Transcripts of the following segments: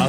I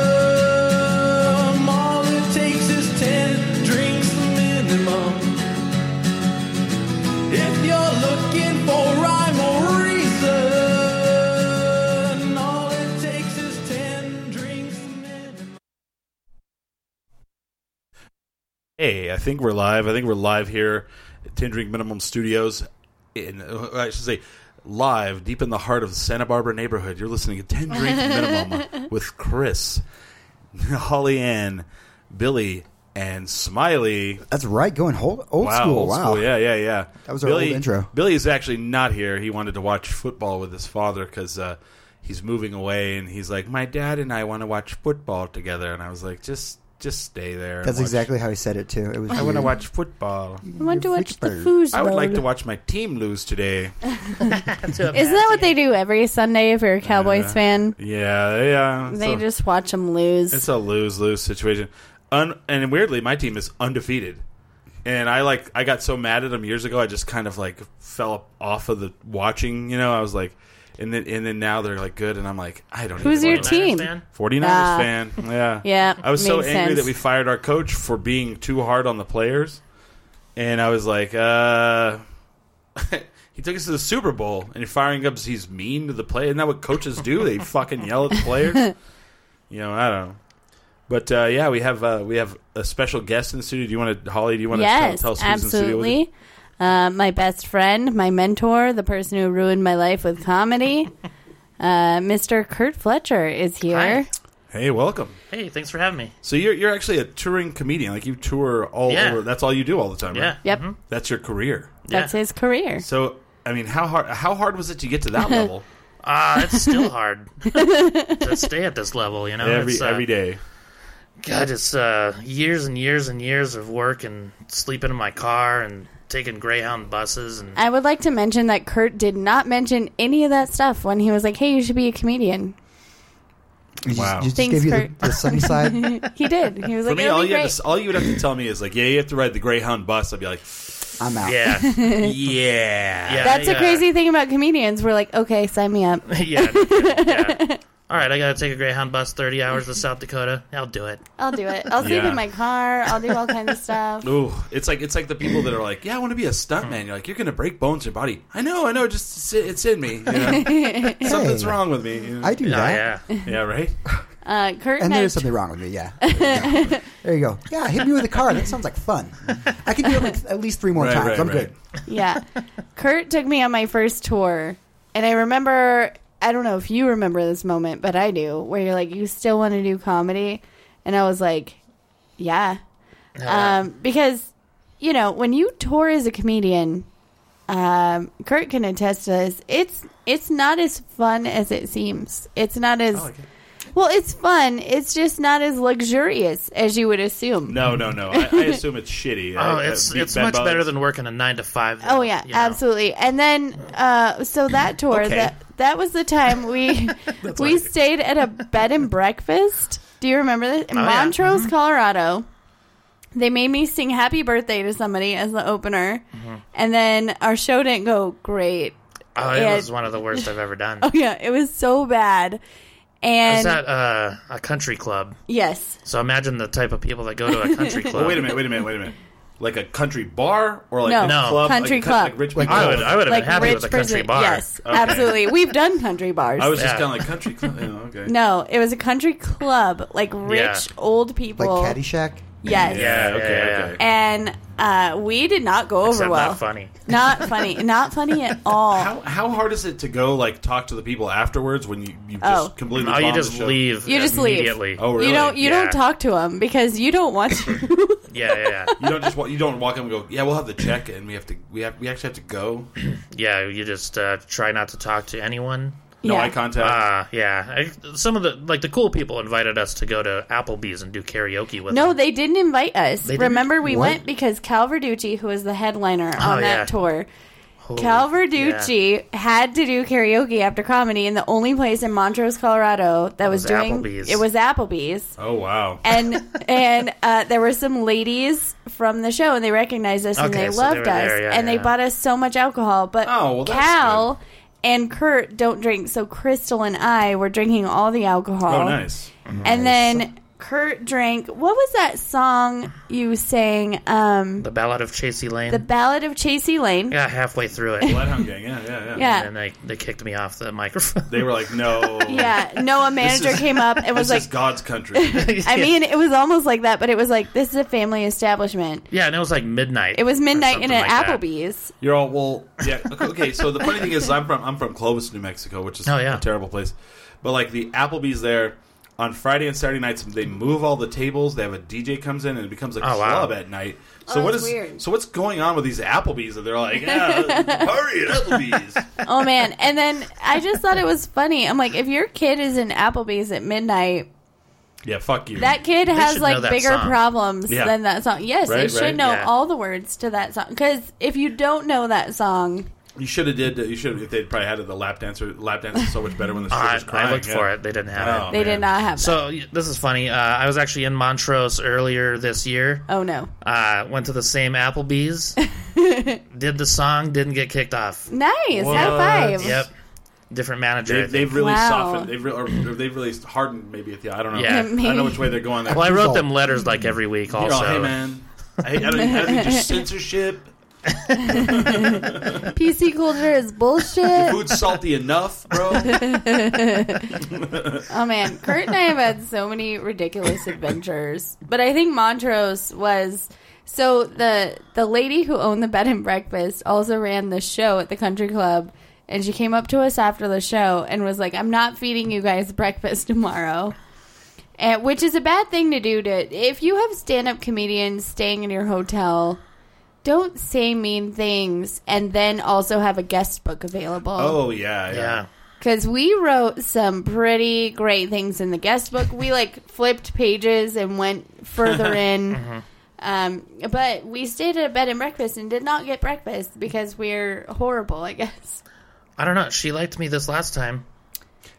all it takes is 10 drinks minimum. If you're looking for rhyme or reason, all it takes is 10 drinks minimum. Hey, I think we're live. I think we're live here at Tin Drink Minimum Studios. In, uh, I should say, live, deep in the heart of the Santa Barbara neighborhood. You're listening to Tin Drink Minimum with Chris, Holly Ann, Billy, and Smiley. That's right. Going old, old Wow, school. old wow. school. Yeah, yeah, yeah. That was our old intro. Billy is actually not here. He wanted to watch football with his father because uh, he's moving away, and he's like, "My dad and I want to watch football together." And I was like, "Just, just stay there." and That's watch- exactly how he said it too. It was. I want to watch football. I want to watch the Vicksburg. foos. I would like to Road. watch my team lose today. Isn't that what they do every Sunday if you're a Cowboys Yeah. fan? Yeah, yeah. It's They a- just watch them lose. it's a lose lose situation. Un- and weirdly, my team is undefeated. And I like I got so mad at them years ago. I just kind of like fell off of the watching. You know, I was like, and then and then now they're like good, and I'm like, I don't. Who's even your wanna- team? fan? 49ers Ah. fan. Yeah. Yeah, I was so makes angry sense. that we fired our coach for being too hard on the players. And I was like, uh he took us to the Super Bowl and you're firing up he's mean to the play. Isn't that what coaches do? They fucking yell at the players. you know, I don't know. But uh, yeah, we have uh, we have a special guest in the studio. Do you want to Holly, do you want to yes, tell, tell who's in the studio with you? absolutely. Uh, my best friend, my mentor, the person who ruined my life with comedy, uh, Mr. Kurt Fletcher is here. Hi. Hey, welcome. Hey, thanks for having me. So you're you're actually a touring comedian. Like you tour all Yeah. over. That's all you do all the time, Yeah. right? Yep, That's your career. that's yeah. his career. So, I mean, how hard how hard was it to get to that level? Uh, it's still hard to stay at this level, you know? every It's, uh, every day. God, it's uh, years and years and years of work and sleeping in my car and taking Greyhound buses and I would like to mention that Kurt did not mention any of that stuff when he was like, "Hey, you should be a comedian." You just, Wow. you just Thanks gave you the, for- the sunny side. He did. He was For like, me, "It'll all be you, have great." to, all you would have to tell me is like, yeah, you have to ride the Greyhound bus. I'd be like, I'm out. yeah, yeah, yeah. That's yeah. the crazy thing about comedians. We're like, "Okay, sign me up." yeah, yeah. All right, I gotta take a Greyhound bus thirty hours to South Dakota. I'll do it. I'll do it. I'll sleep Yeah. in my car. I'll do all kinds of stuff. Ooh, it's like it's like the people that are like, yeah, I want to be a stuntman. You're like, you're gonna break bones in your body. I know, I know. Just it's, it's in me. You know? Something's Hey, wrong with me. you know? I do Oh, that. yeah. yeah, right. Uh, Kurt And and I- there's something wrong with me. Yeah. There you go. There you go. Yeah, hit me with a car. That sounds like fun. I can do it like at least three more Right, times. right, I'm right. good. Yeah. Kurt took me on my first tour. And I remember, I don't know if you remember this moment, but I do, where you're like, you still want to do comedy? And I was like, yeah. Um, because, you know, when you tour as a comedian, um, Kurt can attest to this. It's it's not as fun as it seems. It's not as well. It's fun. It's just not as luxurious as you would assume. No, no, no. I, I assume it's shitty. Oh, I- I it's beat it's bed much bugs. better than working a nine to five. Oh yeah, you know. absolutely. And then uh, so that tour Okay. that that was the time we we stayed at a bed and breakfast. Do you remember this? In Oh, yeah. Montrose, Colorado. They made me sing happy birthday to somebody as the opener. Mm-hmm. And then our show didn't go great. Oh, it Yeah. was one of the worst I've ever done. Oh yeah, it was so bad. It's And at uh, a country club. yes. So imagine the type of people that go to a country club. Oh, wait a minute, wait a minute, wait a minute. Like a country bar or like No. a No. club, Country like, a- club. like rich Like people? I would, I would have Like been happy rich with a country person. bar. Yes. Okay. Absolutely. We've done country bars. I was just Yeah. kind of like country club. you know, okay. no, it was a country club, like rich Yeah. old Like people. Caddyshack. Yes. Yeah, okay, Yeah, yeah, okay. and uh, we did not go over Except well. not funny. Not funny. Not funny at all. How, how hard is it to go like talk to the people afterwards when you, you Oh. just completely Oh, you bombed the just show? leave. You just leave. immediately. Oh really? You don't. You Yeah. don't talk to him because you don't want to. Yeah, yeah, yeah. You don't just wa- you don't walk up and go yeah we'll have the check and we have to we have we actually have to go yeah, you just uh, try not to talk to anyone. No Yeah. eye contact. Uh, yeah. I, some of the like the cool people invited us to go to Applebee's and do karaoke with No, them. they didn't invite us. They didn't? Remember, we What? went because Cal Verducci, who was the headliner on Oh, that yeah. tour, Holy- Cal yeah. Verducci had to do karaoke after comedy, and the only place in Montrose, Colorado that was, was doing Applebee's. it was Applebee's. oh wow. And and uh, there were some ladies from the show, and they recognized us and Okay, they so they loved were us, there, yeah, and they yeah. bought us so much alcohol. But Oh, well, that's Cal and Kurt don't drink, so Crystal and I were drinking all the alcohol. Oh nice. And then Kurt drank. What was that song you sang? Um, The Ballad of Chasey Lane. the Ballad of Chasey Lane. yeah, halfway through it. Bloodhound Gang. Yeah, yeah, yeah. Yeah. And they, they kicked me off the microphone. They were like, no. Yeah, Noah manager is- came up and was This like, is God's country. I mean, it was almost like that, but it was like this is a family establishment. yeah, and it was like midnight. It was or midnight in something an like that. Applebee's. You're all well, yeah. Okay, okay, so the funny thing is, I'm from I'm from Clovis, New Mexico, which is Oh, yeah. a terrible place. But like the Applebee's there on Friday and Saturday nights, they move all the tables. They have a DJ comes in and it becomes a Oh, wow. club at night. So Oh, what that's is weird. so what's going on with these Applebee's? That they're like yeah, party at Applebee's. Oh man! And then I just thought it was funny. I'm like, if your kid is in Applebee's at midnight, Yeah, fuck you. that kid has should know like that bigger song. problems Yeah. than that song. Yes, Right, they should right, know yeah. all the words to that song. Because if you don't know that song, you should have did. You should have. They'd probably had it. The lap dancer, lap dance is so much better when the I, strippers crying. Uh, I looked yeah. for it. They didn't have Oh, it. they man. did not have. that. So y- this is funny. Uh, I was actually in Montrose earlier this year. Oh no! Uh, went to the same Applebee's. did the song. Didn't get kicked off. Nice What? high five. Yep. Different manager. I They, think. they've really Wow. softened. They've re- or or they've really hardened. Maybe at the I don't know. Yeah. I don't know which way they're going. There. well, I wrote them letters like every week. You know, Also, hey man, I, I don't even I don't even do censorship. PC culture is bullshit. Food's salty enough, bro. Oh man, Kurt and I have had so many ridiculous adventures, but I think Montrose was so the the lady who owned the bed and breakfast also ran the show at the country club, and she came up to us after the show and was like, "I'm not feeding you guys breakfast tomorrow." And, which is a bad thing to do to if you have stand-up comedians staying in your hotel don't say mean things and then also have a guest book available Oh yeah, yeah. Yeah. Because we wrote some pretty great things in the guest book. We like flipped pages and went further in. Mm-hmm. Um, but we stayed at a bed and breakfast and did not get breakfast because we're horrible, I guess. I don't know. She liked me this last time.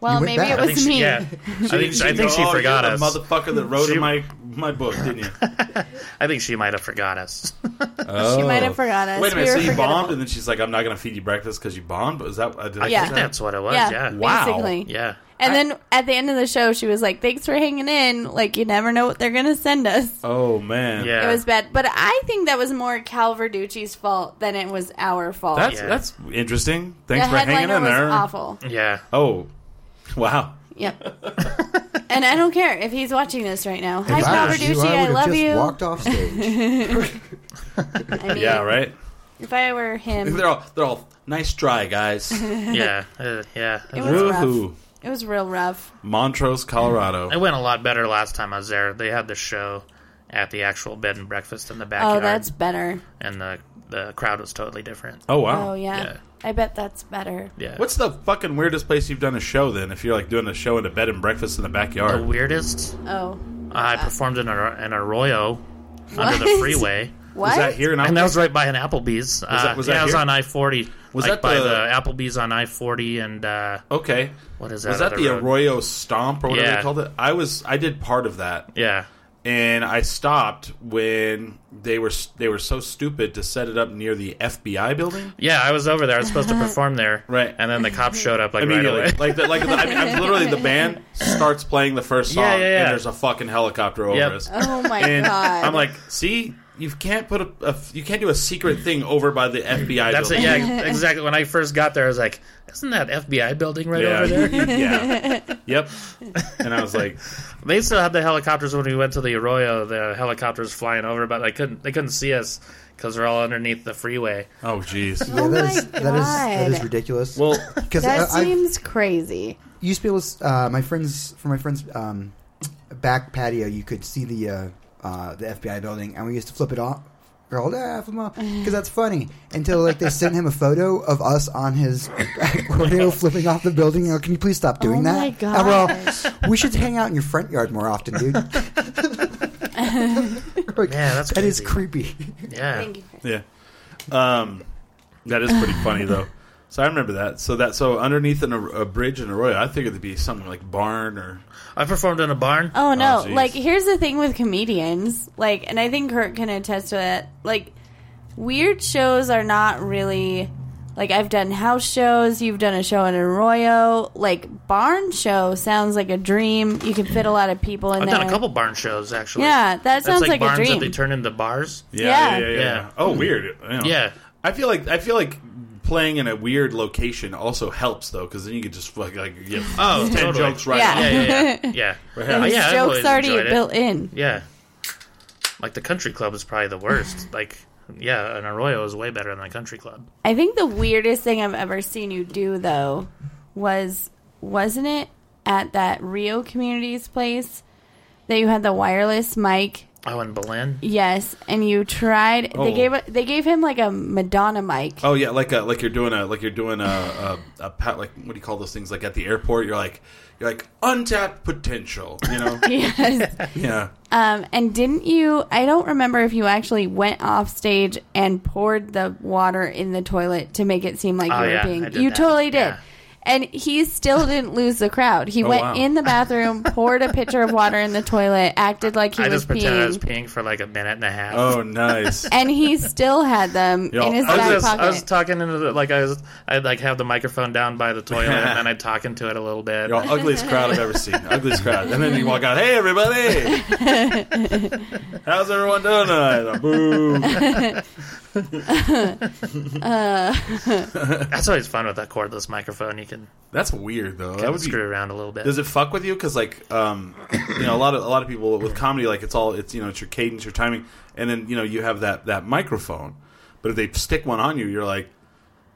Well, went maybe back. it I was I think she, me. yeah. I think, I think she Oh, forgot you're us. the motherfucker that wrote She- in my my book, didn't you? I think she might have forgot us. She might have forgot us. Wait a We minute, so were you forgettable. bombed, and then she's like, "I'm not gonna feed you breakfast because you bombed." Is that? uh, Did I Yeah. catch that? That's what it was. Yeah, Yeah. Wow. basically. Yeah. And then at the end of the show, she was like, "Thanks for hanging in. Like you never know what they're gonna send us." Oh man, Yeah. It was bad, but I think that was more Cal Verducci's fault than it was our fault. That's Yeah. that's interesting. the Thanks for hanging headliner in was there. awful. yeah. Oh, wow. Yep. and I don't care if he's watching this right now. Hi, If I Robert was you, Ducci. I, would have love just you. walked off stage. I mean, Yeah, right. If I were him, They're all they're all nice try guys. Yeah. Uh, yeah. it was rough. Woohoo! It was real rough. Montrose, Colorado. It went a lot better last time I was there. They had the show at the actual bed and breakfast in the Oh, backyard, that's better. and the the crowd was totally different. Oh wow. Oh yeah. yeah. I bet that's better. Yeah. What's the fucking weirdest place you've done a show then? If you're like doing a show in a bed and breakfast in the the backyard, weirdest? Oh. I performed in Ar- an Arroyo under the What? freeway, What? was that here? And and I that was right by an Applebee's. Was that- was yeah, that it was here? on I forty. Was that like by the- the... Applebee's on I forty and uh, okay. what is that? Was that other the road? Arroyo Stomp or whatever Yeah. they called it? I was. I did part of that, Yeah. and I stopped when they were they were so stupid to set it up near the FBI building. Yeah, I was over there. I was supposed to perform there, Right. And then the cops showed up like right Immediately, away. like the, like the, I mean, I'm literally the band starts playing the first song, Yeah, yeah, yeah. and there's a fucking helicopter over Yep. us. Oh my and god. I'm like, see, you can't put a, a you can't do a secret thing over by the FBI. That's it. building. Yeah, exactly. When I first got there, I was like, "Isn't that FBI building right over there?" yeah. Yep. And I was like, They still had the helicopters when we went to the Arroyo. The helicopters flying over, but they couldn't. They couldn't see us because we're all underneath the freeway. oh, jeez. yeah, Oh that my is that is that is God. ridiculous. Well, because that I, I seems crazy. used to be able to, uh, my friends from my friends um, back patio, you could see the uh, uh, the FBI building, and we used to flip it off. girl, because that's funny. Until like they sent him a photo of us on his rodeo flipping off the building. You know, can you please stop doing Oh that? my And we're all, we should hang out in your front yard more often, dude. Like, Yeah, that's that is crazy. creepy. Yeah. Thank you. Chris. Yeah. Um, that is pretty funny though. So I remember that. So that so underneath an, a bridge in Arroyo, I figured it'd be something like barn or I performed in a barn. Oh no! Oh, jeez. like here's the thing with comedians, like, and I think Kurt can attest to it. Like, weird shows are not really like I've done house shows. You've done a show in Arroyo. Like barn show sounds like a dream. You can fit a lot of people in I've there. done a couple barn shows actually. Yeah, that That's sounds like, like, a barns dream. that they turn into bars. Yeah. Yeah. Oh, weird. You know. Yeah. I feel like I feel like playing in a weird location also helps though, because then you could just like, like get Oh, ten totally. jokes right. Yeah. Yeah, yeah, yeah. yeah. Yeah. Uh, Those yeah, I've jokes always already enjoyed it. built in. Yeah. Like the country club is probably the worst. like, yeah, an Arroyo is way better than a country club. I think the weirdest thing I've ever seen you do though was wasn't it at that Rio Communities place that you had the wireless mic Oh, in Berlin? Yes, and you tried. Oh. They gave they gave him like a Madonna mic. Oh yeah, like a, like you're doing a like you're doing a, a, a pat like what do you call those things like at the airport? You're like you're like untapped potential, you know? Yes. yeah. um, and didn't you? I don't remember if you actually went off stage and poured the water in the toilet to make it seem like Oh, you were yeah, being. I did you that. totally did. Yeah. And he still didn't lose the crowd. He Oh, went wow. in the bathroom, poured a pitcher of water in the toilet, acted like he I was just pretended I was peeing, peeing for like a minute and a half. Oh nice. and he still had them Yo, in his I back was, just, pocket. I was talking into the, like I was I'd like have the microphone down by the toilet and then I'd talk into it a little bit. Yo, ugliest crowd I've ever seen. Ugliest crowd. And then you walk out, hey everybody, how's everyone doing tonight? Boo. That's always fun with that cordless microphone. You can That's weird though. That kind would of be screw around a little bit. Does it fuck with you? Because like, um, you know, a lot of a lot of people with comedy, like it's all it's you know it's your cadence, your timing, and then you know you have that that microphone. But if they stick one on you, you're like,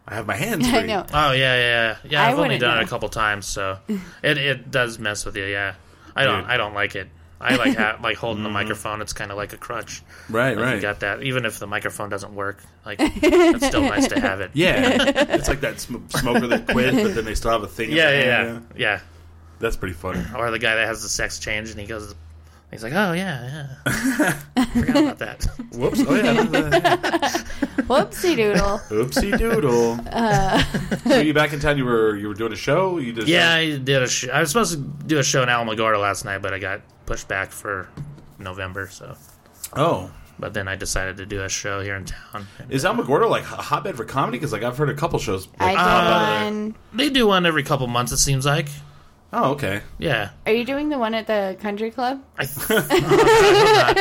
I have my hands free. I know. Oh yeah, yeah, yeah. yeah I I've only wouldn't done it know. a couple times, so it it does mess with you. Yeah, I don't Dude. I don't like it. I like ha- like holding the microphone. It's kind of like a crutch. Right, Like, right. You got that. Even if the microphone doesn't work, like it's still nice to have it. yeah, it's like that sm- smoker that quit, but then they still have a thing. in Yeah, their yeah, yeah, hand. yeah. That's pretty funny. Or the guy that has the sex change and he goes, he's like, oh yeah, yeah. Forgot about that. Whoops! Oh yeah, Whoopsie doodle. oopsie doodle. so you back in town? You were you were doing a show? You did? yeah, I did a. Sh- I was supposed to do a show in Alamogordo last night, but I got pushed back for November. So, Oh, but then I decided to do a show here in town. is Almagordo like a hotbed for comedy? Because like I've heard a couple shows. I Like, Uh, did one. They do one every couple months, it seems like. oh, okay. Yeah. Are you doing the one at the country club? I, th-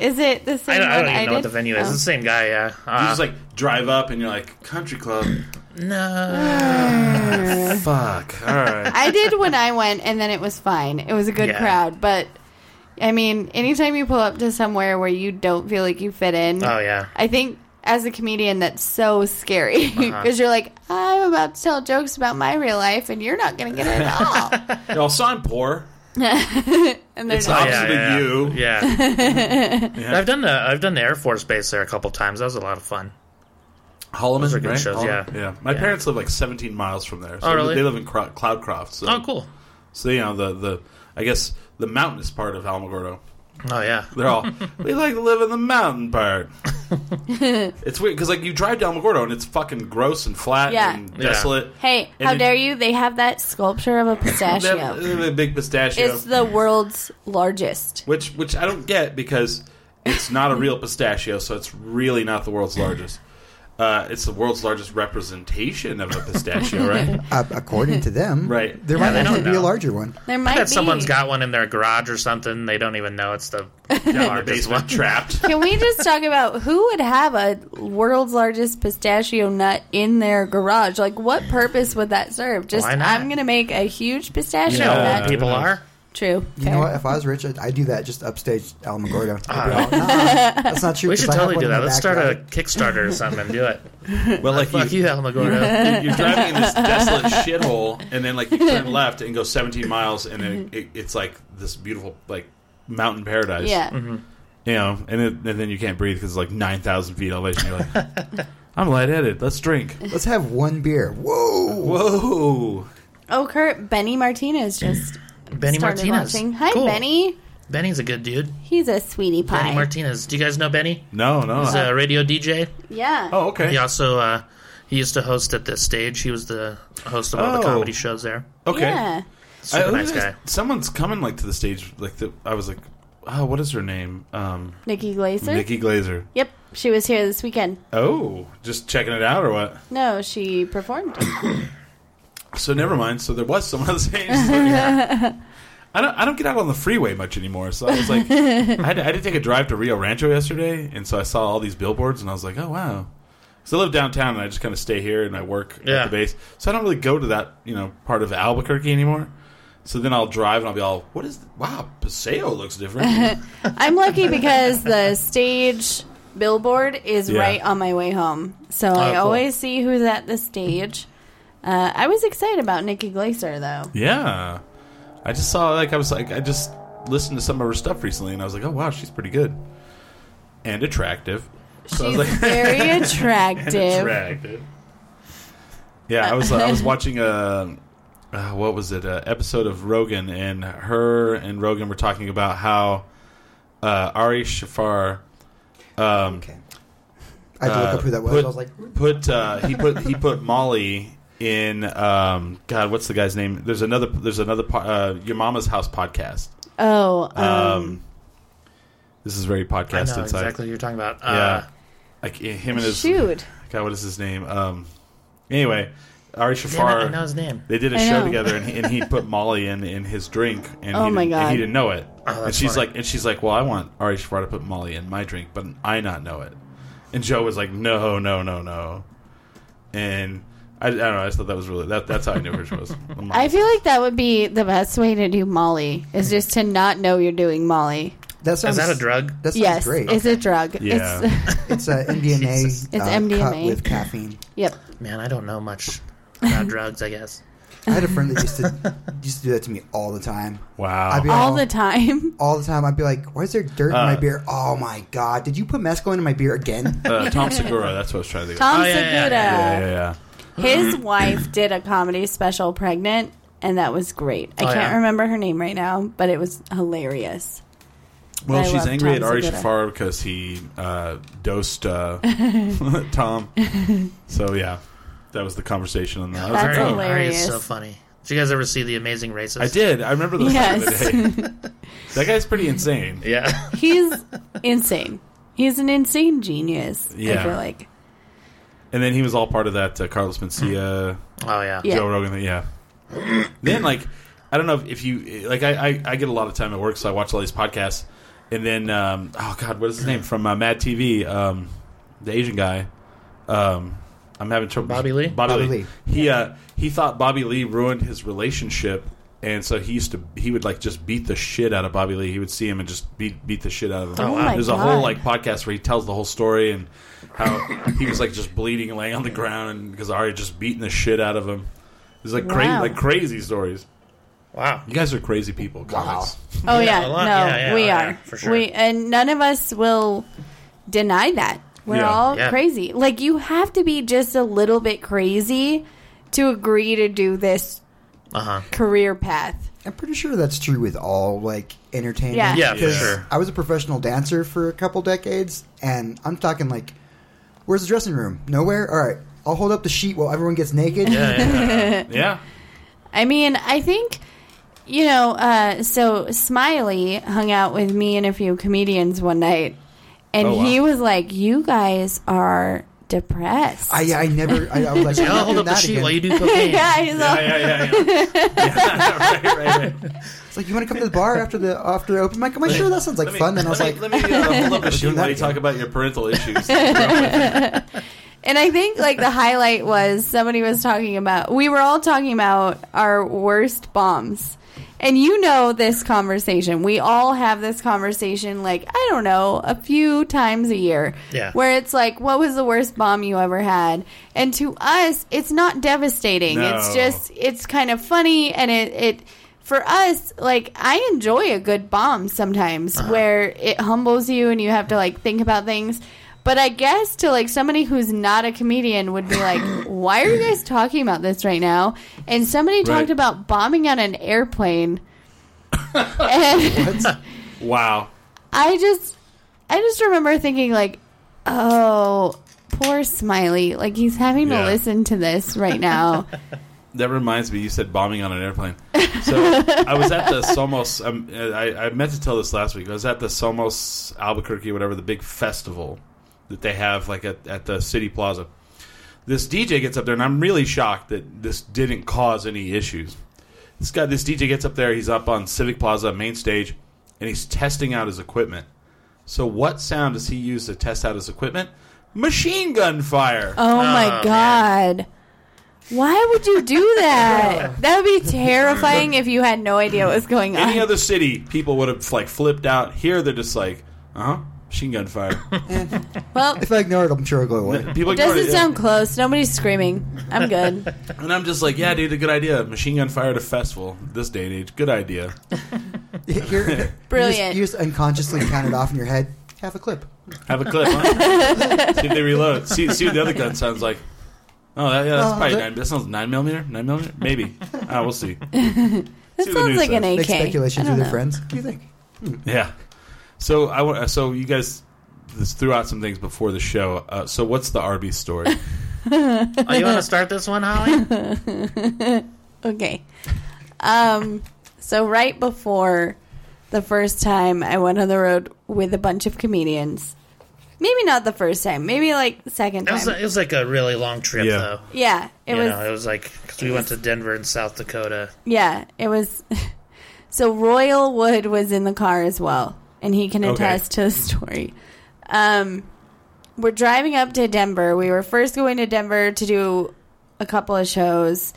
Is it the I same don't, I one don't even know what did? the venue is. Oh. It's the same guy, yeah. You Uh, just like drive up and you're like country club. no. Mm. Fuck. All right. I did when I went, and then it was fine. It was a good Yeah. crowd, but I mean, anytime you pull up to somewhere where you don't feel like you fit in, Oh, yeah. I think as a comedian that's so scary because Uh-huh. you're like, I'm about to tell jokes about my real life, and you're not going to get it at all. Y'all saw him poor. and they're It's not. like- Opposite of you. Yeah. I've done the I've done the Air Force Base there a couple times. That was a lot of fun. Holloman, are good shows, yeah. yeah. My parents live like 17 miles from there. So Oh, really? They live in Cro- Cloudcroft. So, Oh, cool. so you know the the I guess the mountainous part of Alamogordo. Oh yeah. They're all we like to live in the mountain part. it's weird because like you drive down Alamogordo and it's fucking gross and flat Yeah. and Yeah. desolate. Hey, And how it- dare you? They have that sculpture of a They have- pistachio. they have a big pistachio. it's the world's largest. which which I don't get because it's not a real pistachio, so it's really not the world's largest. Uh, it's the world's largest representation of a pistachio, right? Uh, according to them, Right. There might they don't actually be a know. larger one. There might That be. someone's got one in their garage or something. They don't even know it's the Down in the largest basement, one. trapped. Can we just talk about who would have a world's largest pistachio nut in their garage? Like, what purpose would that serve? Just, Why not? I'm going to make a huge pistachio You know Yeah. what nut. people who knows? are. True. You know what? If I was rich, I'd, I'd do that. Just upstage Alamogordo. that's not true. We should 'cause I have totally one do in that. my Let's start a backyard. Kickstarter or something and do it. Well, like Fuck you, Alamogordo. you- you're driving in this desolate shithole, and then like you turn left and go 17 miles, and then it, it's like this beautiful like mountain paradise. Yeah. Mm-hmm. and you know, and, it, and then you can't breathe because it's like nine thousand feet elevation. You're like, I'm lightheaded. Let's drink. Let's have one beer. Whoa. Whoa. Oh, Kurt, Benny Martinez just Benny started Martinez. watching. Hi, Cool. Benny. Benny's a good dude. He's a sweetie pie. Benny Martinez. Do you guys know Benny? No, no. He's a radio DJ. yeah. oh, okay. He also uh, he used to host at the stage. He was the host of all Oh. the comedy shows there. Okay. Yeah. Super I- nice guy. Someone's coming like to the stage. Like the, I was like, oh, what is her name? Um, Nikki Glaser. Nikki Glazer. Yep, she was here this weekend. Oh, just checking it out or what? No, she performed. So never mind. So there was someone on the stage. I don't. I don't get out on the freeway much anymore. So I was like, I had, I had to take a drive to Rio Rancho yesterday, and so I saw all these billboards, and I was like, oh wow. So I live downtown, and I just kind of stay here, and I work Yeah. at the base. So I don't really go to that you know part of Albuquerque anymore. So then I'll drive, and I'll be all, what is? Wow, Paseo looks different. I'm lucky because the stage billboard is Yeah. Oh, right on my way home, so I cool. always see who's at the stage. Uh, I was excited about Nikki Glaser though. yeah. I just saw like I was like I just listened to some of her stuff recently, and I was like, oh wow, she's pretty good and attractive. So I was She's like- very attractive. Yeah, I was I was watching a uh, what was it a episode of Rogan and her and Rogan were talking about how uh, Ari Shafar um, Okay. I had to look Uh, up who that was. put- I was like, put uh, he put he put Molly in um, God what's the guy's name? There's another there's another po- uh, Your Mama's House podcast. Oh, um, Um, this is very I podcast know inside. exactly who you're talking about. Yeah, Uh, like him and his shoot. God, what is his name? Um, anyway, Ari damn Shafar. it, I know his name. They did a I show know. together, and he, and he put Molly in in his drink, and, Oh he, my didn't, and God. he didn't know it. Oh, that's and she's funny. like, and she's like, well, I want Ari Shafar to put Molly in my drink, but I not know it. And Joe was like, no, no, no, no. And I, I don't know. I just thought that was really that. That's how I knew her was. I'm I like, feel like that would be the best way to do Molly is just to not know you're doing Molly. that Is sounds. that a drug? That sounds yes, great. it's a drug. Yeah. It's, It's a MDMA. Jesus. It's uh, cut MDMA. with caffeine. yep. Man, I don't know much about drugs. I guess. I had a friend that used to used to do that to me all the time. wow. I'd be All the time. all the time. I'd be like, "Why is there dirt in my Uh, beer? Oh my god! Did you put mescaline in my beer again?" uh, Tom Segura. That's what I was trying to. Think. of. Tom Oh, yeah, yeah, Segura. yeah, yeah, yeah, yeah. His wife did a comedy special, Pregnant, and that was great. I Oh, can't yeah? remember her name right now, but it was hilarious. Well, I she's love angry Tom at Ari Segura. Shafar because he uh, dosed uh, Tom. So yeah, that was the conversation on that. I was That's like, Ari, oh, Ari is hilarious. so funny. Did you guys ever see The Amazing Racist? I did. I remember those back in the Yes. day. that guy's pretty insane. Yeah. He's insane. He's an insane genius. I Yeah. feel like. And then he was all part of that uh, Carlos Mencia, oh yeah. Yeah. Joe Rogan thing. Yeah. then like, I don't know if, if you like. I, I I get a lot of time at work, so I watch all these podcasts. And then um, oh god, what is his name from uh, Mad TV? Um, the Asian guy. Um, I'm having trouble. Bobby Lee? Bobby, Bobby Lee. Lee. He uh, he thought Bobby Lee ruined his relationship, and so he used to he would like just beat the shit out of Bobby Lee. He would see him and just beat beat the shit out of him. Oh, wow. There's my a whole God. like podcast where he tells the whole story and how he was like just bleeding, laying on the ground, and because Ari just beating the shit out of him. It's like crazy, Wow. like crazy stories. Wow. You guys are crazy people. Comics. Oh yeah, a lot- no, yeah, yeah, we yeah, are for sure. We and none of us will deny that. We're Yeah. all Yeah. crazy. Like you have to be just a little bit crazy to agree to do this Uh huh. career path. I'm pretty sure that's true with all like entertainment. Yeah. Yeah, for 'Cause sure. I was a professional dancer for a couple decades, and I'm talking like, "Where's the dressing room? Nowhere. All right, I'll hold up the sheet while everyone gets naked." Yeah. I mean, I think, you know, uh, so Smiley hung out with me and a few comedians one night, and Oh, wow. he was like, You guys are depressed. I, I never. I, I was like, I'll "I'm not hold doing up the that sheet again." while you do cocaine. yeah, he's all- Yeah, yeah, yeah, yeah. yeah right, right, right. It's like, "You want to come to the bar after the after the open mic?" I'm like, "Sure, that sounds like Let me- fun." And I was let like, me, let me uh, hold up a shoe that while you again. talk about your parental issues. And I think like the highlight was somebody was talking about we were all talking about our worst bombs. And you know this conversation. We all have this conversation like I don't know, a few times a year. Yeah. Where it's like what was the worst bomb you ever had? And to us, it's not devastating. It's No. just it's kind of funny and it it for us, like I enjoy a good bomb sometimes Uh-huh. where it humbles you and you have to like think about things. But I guess to like somebody who's not a comedian would be like, why are you guys talking about this right now? And somebody talked Right. about bombing on an airplane. and Wow. I just I just remember thinking like, oh, poor Smiley. Like he's having Yeah. to listen to this right now. That reminds me, you said bombing on an airplane. So I was at the Somos. Um, I, I meant to tell this last week. I was at the Somos Albuquerque, whatever the big festival that they have, like at, at the City Plaza. This DJ gets up there, and I'm really shocked that this didn't cause any issues. This guy, this DJ gets up there. He's up on Civic Plaza main stage, and he's testing out his equipment. So what sound does he use to test out his equipment? Machine gun fire. Oh my Oh, god. Why would you do that? that would be terrifying if you had no idea what was going on. any other city, people would have like flipped out. Here, they're just like, uh huh, machine gun fire. well, "Eh." If I ignore it, I'm sure it'll go away. people ignored it doesn't it, sound close. Nobody's screaming. I'm good. And I'm just like, yeah, dude, a good idea. Machine gun fire at a festival this day and age. Good idea. You're- you're- Brilliant. You just, you just unconsciously count it off in your head. Half a clip. Have a clip. Huh? see if they reload. See, see what the other gun sounds like. Oh, that, yeah, that's Oh, probably that- nine. That sounds nine millimeter. Nine millimeter, maybe. Ah, we'll see. That See what the sounds news like an says. AK. Make speculations I with don't your know. friends. What do you think? Yeah. So I wa- so you guys this threw out some things before the show. Uh, so what's the Arby's story? Oh, you want to start this one, Holly? Okay. Um, so right before the first time I went on the road with a bunch of comedians, maybe not the first time, maybe like second It time. was, it was like a really long trip, Yeah. though. yeah, it you was. know, it was like because we went to Denver and South Dakota. Yeah, it was. So Royal Wood was in the car as well, and he can Okay. attest to the story. Um, we're driving up to Denver. We were first going to Denver to do a couple of shows,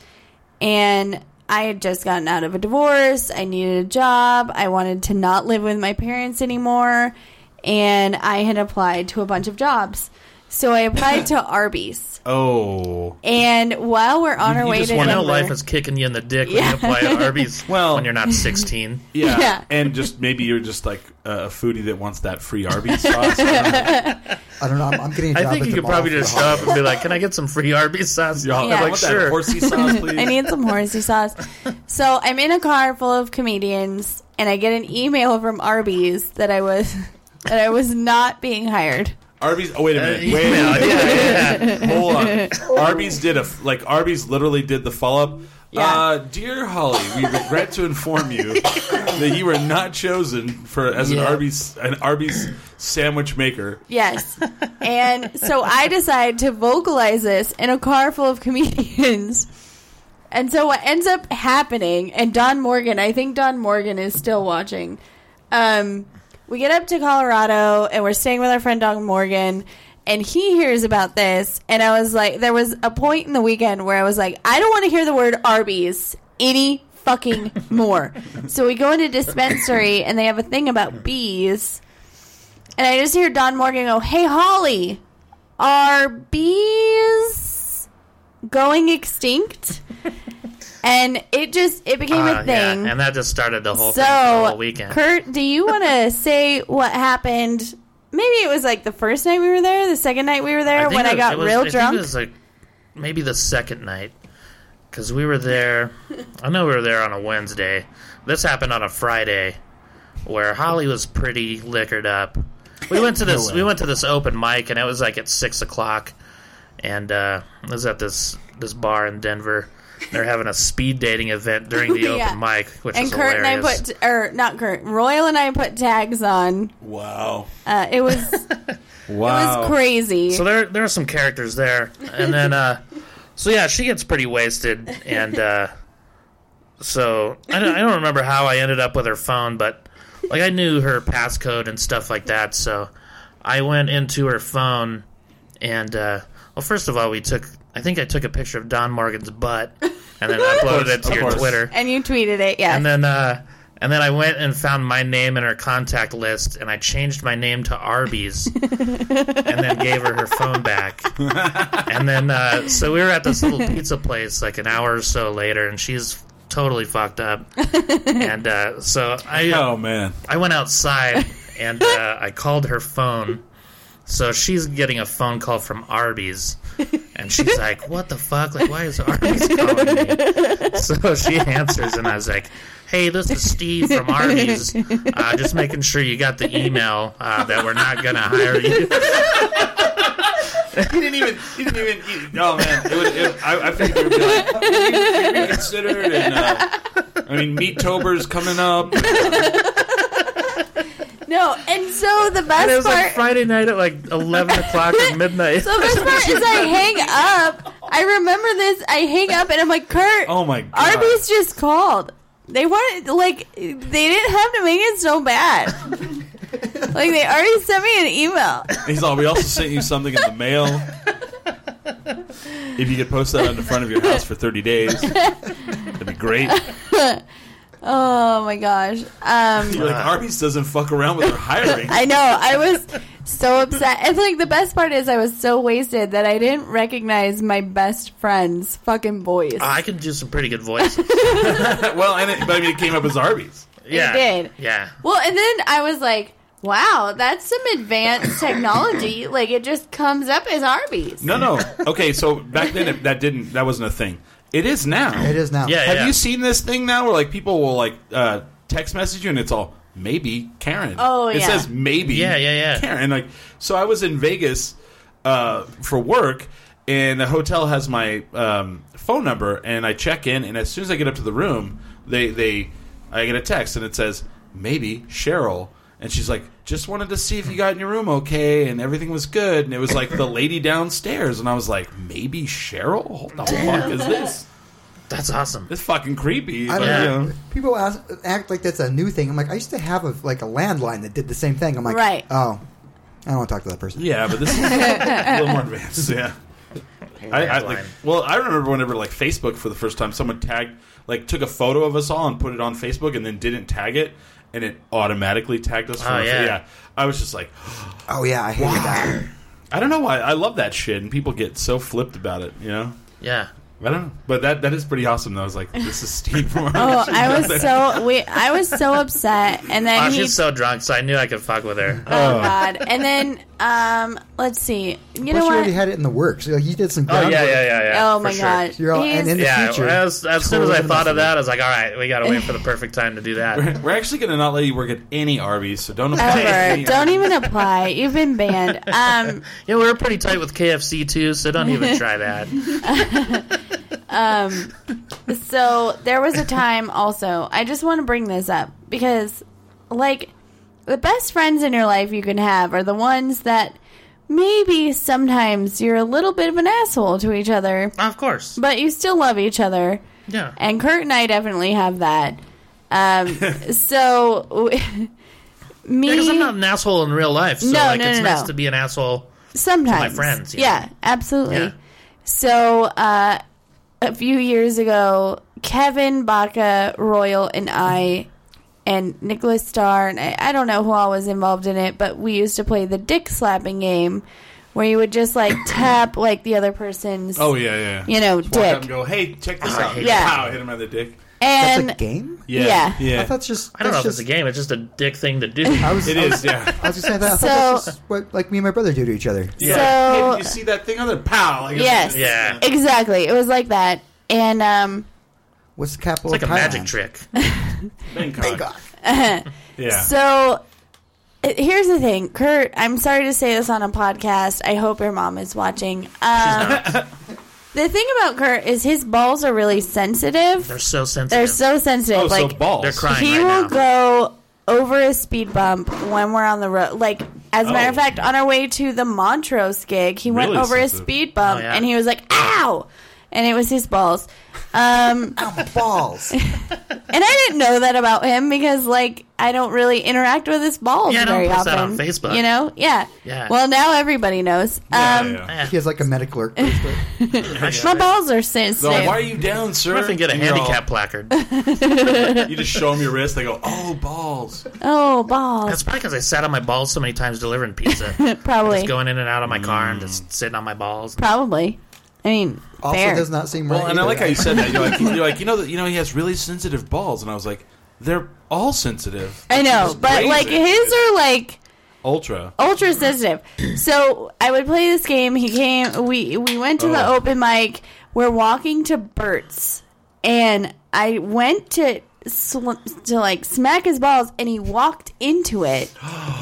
and I had just gotten out of a divorce. I needed a job. I wanted to not live with my parents anymore, and I had applied to a bunch of jobs. So I applied to Arby's, Oh, and while we're on our you way just to You wanna Denver, know, life is kicking you in the dick when Yeah. you apply at Arby's Well- when you're not 16. Yeah. Yeah. And just maybe you're just like a foodie that wants that free Arby's sauce. I don't know. I'm, I'm getting a job I think at you the could mall probably for the just show holiday. up and be like, "Can I get some free Arby's sauce?" Y'all, Yeah. I I want want that horsey sauce, please. I need some horsey sauce. So I'm in a car full of comedians, and I get an email from Arby's that I was that I was not being hired. Arby's. Oh wait a Uh, minute. yeah, wait a minute. yeah, yeah. Hold on. Arby's did a f- like Arby's literally did the follow up. Yeah. Uh, dear Holly, we regret to inform you that you were not chosen for as an Yeah. Arby's an Arby's sandwich maker. Yes. And so I decide to vocalize this in a car full of comedians. And so what ends up happening, and Don Morgan, I think Don Morgan is still watching. Um, we get up to Colorado and we're staying with our friend Don Morgan, and he hears about this. And I was like, there was a point in the weekend where I was like, I don't want to hear the word Arby's any fucking more. so we go into dispensary and they have a thing about bees. And I just hear Don Morgan go, Hey, Holly, are bees going extinct? and it just, it became Uh, a yeah, thing. and that just started the whole thing for the so, whole weekend. Kurt, do you want to say what happened? Maybe it was like the first night we were there, the second night we were there, think when I it- got it was- I real think drunk. it was like maybe the second night because we were there. I know we were there on a Wednesday. This happened on a Friday, where Holly was pretty liquored up. We went to this. way. we went to this open mic, and it was like at six o'clock, and uh, it was at this this bar in Denver. They're having a speed dating event during the Yeah. open mic, which and is Kurt and I hilarious. put, or not Kurt, Royal and I put tags on. Wow. Uh, it was, it Wow. was crazy. So there, there are some characters there, and then, uh, so yeah, she gets pretty wasted, and uh, so I don't, I don't remember how I ended up with her phone, but like I knew her passcode and stuff like that, so I went into her phone, and uh, well, first of all, we took, I think I took a picture of Don Morgan's butt, and then uploaded it of to your course. Twitter, and you tweeted it, yes. and then, uh, and then I went and found my name in her contact list, and I changed my name to Arby's, and then gave her her phone back. And then, uh, so we were at this little pizza place like an hour or so later, and she's totally fucked up, and uh, so I Oh man, I went outside and uh, I called her phone. So she's getting a phone call from Arby's, and she's like, "What the fuck? Like, why is Arby's calling me?" So she answers, and I was like, "Hey, this is Steve from Arby's. Uh, just making sure you got the email uh, that we're not gonna hire you." he didn't even. He didn't even. He, oh man, it would, it, I, I think it would be like "Please be reconsidered. And uh, I mean, Meattober's coming up. No, and so the And it best was like part. Friday night at like eleven o'clock or midnight. so the best part is I hang up. I remember this. I hang up and I'm like, Kurt, Oh my god, Arby's just called. They wanted like they didn't have to make it so bad. like they already sent me an email. He's all. We also sent you something in the mail. If you could post that on the front of your house for thirty days, that'd be great. Oh my gosh. Um You're like Arby's doesn't fuck around with their hiring. I know. I was so upset. And like the best part is I was so wasted that I didn't recognize my best friend's fucking voice. I could do some pretty good voices. well, and it, but I mean, it came up as Arby's. Yeah, did. Yeah. Well, and then I was like, wow, that's some advanced technology. like it just comes up as Arby's. No, no. Okay, so back then it, that didn't that wasn't a thing. It is now. It is now. Yeah. Have you seen this thing now where like people will like uh, text message you and it's all maybe Karen. Oh, It yeah. says maybe. Yeah, yeah, yeah. Karen. Like so, I was in Vegas uh, for work, and the hotel has my um, phone number, and I check in, and as soon as I get up to the room, they they I get a text, and it says maybe Cheryl. And she's like, just wanted to see if you got in your room okay, and everything was good. And it was like the lady downstairs, and I was like, maybe Cheryl? What the fuck is this? That's awesome. It's fucking creepy. but, I don't Yeah. you know. know. People ask, act like that's a new thing. I'm like, I used to have a like a landline that did the same thing. I'm like, Right. Oh, I don't want to talk to that person. Yeah, but this is a little more advanced. Yeah. I, I, like, Landline. well, I remember whenever like Facebook for the first time, someone tagged like took a photo of us all and put it on Facebook, and then didn't tag it, and it automatically tagged us. Oh, our- yeah. I was just like, Oh yeah, I hated that. I don't know why I love that shit, and people get so flipped about it. You know, yeah. I don't know, but that that is pretty awesome. Though. I was like, this is Steve. Martin. Oh, I was so we I was so upset, and then Oh, he she's so drunk, so I knew I could fuck with her. Oh God! And then, um, let's see. You Plus, know you what? already had it in the works. Like, you did some. Oh Groundwork. yeah, yeah, yeah, yeah. oh my for sure. God! You're all- He's- and in the Yeah, future. as, as soon as I Totally thought of nothing. that, I was like, all right, we got to wait for the perfect time to do that. We're actually gonna not let you work at any Arby's, so don't apply. to ever. any Don't even apply. You've been banned. Um, Yeah, we were pretty tight with KFC too, so don't even try that. so there was a time also. I just want to bring this up because, like, the best friends in your life you can have are the ones that maybe sometimes you're a little bit of an asshole to each other, Of course. but you still love each other. Yeah. And Kurt and I definitely have that. Um, so me Because I'm not an asshole in real life, so No, like no, it's no, nice no. to be an asshole. sometimes to my friends, yeah. Yeah, absolutely. Yeah. So uh, a few years ago, Kevin Baca Royal and I and Nicholas Starr and I, I don't know who all was involved in it, but we used to play the dick slapping game where you would just like tap like the other person's Oh yeah, yeah. you know Walk up and dick Uh-huh. go, hey, check this out. Yeah. Pow, hit him on the dick. That's and a game. Yeah. yeah. I thought it's just. I don't know that's if it's just, a game; it's just a dick thing to do. I was. It I was- is, yeah. I was just saying that. I thought that's just what like me and my brother do to each other. Hey, so did you see that thing on there? Pow! Like, Yes. Yeah, it's Exactly. It was like that. And um What's the capital? like a of magic Thailand? trick. Bangkok. Bangkok. Yeah. so uh, here's the thing, Kurt, I'm sorry to say this on a podcast. I hope your mom is watching. Um The thing about Kurt is his balls are really sensitive. They're so sensitive. They're so sensitive. oh, like so balls. They're crying he right will now. go over a speed bump when we're on the road. Like, as a matter of Oh. fact, on our way to the Montrose gig, he went Really over a sensitive. speed bump Oh, yeah. and he was like, ow! And it was his balls. Um, Balls. and I didn't know that about him because, like, I don't really interact with his balls Yeah, don't very post often. that on Facebook. You know? Yeah. Yeah. Well, now everybody knows. Yeah, um, yeah, yeah. he has like a medical alert. bracelet. Eh, I should- My balls are So, sensitive. why are you down, sir? I think get a And you're handicap placard. all- you just show them your wrist. They go, "Oh, balls." oh, balls. That's probably because I sat on my balls so many times delivering pizza. Probably. Mm. Just going in and out of my car and just sitting on my balls. Probably. I mean, Also, fair. does not seem right. Well, and I either. like how you said that. You're like, you're like, you know, that you know, he has really sensitive balls, and I was like, they're all sensitive. I know, Just but raise like it. his are like ultra. ultra sensitive. So I would play this game. He came. We we went to the Oh. open mic. We're walking to Burt's, and I went to sl- to like smack his balls, and he walked into it.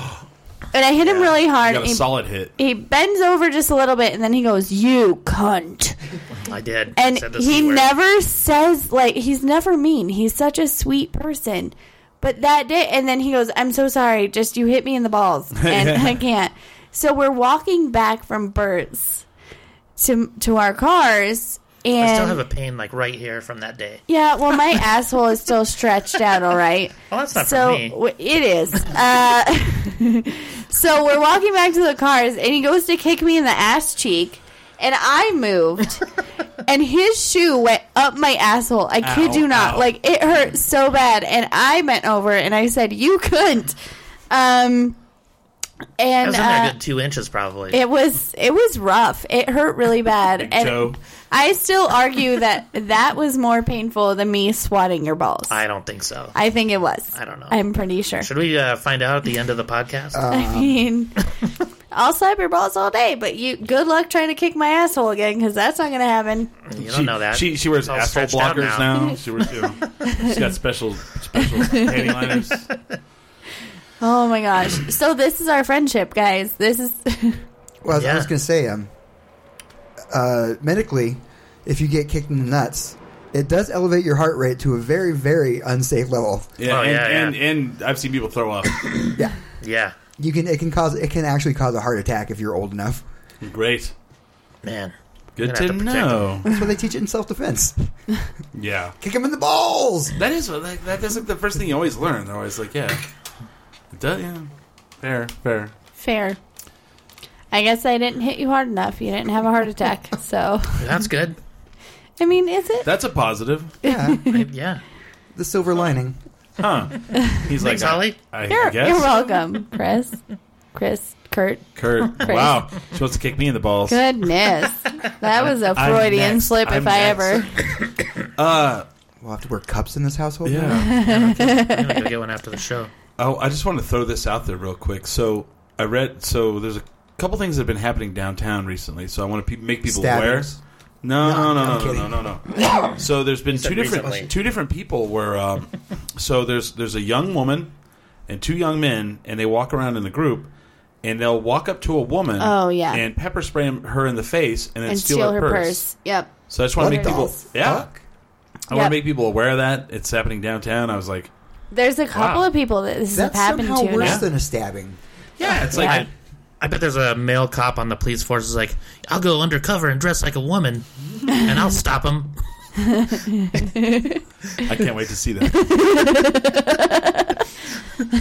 And I hit him really You hard. got a and he- solid hit. he bends over just a little bit, and then he goes, "You cunt." I did. and Said the he C word. never says like he's never mean he's such a sweet person but that day and then he goes i'm so sorry just you hit me in the balls and i can't so we're walking back from bert's to to our cars and I still have a pain like right here from that day. yeah well my asshole is still stretched out all right Well, that's not so for me. w- it is. Uh, so we're walking back to the cars, and he goes to kick me in the ass cheek, and I moved, and his shoe went up my asshole. I kid Ow, you not, ow. like it hurt so bad, and I bent over and I said, "You couldn't." Um, I and was in there uh, a good two inches probably. it was it was rough. It hurt really bad, Big and toe. I still argue that that was more painful than me swatting your balls. I, I don't think so. think it was. I don't know. I'm pretty sure. Should we uh, find out at the end of the podcast? Uh, I mean, I'll slap your balls all day, but you good luck trying to kick my asshole again because that's not going to happen. you don't She, know that. she she wears It's all asshole stretched out blockers now. She wears, you know, she's got special special panty liners. Oh my gosh! So this is our friendship, guys. This is Well, I was, I was Yeah. going to say, um, uh, medically, if you get kicked in the nuts, it does elevate your heart rate to a very, very unsafe level. Yeah, Oh, and, yeah, yeah. and and I've seen people throw up. Yeah, Yeah, you can. It can cause. It can actually cause a heart attack if you're old enough. Great. man. Good to, Gonna have to protect know. That's why they teach it in self defense. Yeah. Kick him in the balls. That is what- that, that is like the first thing you always learn. They're always like, yeah, it does, yeah, fair, fair. fair. I guess I didn't hit you hard enough. You didn't have a heart attack, so That's good. I mean, is it? That's a positive, Yeah, yeah. the silver lining. huh? He's Thanks, like, Holly. I, I You're, guess. you're welcome, Chris. Chris, Kurt. Kurt, wow, she wants to kick me in the balls. Goodness, that was a I'm Freudian next. slip if I'm I next. ever. Uh, We'll have to wear cups in this household. now? yeah. I'm gonna go get one after the show. oh, I just want to throw this out there real quick. So I read. So there's a couple things that have been happening downtown recently. So I want to pe- make people aware. Stabbings. No, no, no, No, I'm no, no, kidding. no, no, no. So there's been said two different recently. two different people where um, so there's there's a young woman and two young men and they walk around in the group and they'll walk up to a woman Oh, yeah. and pepper spray her in the face and then And steal, her, purse. Yep. So I just want to What make the people yeah fuck? I want Yep. to make people aware of that it's happening downtown. I was like There's a couple Wow. of people that this That's has happened somehow to. worse now. than a stabbing. yeah it's I, like I bet there's a male cop on the police force who's like, I'll go undercover and dress like a woman, and I'll stop him. I can't wait to see that.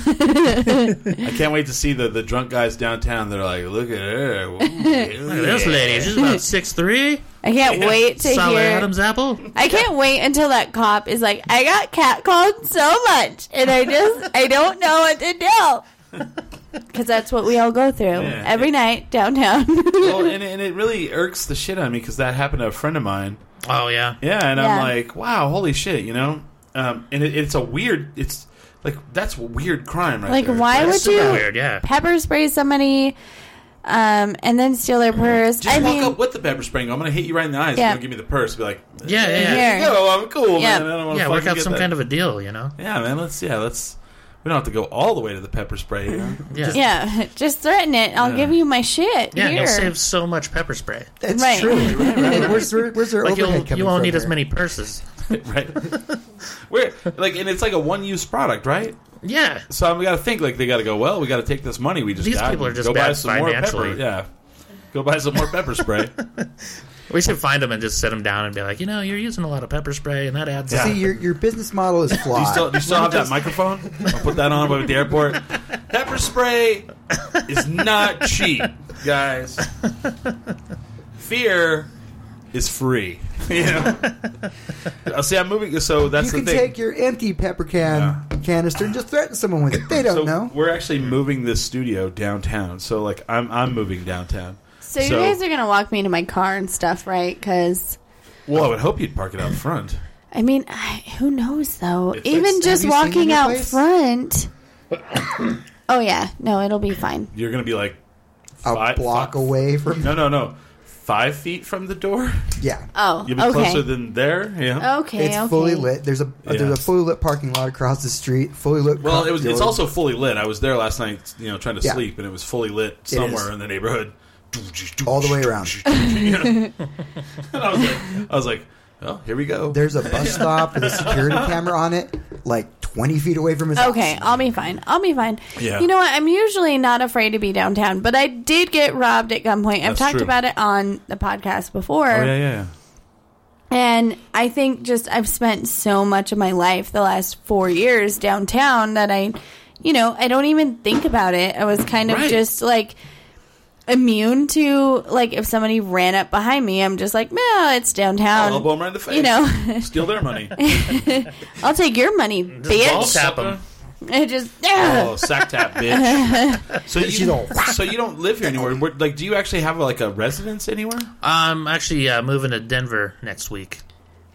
I can't wait to see the, the drunk guys downtown. They're like, look at her. Ooh, Look at this lady. She's about six three. I can't wait to Solid hear. Adam's apple. I can't wait until that cop is like, I got catcalled so much, and I just, I don't know what to do. Because that's what we all go through Yeah. every night downtown. well, and, and it really irks the shit out of me because that happened to a friend of mine. Oh yeah. Yeah, and I'm Yeah. like, wow, holy shit, you know. Um, and it, it's a weird. It's like that's a weird crime, right? like, there. why That's would super you weird. Yeah. pepper spray somebody um, and then steal their purse? Just I walk mean, up with the pepper spray. and go, I'm gonna hit you right in the eyes. Yeah. and you'll give me the purse. Be like, Yeah. Yeah. Yeah. Here. no, I'm cool, Yeah. man. I don't want to yeah work out some kind of a deal. You know. Yeah, man. Let's yeah, let's. We don't have to go all the way to the pepper spray. You know? Yeah. yeah, just threaten it. I'll Yeah. give you my shit. Yeah, and Here. you'll save so much pepper spray. That's Right. true. Where's, their- where's their Like overhead you'll, coming you won't from need as here? many purses. right? We're like, and it's like a one-use product, right? Yeah, So we got to think like they got to go. Well, we got to take this money we just These got. people and are just go buy bad some more pepper. financially. Yeah, go buy some more pepper spray. we should find them and just sit them down and be like, you know, you're using a lot of pepper spray, and that adds Yeah. up. See, your, your business model is Do flawed. you still, do you still have that microphone? I'll put that on at the airport. Pepper spray is not cheap, guys. Fear is free. You know. Uh, See, I'm moving. So that's you the can thing. take your empty pepper can canister and just threaten someone with it. They don't so know. we're actually moving this studio downtown. So like I'm I'm moving downtown. So, you So- guys are gonna walk me to my car and stuff, right? Because Well, I would hope you'd park it out front. I mean, I, who knows though? It's- Even Have just you seen the walking new out place? front. oh yeah, no, it'll be fine. You're gonna be like a Fi- block fi- away from. No, no, no. Five feet from the door. Yeah, Oh, You'll be okay. closer than there. Yeah. okay, it's okay. fully lit. There's a Yeah. there's a fully lit parking lot across the street. Fully lit. Well, car it was. It's door. also fully lit. I was there last night, you know, trying to Yeah. sleep, and it was fully lit is. somewhere in the neighborhood, All the way around. Yeah. and I was like, I was like, well, here we go. there's a bus stop with a security camera on it, like 20 feet away from his house. Okay, I'll be fine. I'll be fine. Yeah. You know what? I'm usually not afraid to be downtown, but I did get robbed at gunpoint. I've That's talked true. about it on the podcast before. Oh yeah, yeah. And I think just I've spent so much of my life the last four years downtown that I, you know, I don't even think about it. I was kind of Right. just like immune to like if somebody ran up behind me, I'm just like, no, it's I'll downtown. elbow 'em right in the face. you know, steal their money. I'll take your money, ball bitch. tap him. I just Oh, sack tap, bitch. So She's you, all- so you don't live here anywhere. Where- Like, do you actually have like a residence anywhere? I'm actually uh, moving to Denver next week.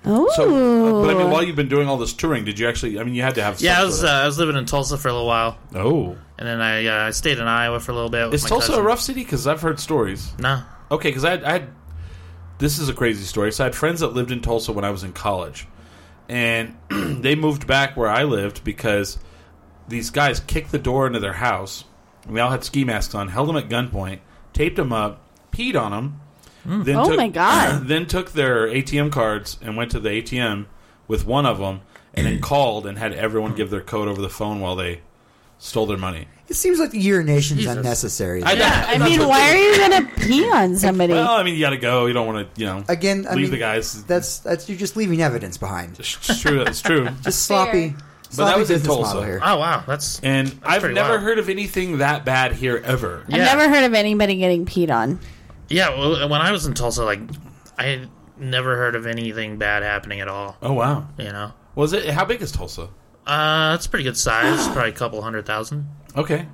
oh. So, uh, but I mean, while you've been doing all this touring, did you actually? I mean, you had to have. Yeah, I some was uh, sort I was living in Tulsa for a little while, of- oh, and then I uh, I stayed in Iowa for a little bit. With is my Tulsa cousin. a rough city? Because I've heard stories. No, Okay, because I, had- I had this is a crazy story. So I had friends that lived in Tulsa when I was in college, and they moved back where I lived because these guys kicked the door into their house. And they all had ski masks on, held them at gunpoint, taped them up, peed on them. Then Mm. Oh my God. Then took their ATM cards and went to the ATM with one of them, and Mm. then called and had everyone give their code over the phone while they stole their money. It seems like the urination's Jesus. unnecessary. I- I that's mean, what- why are you gonna pee on somebody? Well, I mean, you got to go. You don't want to, you know, Again, I leave mean, the guys. that's that's you're just leaving evidence behind. It's true. It's true. Just Fair. sloppy. But that sloppy was in business Tulsa. model here. oh wow, that's And I've pretty never wild. heard of anything that bad here ever. I've yeah. never heard of anybody getting peed on. yeah. Well, when I was in Tulsa, like I never heard of anything bad happening at all. Oh wow. You know, Was it how big is Tulsa? uh, it's a pretty good size, probably a couple hundred thousand. Okay.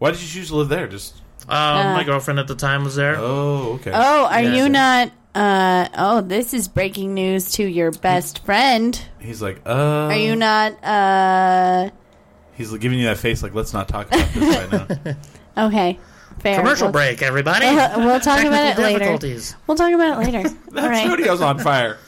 Why did you choose to live there? Just Um, Uh. my girlfriend at the time was there. oh okay. Oh, are Yeah. you not? Uh, oh, this is breaking news to your best friend. He's like, uh. Are Oh. you not? Uh, He's giving you that face like, let's not talk about this right now. okay, fair. Commercial we'll, break, everybody. Uh, We'll talk about it Technical later. difficulties. We'll talk about it later. All That right. studio's on fire.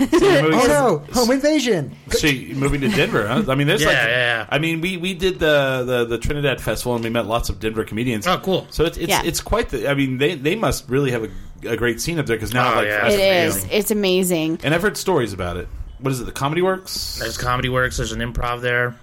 Oh no, home invasion. So you moving to Denver, huh? I mean, there's Yeah, like, yeah, yeah. I mean, we, we did the, the the Trinidad Festival and we met lots of Denver comedians. Oh, cool. So it's it's, Yeah. it's quite the. I mean, they they must really have a, a great scene up there because now Oh, like yeah. that's It is. amazing. It's amazing. and I've heard stories about it. What is it? The Comedy Works. There's comedy works. There's an improv there.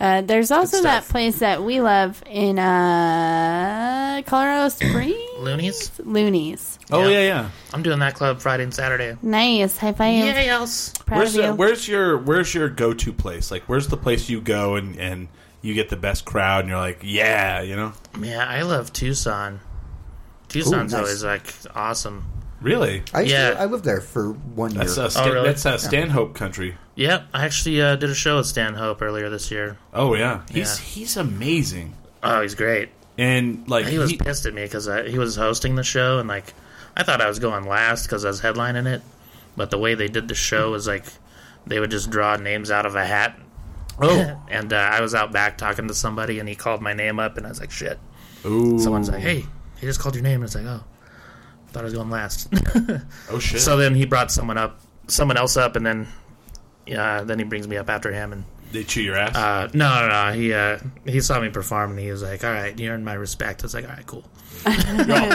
Uh, there's also Good that stuff. place that we love in uh, Colorado Springs, Loonies. Loonies. Oh Yeah. yeah, yeah. I'm doing that club Friday and Saturday. Nice. High five. Yay, else. Proud Where's of the, you. where's your where's your go to place? Like, where's the place you go and and you get the best crowd and you're like, yeah, you know, Yeah, I love Tucson. Tucson's nice. always like awesome. really. I used to, Yeah. I lived there for one year. That's a Stan- Oh, really? that's a Stanhope country. Yep, I actually uh, did a show with Stan Hope earlier this year. Oh yeah, he's Yeah. he's amazing. Oh, he's great. And like He was he- pissed at me because he was hosting the show, and like I thought I was going last because I was headlining it. But the way they did the show was like they would just draw names out of a hat, oh and uh, I was out back talking to somebody, and he called my name up, and I was like, "Shit!" Ooh. Someone's like, "Hey, he just called your name," and it's like, "Oh, thought I was going last." oh shit. So then he brought someone up, someone else up, and then yeah, then he brings me up after him, and they chew your ass. uh, no, no, no, he uh, he saw me perform, and he was like, "All right, you earned my respect." I was like, "All right, cool."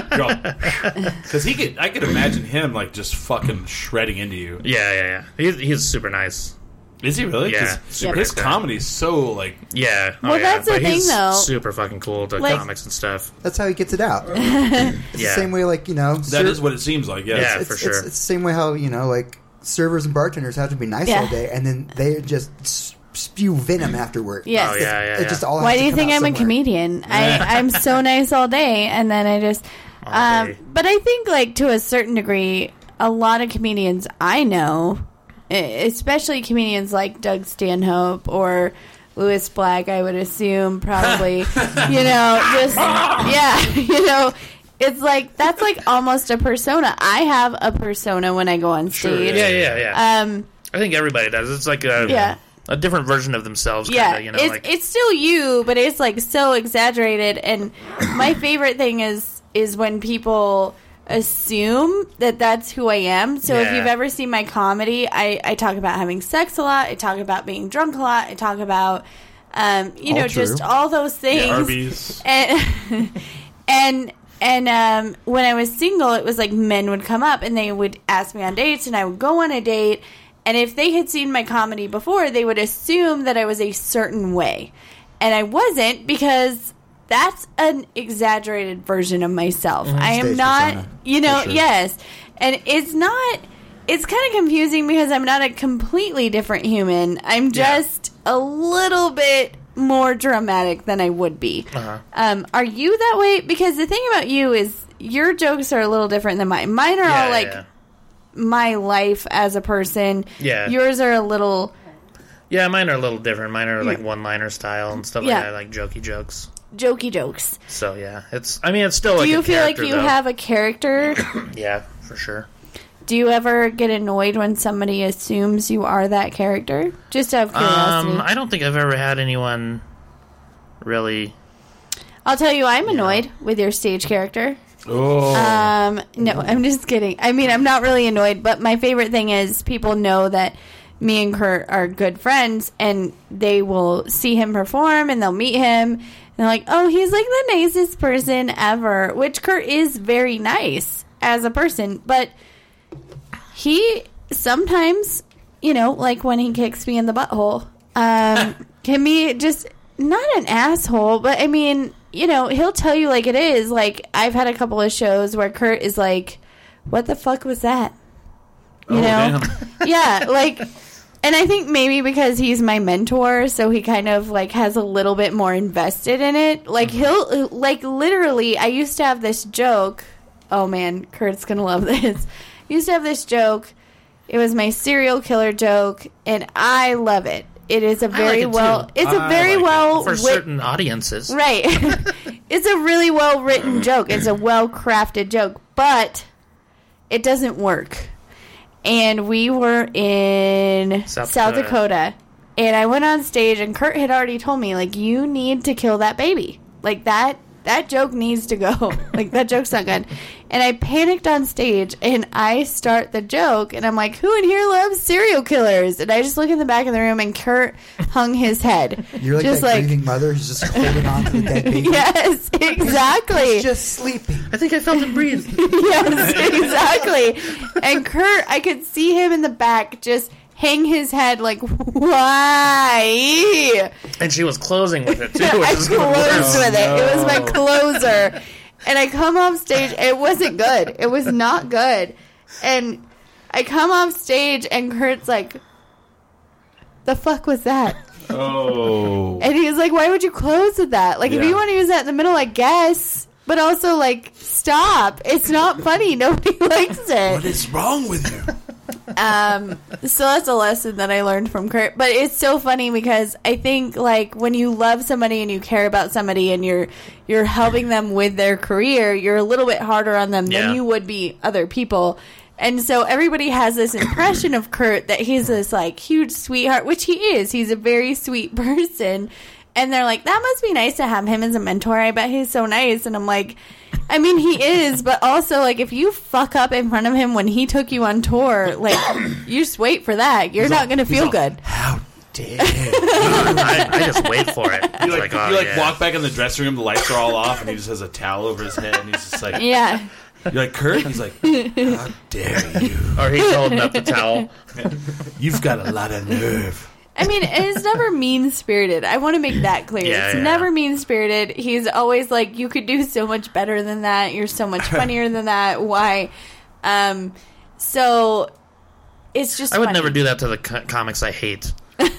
Because he could, I could imagine him like just fucking shredding into you. Yeah, yeah, yeah. He's he's super nice. Is he really? 'Cause Yeah, super His nice guy. comedy is so like Yeah. Oh, Well, yeah. that's the But he's thing, though. Super fucking cool to Like- comics and stuff. That's how he gets it out. It's yeah. the same way, like you know, that is what it seems like. Yeah. Yeah. it's, for it's- sure. It's, the same way how you know, like servers and bartenders have to be nice Yeah. all day, and then they just s- spew venom afterward. Yes. Oh yeah, yeah. it yeah. just all. Why has do to you come think out I'm a somewhere. comedian? I, I'm so nice all day, and then I just. All Um, day. but I think, like to a certain degree, a lot of comedians I know, e- especially comedians like Doug Stanhope or Lewis Black, I would assume, probably, you know, just, yeah, you know, it's like, that's like almost a persona. I have a persona when I go on Sure, stage. yeah, yeah, yeah. Um, I think everybody does. It's like a Yeah. a different version of themselves. yeah, kinda, you know, it's, like it's still you, but it's like so exaggerated. And my favorite thing is is when people assume that that's who I am. So if Yeah. you've ever seen my comedy, I, I talk about having sex a lot. I talk about being drunk a lot. I talk about, um, you All know, true. just all those things Arby's. and and and um, when I was single, it was like men would come up and they would ask me on dates, and I would go on a date. And if they had seen my comedy before, they would assume that I was a certain way, and I wasn't because that's an exaggerated version of myself. I am Stage not, persona, you know, for sure. yes, and it's not. It's kind of confusing because I'm not a completely different human. I'm Yeah. just a little bit more dramatic than I would be. Uh-huh. Um, are you that way? Because the thing about you is your jokes are a little different than mine. Mine are yeah, all like yeah. my life as a person. Yeah. Yours are a little Yeah, mine are a little different. Mine are like one-liner style and stuff Yeah. like that, like jokey jokes. jokey jokes. So yeah, it's. I mean, it's still Do like. you a feel like character, you though. have a character? Yeah, for sure. Do you ever get annoyed when somebody assumes you are that character? Just out of curiosity. Um, I don't think I've ever had anyone really. I'll tell you, I'm annoyed with your stage character. Oh, Um, no, I'm just kidding. I mean, I'm not really annoyed, but my favorite thing is people know that me and Kurt are good friends, and they will see him perform and they'll meet him. And they're like, oh, he's like the nicest person ever, which Kurt is very nice as a person, but he sometimes, you know, like when he kicks me in the butthole, um, can be just not an asshole, but I mean, you know, he'll tell you like it is. Like I've had a couple of shows where Kurt is like, "What the fuck was that?" You Oh, know, damn. yeah, like. And I think maybe because he's my mentor, so he kind of like has a little bit more invested in it. Like Mm-hmm. he'll like literally I used to have this joke. Oh man, Kurt's going to love this. I used to have this joke. It was my serial killer joke and I love it. It is a very it, too. well it's a I very like it. well For writ- certain audiences. Right. it's a really well written joke. It's a well crafted joke, but it doesn't work. And we were in South South, Dakota. Dakota. and I went on stage and Kurt had already told me like you need to kill that baby. Like that that joke needs to go. like that joke's not good. And I panicked on stage and I start the joke and I'm like, "Who in here loves serial killers?" And I just look in the back of the room and Kurt hung his head. You're like just that grieving mother who's just holding on to the dead baby. Yes, exactly. He's just sleeping. I think I felt him breathe. yes, exactly. And Kurt, I could see him in the back just hang his head like, why? and she was closing with it too. Which I is even closed worse. with it. It was my closer. And I come off stage. It wasn't good. It was not good. And I come off stage, and Kurt's like, the fuck was that? oh, And he was like, why would you close with that? Like, if Yeah. you want to use that in the middle, I guess. But also, like, stop. It's not funny. Nobody likes it. is wrong with you? Um, so that's a lesson that I learned from Kurt. But it's so funny because I think like when you love somebody and you care about somebody and you're you're helping them with their career, you're a little bit harder on them Yeah. than you would be other people. And so everybody has this impression of Kurt that he's this like huge sweetheart, which he is. He's a very sweet person. And they're like, that must be nice to have him as a mentor. I bet he's so nice. And I'm like, I mean, he is, but also, like, if you fuck up in front of him when he took you on tour, like, you just wait for that. You're not going to feel good. How dare you. I, I just wait for it. It's You like, like, oh, you like yeah. walk back in the dressing room, the lights are all off, and he just has a towel over his head, and he's just like, Yeah. "You're like Kurt," and he's like, "How dare you? or he's holding up the towel. You've got a lot of nerve." I mean, and it's never mean spirited. I want to make that clear. Yeah, it's yeah. never mean spirited. He's always like, you could do so much better than that. You're so much funnier than that. Why? Um, so it's just. I would funny. never do that to the co- comics I hate.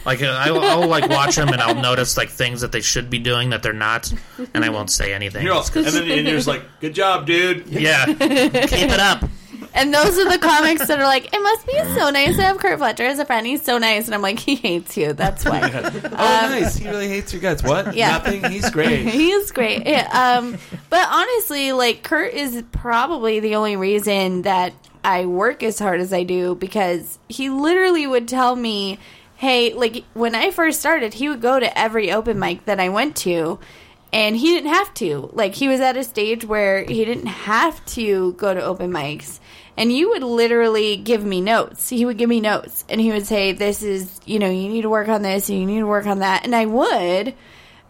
Like uh, I, will I'll like watch them and I'll notice like things that they should be doing that they're not, and I won't say anything. You're all, and then and you're just like, "Good job, dude." yeah, keep it up. And those are the comics that are like, it must be so nice to have Kurt Fletcher as a friend. He's so nice. And I'm like, he hates you. That's why. Oh, nice. He really hates you guys. What? yeah. Nothing. He's great. he is great. Yeah, um, but honestly, like, Kurt is probably the only reason that I work as hard as I do because he literally would tell me, hey, like, when I first started, he would go to every open mic that I went to. And he didn't have to. Like, he was at a stage where he didn't have to go to open mics and you would literally give me notes. He would give me notes and he would say, This is, you know, you need to work on this and you need to work on that. And I would.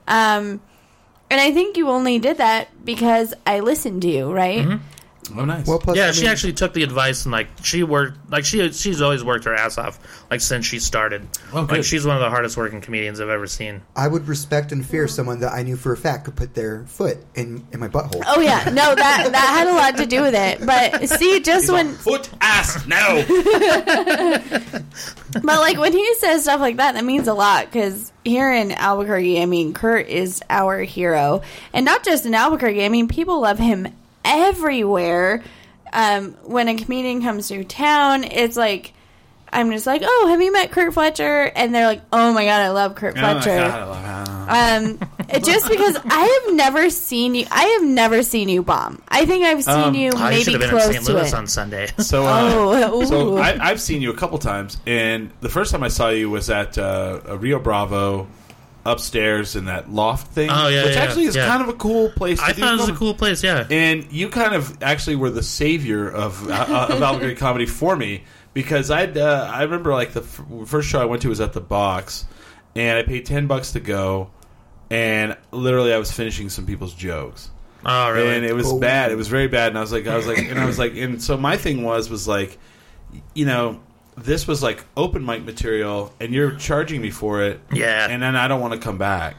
Um, and I think you only did that because I listened to you, right? Oh, nice. Well, plus, I Yeah, she mean, actually took the advice and like she worked like she she's always worked her ass off like since she started. Oh, like good. she's one of the hardest working comedians I've ever seen. I would respect and fear someone that I knew for a fact could put their foot in, in my butthole. Oh yeah, no that that had a lot to do with it. But see, just when, Foot ass no. but like when he says stuff like that, that means a lot because here in Albuquerque, I mean, Kurt is our hero, and not just in Albuquerque. I mean, people love him everywhere. Um, when a comedian comes through town, it's like. I'm just like, oh, have you met Kurt Fletcher? And they're like, oh my god, I love Kurt Fletcher. Um, it- just because I have never seen you, I have never seen you bomb. I think I've seen Um, you Oh, you should maybe have been close in St. to Louis it. on Sunday. So, uh, oh, so ooh. I, I've seen you a couple times, and the first time I saw you was at uh, a Rio Bravo upstairs in that loft thing. Oh, yeah, which yeah, actually is yeah. kind of a cool place. To I do thought it was a comedy. cool place. Yeah. And you kind of actually were the savior of uh, of Albuquerque comedy for me because I uh, I remember like the f- first show I went to was at the Box, and I paid ten bucks to go, and literally I was finishing some people's jokes, Oh really? and it was bad. It was very bad, and I was like, I was like, and I was like, and so my thing was was like, you know. This was like open mic material, and you're charging me for it. Yeah. and then I don't want to come back.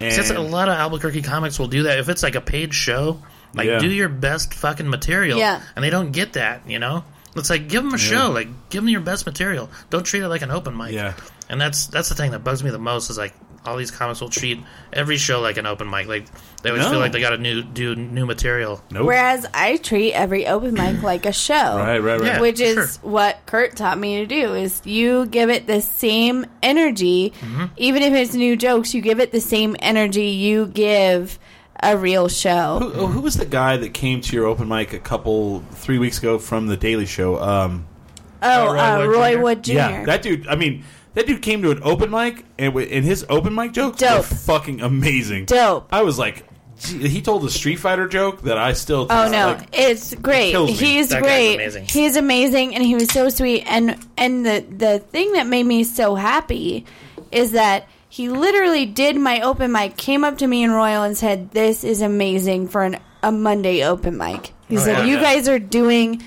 And Since a lot of Albuquerque comics will do that. If it's like a paid show, like Yeah. do your best fucking material. Yeah. And they don't get that, you know? It's like give them a show, like give them your best material. Don't treat it like an open mic. Yeah. And that's that's the thing that bugs me the most is like all these comics will treat every show like an open mic. Like they always No. feel like they got to new do new material. nope. Whereas I treat every open mic like a show, right, right, right. Yeah. which is sure. what Kurt taught me to do. Is you give it the same energy, Mm-hmm. even if it's new jokes, you give it the same energy you give a real show. Who, oh, who was the guy that came to your open mic a couple three weeks ago from the Daily Show? Um, Oh, Roy uh, Wood Roy Jr.? Wood Jr. yeah, that dude. I mean, that dude came to an open mic, and, wi- and his open mic jokes were Dope. fucking amazing. Dope. I was like, gee, he told a Street Fighter joke that I still. Oh no, like, it's great. kills me. He's That guy's great. amazing. He's amazing, and he was so sweet. And and the the thing that made me so happy is that he literally did my open mic. Came up to me in Royal and said, "This is amazing for an, a Monday open mic." He said, yeah. "You guys are doing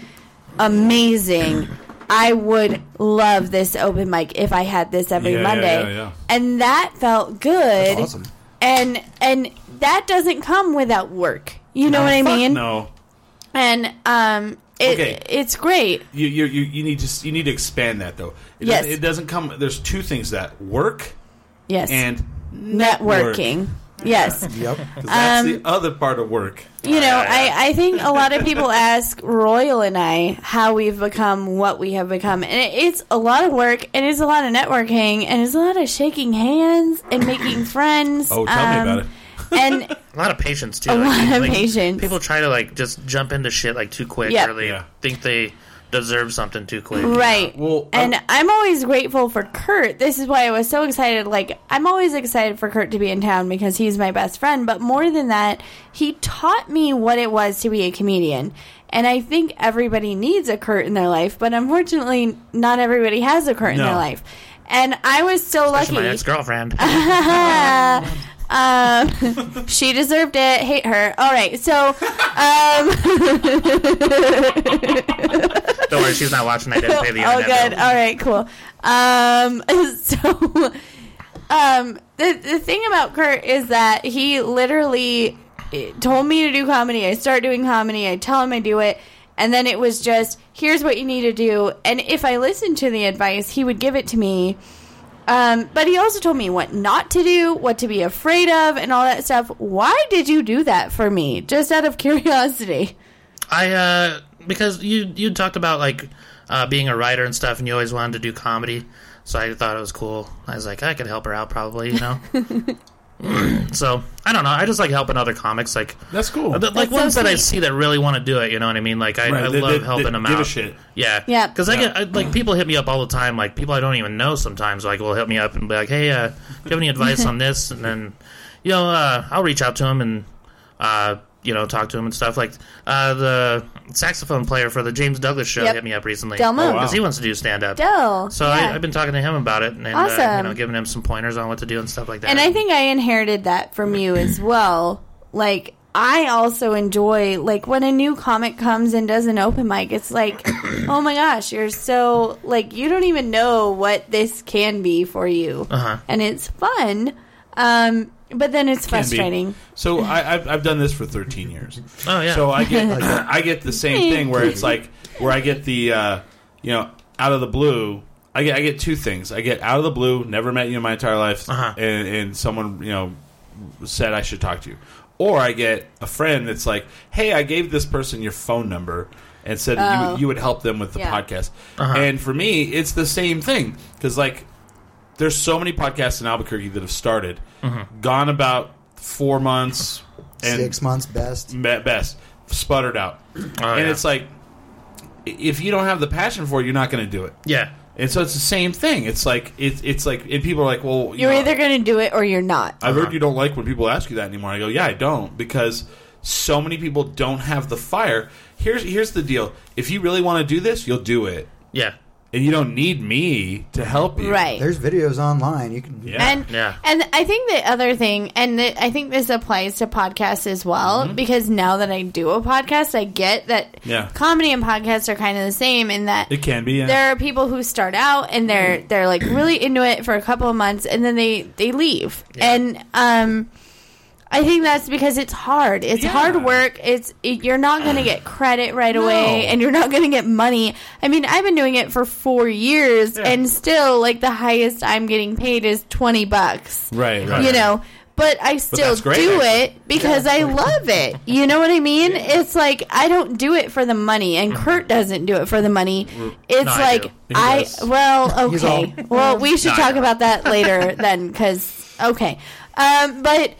amazing." I would love this open mic if I had this every Yeah, yeah, Monday. yeah, yeah. And that felt good. That's awesome. And and that doesn't come without work. You know what I fuck mean? No, and um, it, Okay. it's great. you you you, you need to s- you need to expand that though. It Yes. doesn't, it doesn't come. There's two things that work Yes, and 'cause networking. Yes, Yep. That's Um, the other part of work. you know, I, I think a lot of people ask Royal and I how we've become what we have become, and it, it's a lot of work, and it's a lot of networking, and it's a lot of shaking hands and making friends. Um, Oh, tell me about it. And A lot of patience too. A lot of like, patience. People try to like just jump into shit like too quick Yep. or they Yeah. think they deserve something too quick. Right. Well, and I'm- I'm, always grateful for Kurt. This is why I was so excited. Like, I'm always excited for Kurt to be in town because he's my best friend. But more than that, he taught me what it was to be a comedian. And I think everybody needs a Kurt in their life, but unfortunately, not everybody has a Kurt in No. their life. And I was so Especially My lucky. ex girlfriend. Um, she deserved it. Hate her. All right. So, um, Don't worry, she's not watching. I didn't pay the all internet Oh, good. bill. All right, cool. Um, so, um, the the thing about Kurt is that he literally eh, told me to do comedy. I start doing comedy. I tell him I do it, and then it was just here's what you need to do. And if I listened to the advice, he would give it to me. Um, but he also told me what not to do, what to be afraid of, and all that stuff. Why did you do that for me? Just out of curiosity. I uh because you you talked about like uh, being a writer and stuff, and you always wanted to do comedy. So I thought it was cool. I was like, I could help her out probably, you know. so I don't know. I just like helping other comics, like That's cool. the- like so ones that I sweet. see that really want to do it. You know what I mean? Like I, Right, I they- love they- helping they them give out. a shit. Yeah, Yeah. Because I get I, like people hit me up all the time. Like people I don't even know sometimes. Like will hit me up and be like, "Hey, uh, do you have any advice on this?" And then you know uh, I'll reach out to them and uh, you know talk to them and stuff. Like uh, the saxophone player for the James Douglas show Yep. hit me up recently Delmo. Oh, wow. he wants to do stand up. Del. So yeah. I, I've been talking to him about it and uh, you Awesome. know giving him some pointers on what to do and stuff like that. And I think I inherited that from you as well. Like, I also enjoy, like, when a new comic comes and does an open mic, it's like, oh my gosh, you're so, like, you don't even know what this can be for you. Uh-huh. And it's fun, um, but then it's Can be. frustrating. So I, I've, I've done this for 13 years. Oh, yeah. So I get I get the same thing where it's like where I get the uh, you know out of the blue. I get I get two things. I get out of the blue, never met you in my entire life, Uh-huh. and, and someone you know said I should talk to you. Or I get a friend that's like, hey, I gave this person your phone number and said that Oh. you, you would help them with the Yeah. podcast. Uh-huh. And for me, it's the same thing because like there's so many podcasts in Albuquerque that have started, gone about four months, and Six months best. at best sputtered out and yeah. it's like i- if you don't have the passion for it you're not going to do it yeah. and so it's the same thing it's like it's it's like and people are like well you You're know, either going to do it or you're not. i've heard you don't like when people ask you that anymore i go yeah i don't because so many people don't have the fire here's here's the deal if you really want to do this you'll do it Yeah. and you don't need me to help you Right. There's videos online. You can. yeah And Yeah. and I think the other thing, and the, I think this applies to podcasts as well, because now that I do a podcast, I get that Mm-hmm. Yeah. comedy and podcasts are kind of the same in that it can be yeah. Mm. there are people who start out and they're they're like really into it for a couple of months and then they they leave and um I think that's because it's hard. It's Yeah. hard work. It's it, you're not going to get credit right away and you're not going to get money. I mean, I've been doing it for 4 years Yeah. and still like the highest I'm getting paid is 20 bucks. right right You know, but I still that's great, do actually. it because I love it. You know what I mean? It's like I don't do it for the money, and Mm-hmm. Kurt doesn't do it for the money. It's No, I like do. He I, does. well, He's okay. Well, we should No, I talk know. about that later then, because okay, um, but.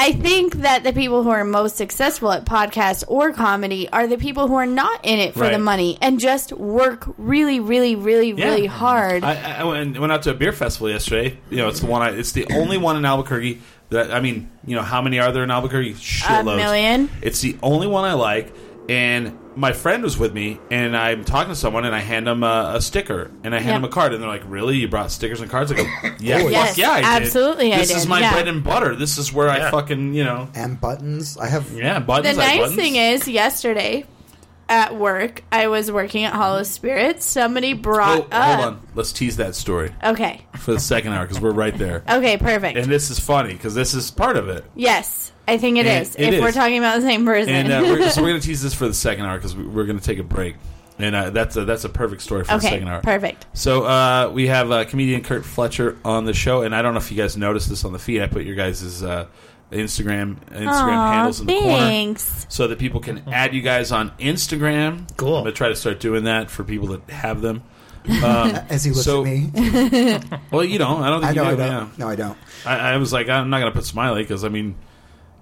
I think that the people who are most successful at podcasts or comedy are the people who are not in it for the Right. money and just work really, really, really, Yeah. really hard. I, I went, went out to a beer festival yesterday. You know, it's the one. I, it's the only one in Albuquerque that I mean. You know, how many are there in Albuquerque? Shitloads. million? It's the only one I like. And my friend was with me, and I'm talking to someone, and I hand them a, a sticker, and I hand Yeah. them a card, and they're like, "Really? You brought stickers and cards?" I go, "Yeah, fuck Yes, yeah, I did. absolutely I This is did, my yeah. bread and butter. This is where I Yeah. fucking you know, And buttons. I have. yeah, buttons. The I nice buttons. thing is, yesterday at work, I was working at Hollow Spirits. Somebody Oh, brought hold up. on. Let's tease that story Okay. for the second hour because we're right there, Okay, perfect. and this is funny because this is part of it. yes, I think it And is. it if we're is. talking about the same person. And uh, we're, so we're going to tease this for the second hour because we, we're going to take a break, and uh, that's a, that's a perfect story for the okay, second hour. perfect. So uh, we have uh, comedian Kurt Fletcher on the show, and I don't know if you guys noticed this on the feed. I put your guys' uh, Instagram Instagram Aw, handles in the corner thanks. so that people can add you guys on Instagram. Cool. I'm going to try to start doing that for people that have them. As he looks So- at me. Well, you don't. I don't think I know you I do. don't. yeah. No, I don't. I, I was like, I'm not going to put smiley because I mean,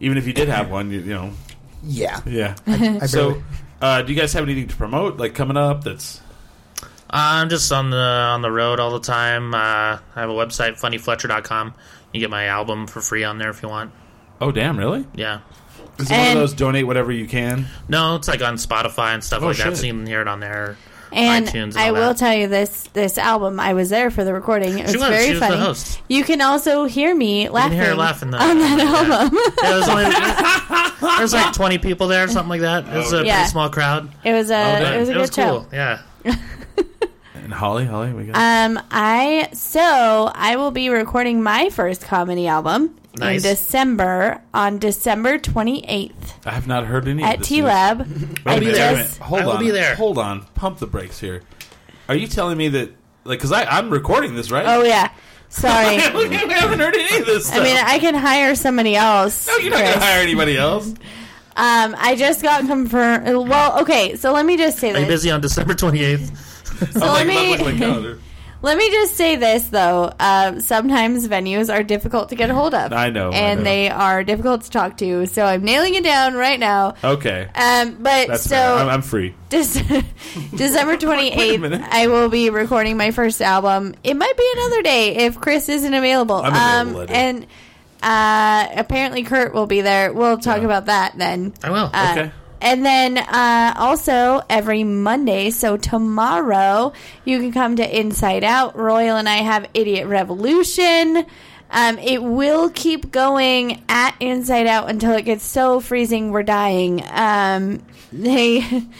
even if you did have one, you, you know, Yeah. yeah. I So, barely- uh, do you guys have anything to promote, like coming up? That's I'm just on the on the road all the time. Uh, I have a website, funnyfletcher.com. You get my album for free on there if you want. oh damn, really? Yeah. Is it one And- of those donate whatever you can? No, it's like on Spotify and stuff Oh, like that. shit. So you can hear it on there. And, iTunes and I all will that. tell you this: this album, I was there for the recording. It was, She was. very She was the funny. host. You can also hear me You can laughing. hear her laughing though. On that album. Yeah, there's only there's like 20 people there, something like that. It was a Oh, Yeah. pretty small crowd. It was Oh, a it was a good show. cool. Yeah. And Holly, Holly, we got. Um, I so I will be recording my first comedy album Nice. in December on December twenty eighth I have not heard any of at Oh, this T Lab. Wait a minute, there. wait a minute. Hold I will on, be there. Hold on, pump the brakes here. Are you telling me that, like, because I'm recording this, right? Oh yeah, sorry. I Look, we haven't heard any of this. Stuff. mean, I can hire somebody else. no, you're not going Chris. to hire anybody else. Um, I just got confirmed. Well, okay, so let me just say Are you this. busy on December 28th? Oh, So let me let me just say this though. Um, sometimes venues are difficult to get a hold of. I know, I and know. they are difficult to talk to. So I'm nailing it down right now. Okay. Um, but That's so fair. I'm, I'm free. Dec- December 28th, minute. I will be recording my first album. It might be another day if Chris isn't available. I'm available um, that day. and uh, apparently Kurt will be there. We'll talk Yeah. about that then. I will. Uh, Okay. And then uh, also every Monday, so tomorrow, you can come to Inside Out. Royal and I have Idiot Revolution. Um, it will keep going at Inside Out until it gets so freezing we're dying. Um, they.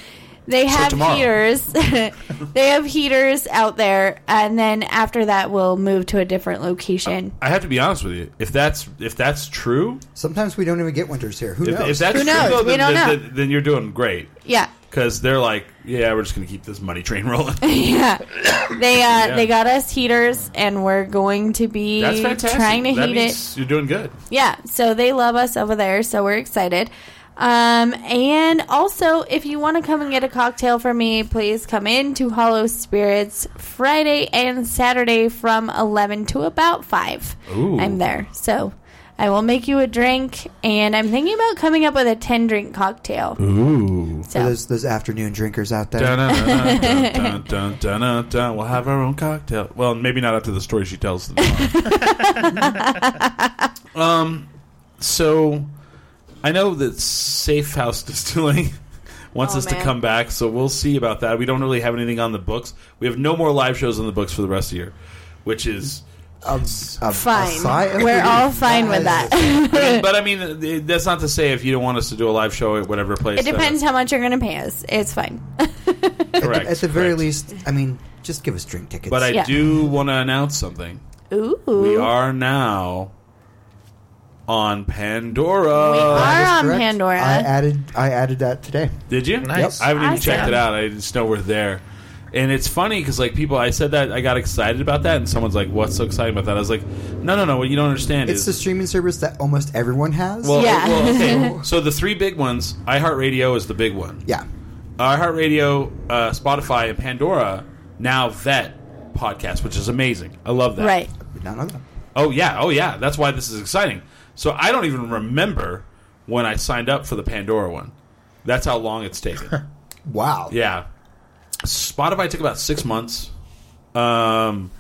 They have tomorrow. heaters. they have heaters out there, and then after that, we'll move to a different location. I have to be honest with you. If that's if that's true, Sometimes we don't even get winters here. Who if, knows? if that's Who true, knows? though, We then, don't then, know. then, then you're doing great Yeah, because they're like, yeah, we're just gonna keep this money train rolling. yeah. They uh, they got us heaters, and we're going to be That's fantastic. trying to that heat it. means You're doing good. Yeah, so they love us over there, so we're excited. Um, and also, if you want to come and get a cocktail from me, please come in to Hollow Spirits Friday and Saturday from 11 to about 5. Ooh. I'm there. So I will make you a drink, and I'm thinking about coming up with a 10 drink cocktail. Ooh. For So, those, those afternoon drinkers out there. Dun, dun, dun, dun, dun, dun, dun, dun. We'll have our own cocktail. Well, maybe not after the story she tells. tomorrow. um, so I know that Safe House Distilling wants Oh, us to man. come back, so we'll see about that. We don't really have anything on the books. We have no more live shows on the books for the rest of the year, which is. Um, um, fine. aside- We're all fine with that. But I mean, it- that's not to say if you don't want us to do a live show at whatever place. uh, it that- depends how much you're going to pay us. It's fine. At correct. the, at the very correct. least, I mean, just give us drink tickets. But I Yeah. do want to announce something. Ooh. We are now on Pandora. We That is are on correct. Pandora. I added I added that today. Did you? Nice. I haven't even Awesome. checked it out. I just know we're there. And it's funny because like people, I said that I got excited about that, and someone's like, "What's so exciting about that?" I was like, "No, no, no. What you don't understand It's is the streaming service that almost everyone has. well, Yeah. well, okay. so the three big ones. iHeartRadio is the big one. yeah. iHeartRadio, uh, Spotify, and Pandora now vet podcasts, which is amazing. I love that. Right. Did not know that. Oh yeah, oh yeah. That's why this is exciting. So I don't even remember when I signed up for the Pandora one. That's how long it's taken. Wow. yeah. Spotify took about six months. Um,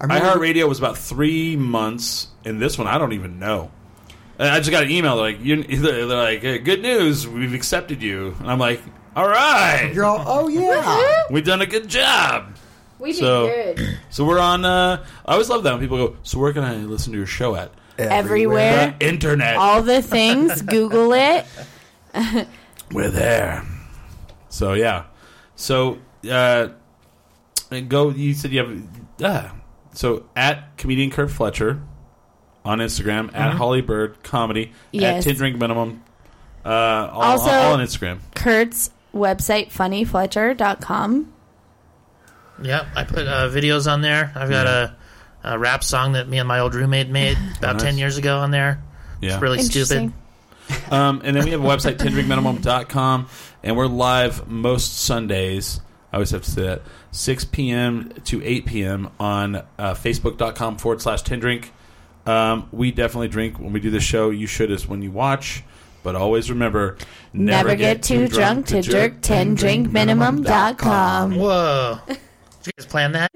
I iHeartRadio was about three months, and this one I don't even know. And I just got an email like you. They're like, "Hey, "Good news, we've accepted you," and I'm like, "All right, You're all, oh yeah. we've done a good job." We did So- good. So we're on. Uh, I always love that when people go. So where can I listen to your show at? Everywhere. The internet. all the things. Google it. we're there. So yeah, so uh, and go. You said you have uh, so at comedian Kurt Fletcher on Instagram at Holly Bird Comedy Mm-hmm. Yes. at Tin Drink Minimum. Uh, all, Also- all on Instagram. Kurt's website, funnyfletcher.com. Yeah, I put uh, videos on there. I've got a, a rap song that me and my old roommate made about nice. 10 years ago on there. Yeah. It's really Interesting. stupid. Um, and then we have a website, tendrinkminimum.com, and we're live most Sundays. I always have to say that. 6 p.m. to 8 p.m. on uh, facebook.com forward slash tendrink. Um, we definitely drink when we do the show. You should as when you watch. But always remember Never, get, too drunk, to jerk 10 drink minimum.com. Whoa. Did you guys plan that?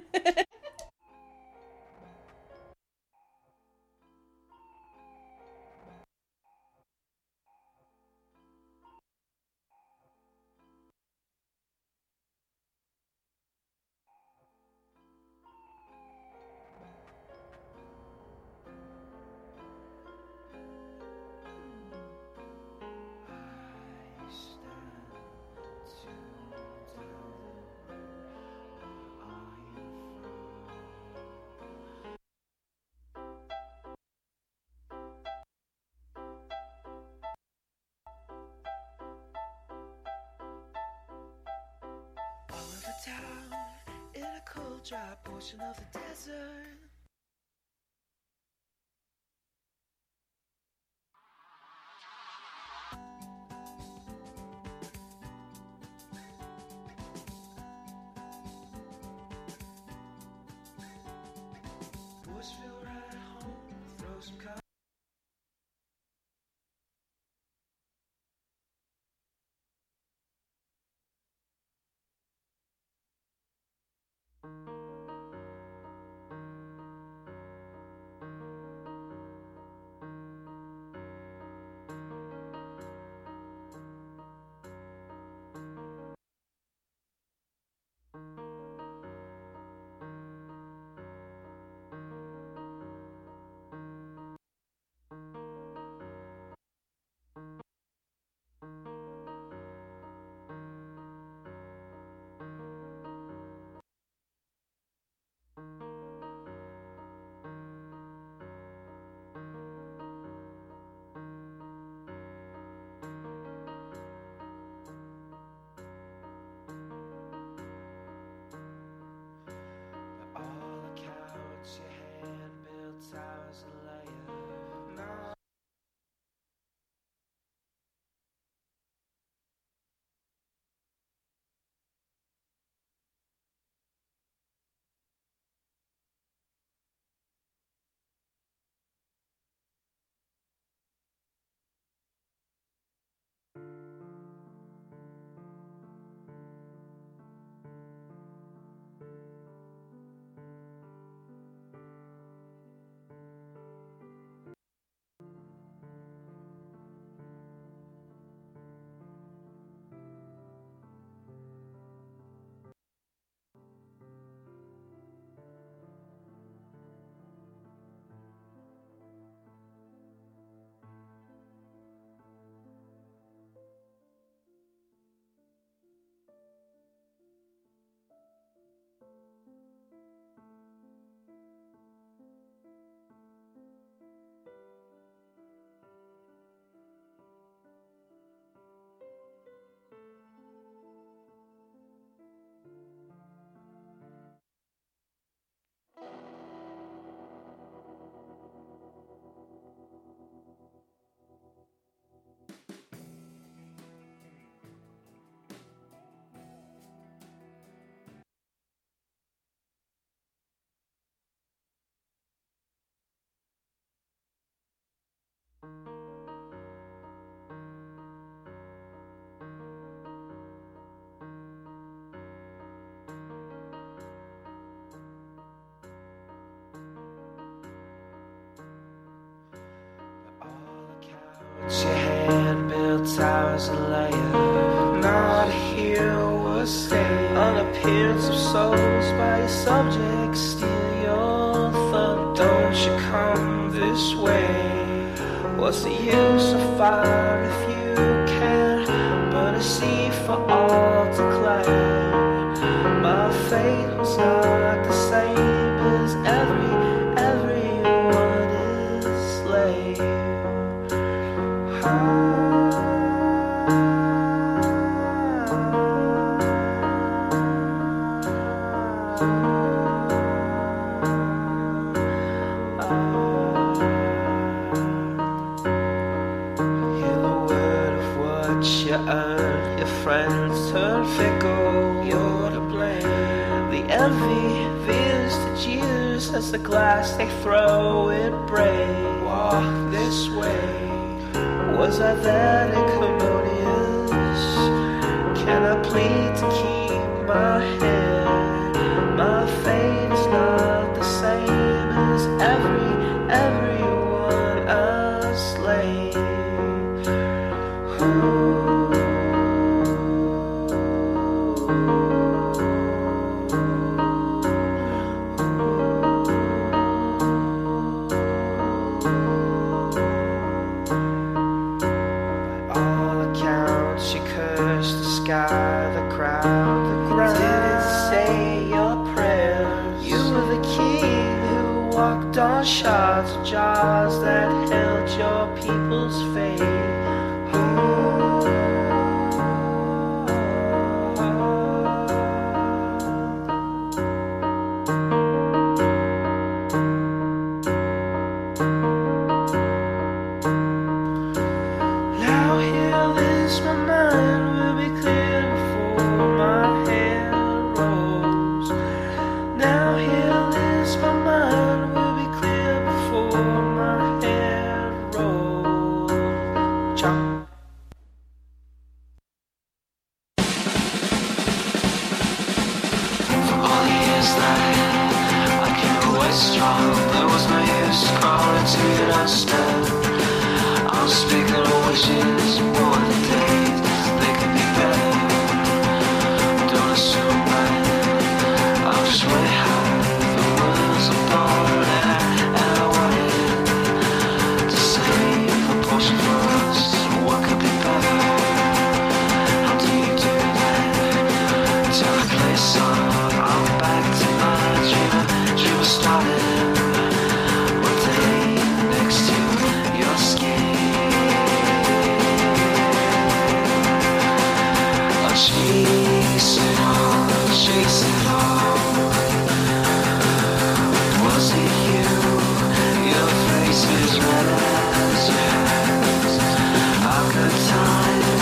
All of a town in a cold, dry portion of the desert. It's your hand-built towers and layer. Not here or stay. On appearance of souls by your subjects, steal your thunder. Don't you come this way? What's the use of fire if you can't burn a sea for all to climb? My fate was not the same as every, everyone is slave. Your friends turn fickle, you're to blame. The envy veers the jeers as the glass they throw it breaks. Walk this way. Was I that incommodious? Can I plead to keep my head? My fate is not the same as every, everyone I slay. all accounts, you cursed the sky, the crowd, the ground. Didn't say your prayers. You were the king who walked on shards of jars that held your people's fate. Now hear this, my mind will be clear before my hair rolls. Now hear this, my mind will be clear before my hair rolls. Jump. all the years that I had, I came away strong. There was no use crawling to the understand. I'm speaking of wishes more than days. They could be better. Don't assume that. I'm just way high. The world is a ball and I, and I wanted to save the portion for us. What could be better? How do you do that? Till the place on, I'm back to my dream. Dream started. One day next to your skin. I'll chase it all, chase it all. Was it you? Your face is red as yours. I've got time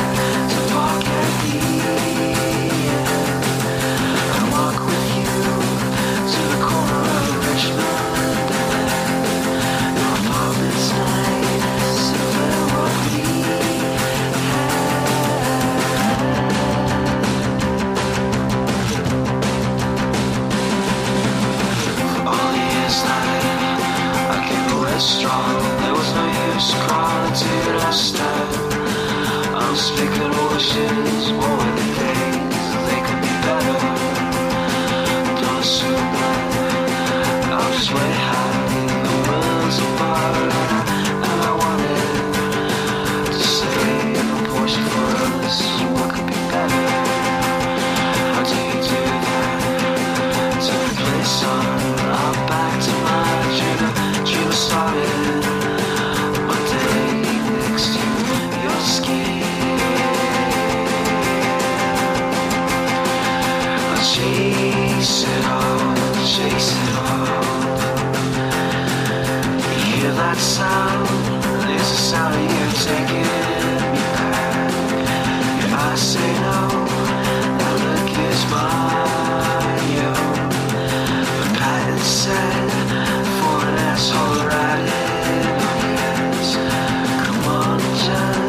to walk at the end and walk with you to the corner of Richmond. Your apartment's nice, so there will be hell.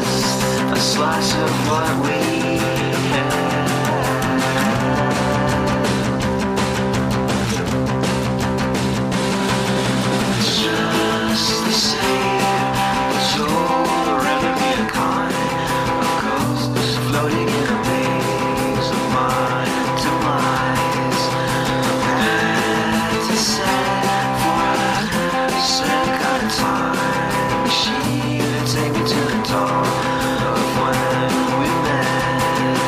price of what we had. It's just the same. It's all around me a kind of ghosts floating in a maze of my demise. That's a sad for a sad kind of time machine to take me to the dawn of when we met.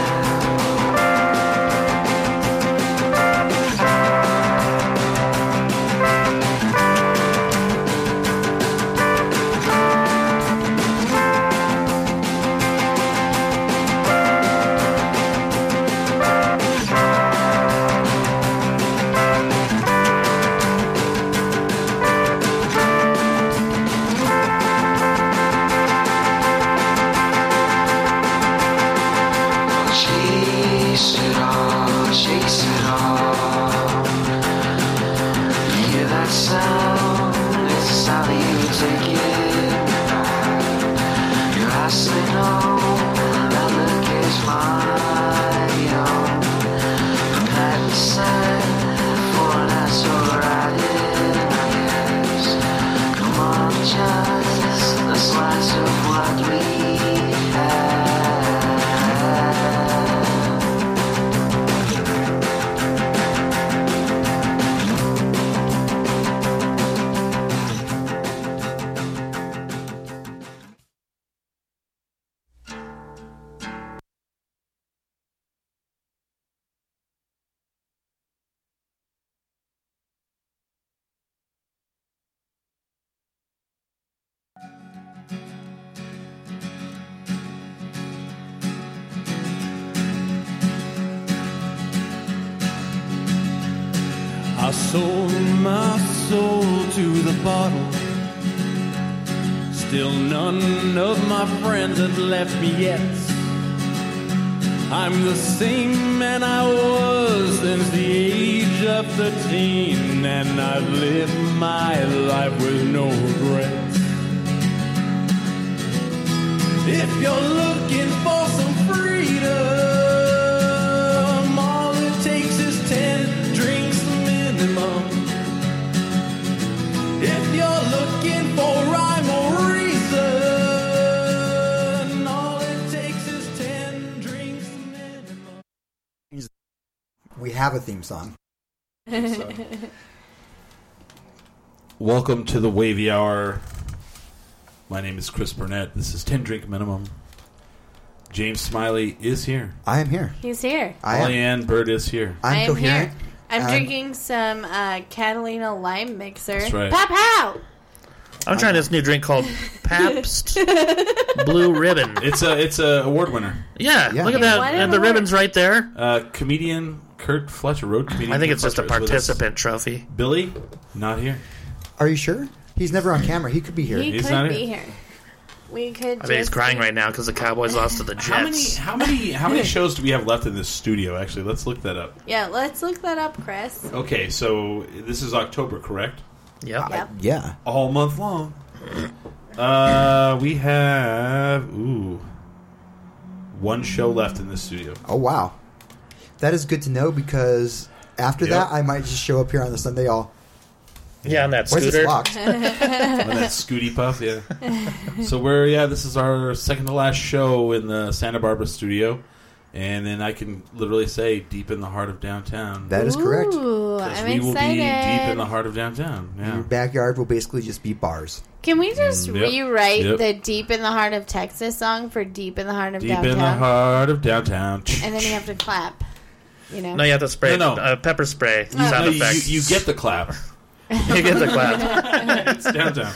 Chase it all, chase it all. Hear that sound? It's how you take it back. Your eyes say no, that look is my own. I'm not inside for an asshole riding. I guess. Come on, just a slice of what we had. I sold my soul to the bottle. Still none of my friends had left me yet. I'm the same man I was since the age of 13, and I've lived my life with no regrets. If you're looking for some freedom, all it takes is ten drinks minimum. If you're looking for rhyme or reason, all it takes is ten drinks minimum. We have a theme song. Welcome to the Wavy Hour. My name is Chris Burnett. This is 10 Drink Minimum. James Smiley is here. I am here. He's here. I Oh. Holly am. Ann Bird is here. I I'm am coherent. here. I'm Um, drinking some uh, Catalina lime mixer. That's right. Pop out! I'm trying this new drink called Pabst Blue Ribbon. It's a it's a award winner. Yeah, Yeah. look at Hey, that. why did And the it work? ribbon's right there. Uh, comedian Kurt Fletcher, road comedian. I think Kurt it's just a Fletcher is with us. participant trophy. Billy, not here. Are you sure? He's never on camera. He could be here. He He's could not be here. here. We could. I bet he's just- crying right now because the Cowboys lost to the Jets. How many how many how many shows do we have left in this studio? Actually, let's look that up. Yeah, let's look that up, Chris. Okay, so this is October, correct? Yep. Yep. yeah. All month long. Uh, we have ooh one show left in this studio. Oh wow, that is good to know because after Yep. that I might just show up here on the Sunday. All Yeah, on that where's this scooter. locked? Oh, that Scooty Puff, yeah. so we're yeah, this is our second to last show in the Santa Barbara studio, and then I can literally say deep in the heart of downtown. That is correct. Ooh, 'Cause I'm we will excited. be deep in the heart of downtown. Your Yeah. backyard will basically just be bars. Can we just Mm, yep. rewrite Yep. the "Deep in the Heart of Texas" song for "Deep in the Heart of Deep Downtown"? in the heart of downtown. And then you have to clap. You know. No, you have to spray No, no. Uh, pepper spray No, sound you, effect. you get the clap. You get the clap. It's downtown.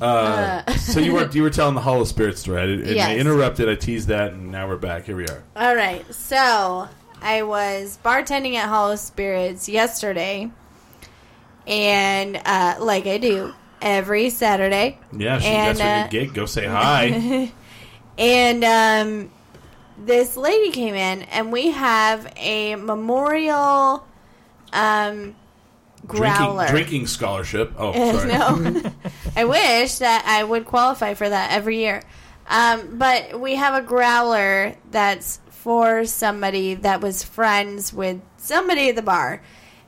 Uh, so you were you were telling the Hollow Spirit story. I, did, and I Yes. interrupted. I teased that, and now we're back. Here we are. All right. So I was bartending at Hollow Spirits yesterday, and uh, like I do every Saturday, Yeah, she, And, that's her uh, new gig. Go say hi. and um, this lady came in, and we have a memorial um, drinking, growler. drinking scholarship. Oh, sorry. no, I wish that I would qualify for that every year. Um, but we have a growler that's for somebody that was friends with somebody at the bar.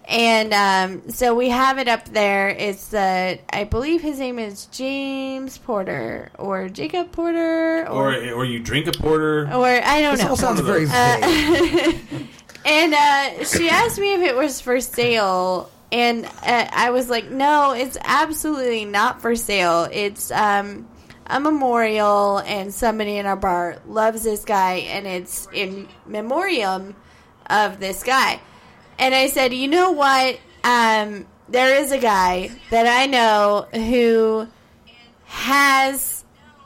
And um, so we have it up there. It's the, I believe his name is James Porter or Jacob Porter Or or, or, or you drink a porter. I don't This know. all sounds very Uh, vague. and uh, she asked me if it was for sale, and uh, I was like, "No, it's absolutely not for sale. It's um, a memorial, and somebody in our bar loves this guy, and it's in memoriam of this guy." And I said, "You know what? Um, there is a guy that I know who has."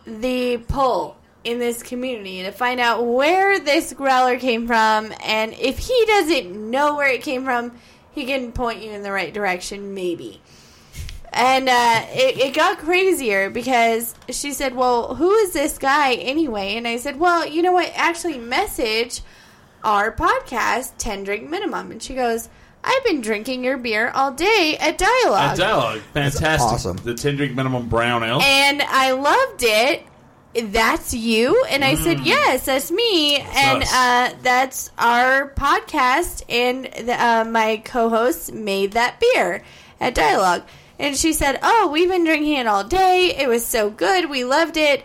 the poll in this community to find out where this growler came from, and if he doesn't know where it came from, he can point you in the right direction, maybe. And uh, it, it got crazier because she said, Well, who is this guy anyway? And I said, Well, you know what? Actually, message our podcast, 10 Drink Minimum. And she goes, I've been drinking your beer all day at Dialogue. A dialogue, fantastic. awesome. The ten drink minimum brown ale. and I loved it. That's you, and I said yes, Mm. that's me, and us. uh, that's our podcast. And the, uh, my co-host made that beer at Dialogue, and she said, "Oh, we've been drinking it all day. It was so good. We loved it."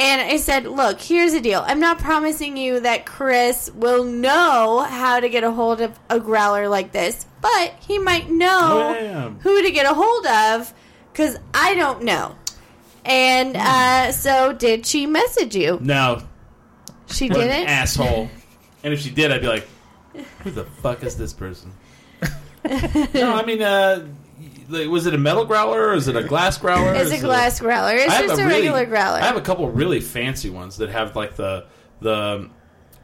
And I said, "Look, here's the deal. I'm not promising you that Chris will know how to get a hold of a growler like this, but he might know Wham. who to get a hold of because I don't know." And uh, so, did she message you? No, She what an didn't. asshole. And if she did, I'd be like, "Who the fuck is this person?" no, I mean, uh, like, was it a metal growler or is it a glass growler? It's a Is it glass growler. It's I have just a, really- regular growler. I have a couple really fancy ones that have like the the um,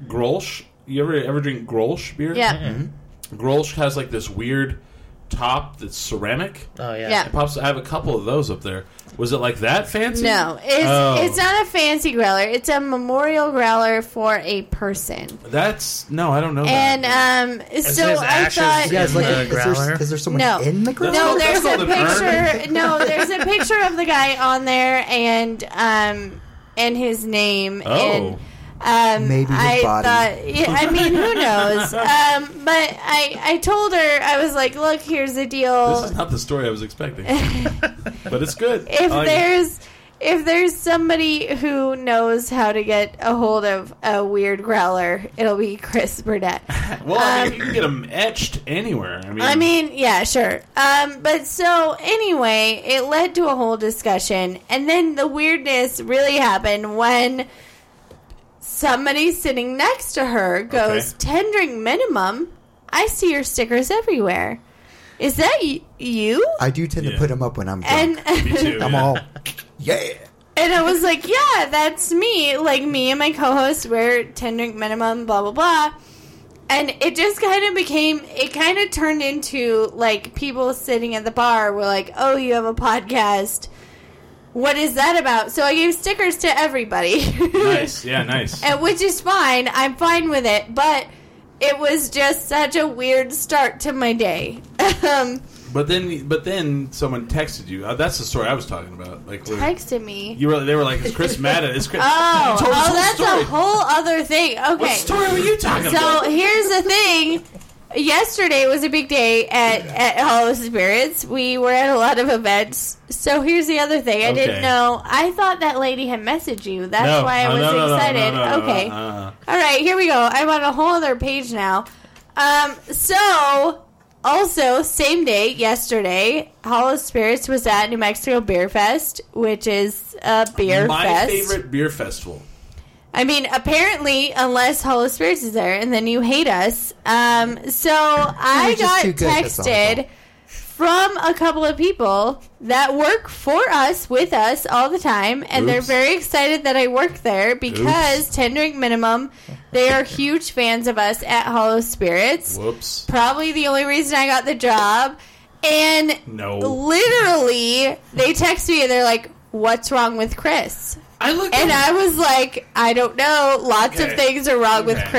Grolsch. You ever ever drink Grolsch beer? yeah, Grolsch has like this weird top that's ceramic. Oh yeah. yeah. It pops. I have a couple of those up there. Was it like that fancy? No, it's Oh. it's not a fancy growler. It's a memorial growler for a person. That's no. I don't know. And that. um, so his I ashes thought Yeah, it's like, In the is there, growler? is there someone No. in the growler? No, called- there's that's a called an picture. No, there's a picture of the guy on there and um and his name. Oh. And, um, Maybe his I body. thought. Yeah, I mean, who knows? um, but I I told her I was like, look, here's the deal. This is not the story I was expecting, but it's good. if I like it. there's if there's somebody who knows how to get a hold of a weird growler, it'll be Chris Burdett. well, I mean, you can get them etched anywhere. I mean, um, I mean, yeah, sure. Um, but so anyway, it led to a whole discussion, and then the weirdness really happened when somebody sitting next to her goes ten drink minimum. I see your stickers everywhere. Is that y- you? I do tend to Yeah. put them up when I'm drunk. and me too. I'm yeah. all, yeah. And I was like, yeah, that's me. Like, me and my co host, we're 10 drink minimum, blah, blah, blah. And it just kind of became, it kind of turned into like people sitting at the bar were like, oh, you have a podcast. What is that about? So I gave stickers to everybody. nice. Yeah, nice. and which is fine. I'm fine with it. But it was just such a weird start to my day. um, But then, but then someone texted you. Uh, that's the story I was talking about. Like, where texted me. you were, they were like, "Is Chris mad at? Is Chris?" Oh, you told this oh, whole that's story. a whole other thing. Okay. What story were you talking So about? here's the thing. Yesterday was a big day at, at Hollow Spirits. We were at a lot of events. So here's the other thing. I didn't Okay. know. I thought that lady had messaged you. That's why I No, Oh, was no, no, no, excited. no, no, no, okay. uh-uh. All right, here we go. I'm on a whole other page now. Um, so also same day yesterday, Hollow Spirits was at New Mexico Beer Fest, which is a beer My fest. favorite beer festival. I mean, apparently, unless Hollow Spirits is there, and then you hate us. Um, so I just got too good, that's all. texted from a couple of people that work for us, with us all the time, and Oops. they're very excited that I work there because Ten Drink Minimum, they are huge fans of us at Hollow Spirits. Whoops. Probably the only reason I got the job. And No. Oh. literally, they text me and they're like, What's wrong with Chris? I looked. And at- I was like, I don't know. Lots Okay. of things are wrong with Okay.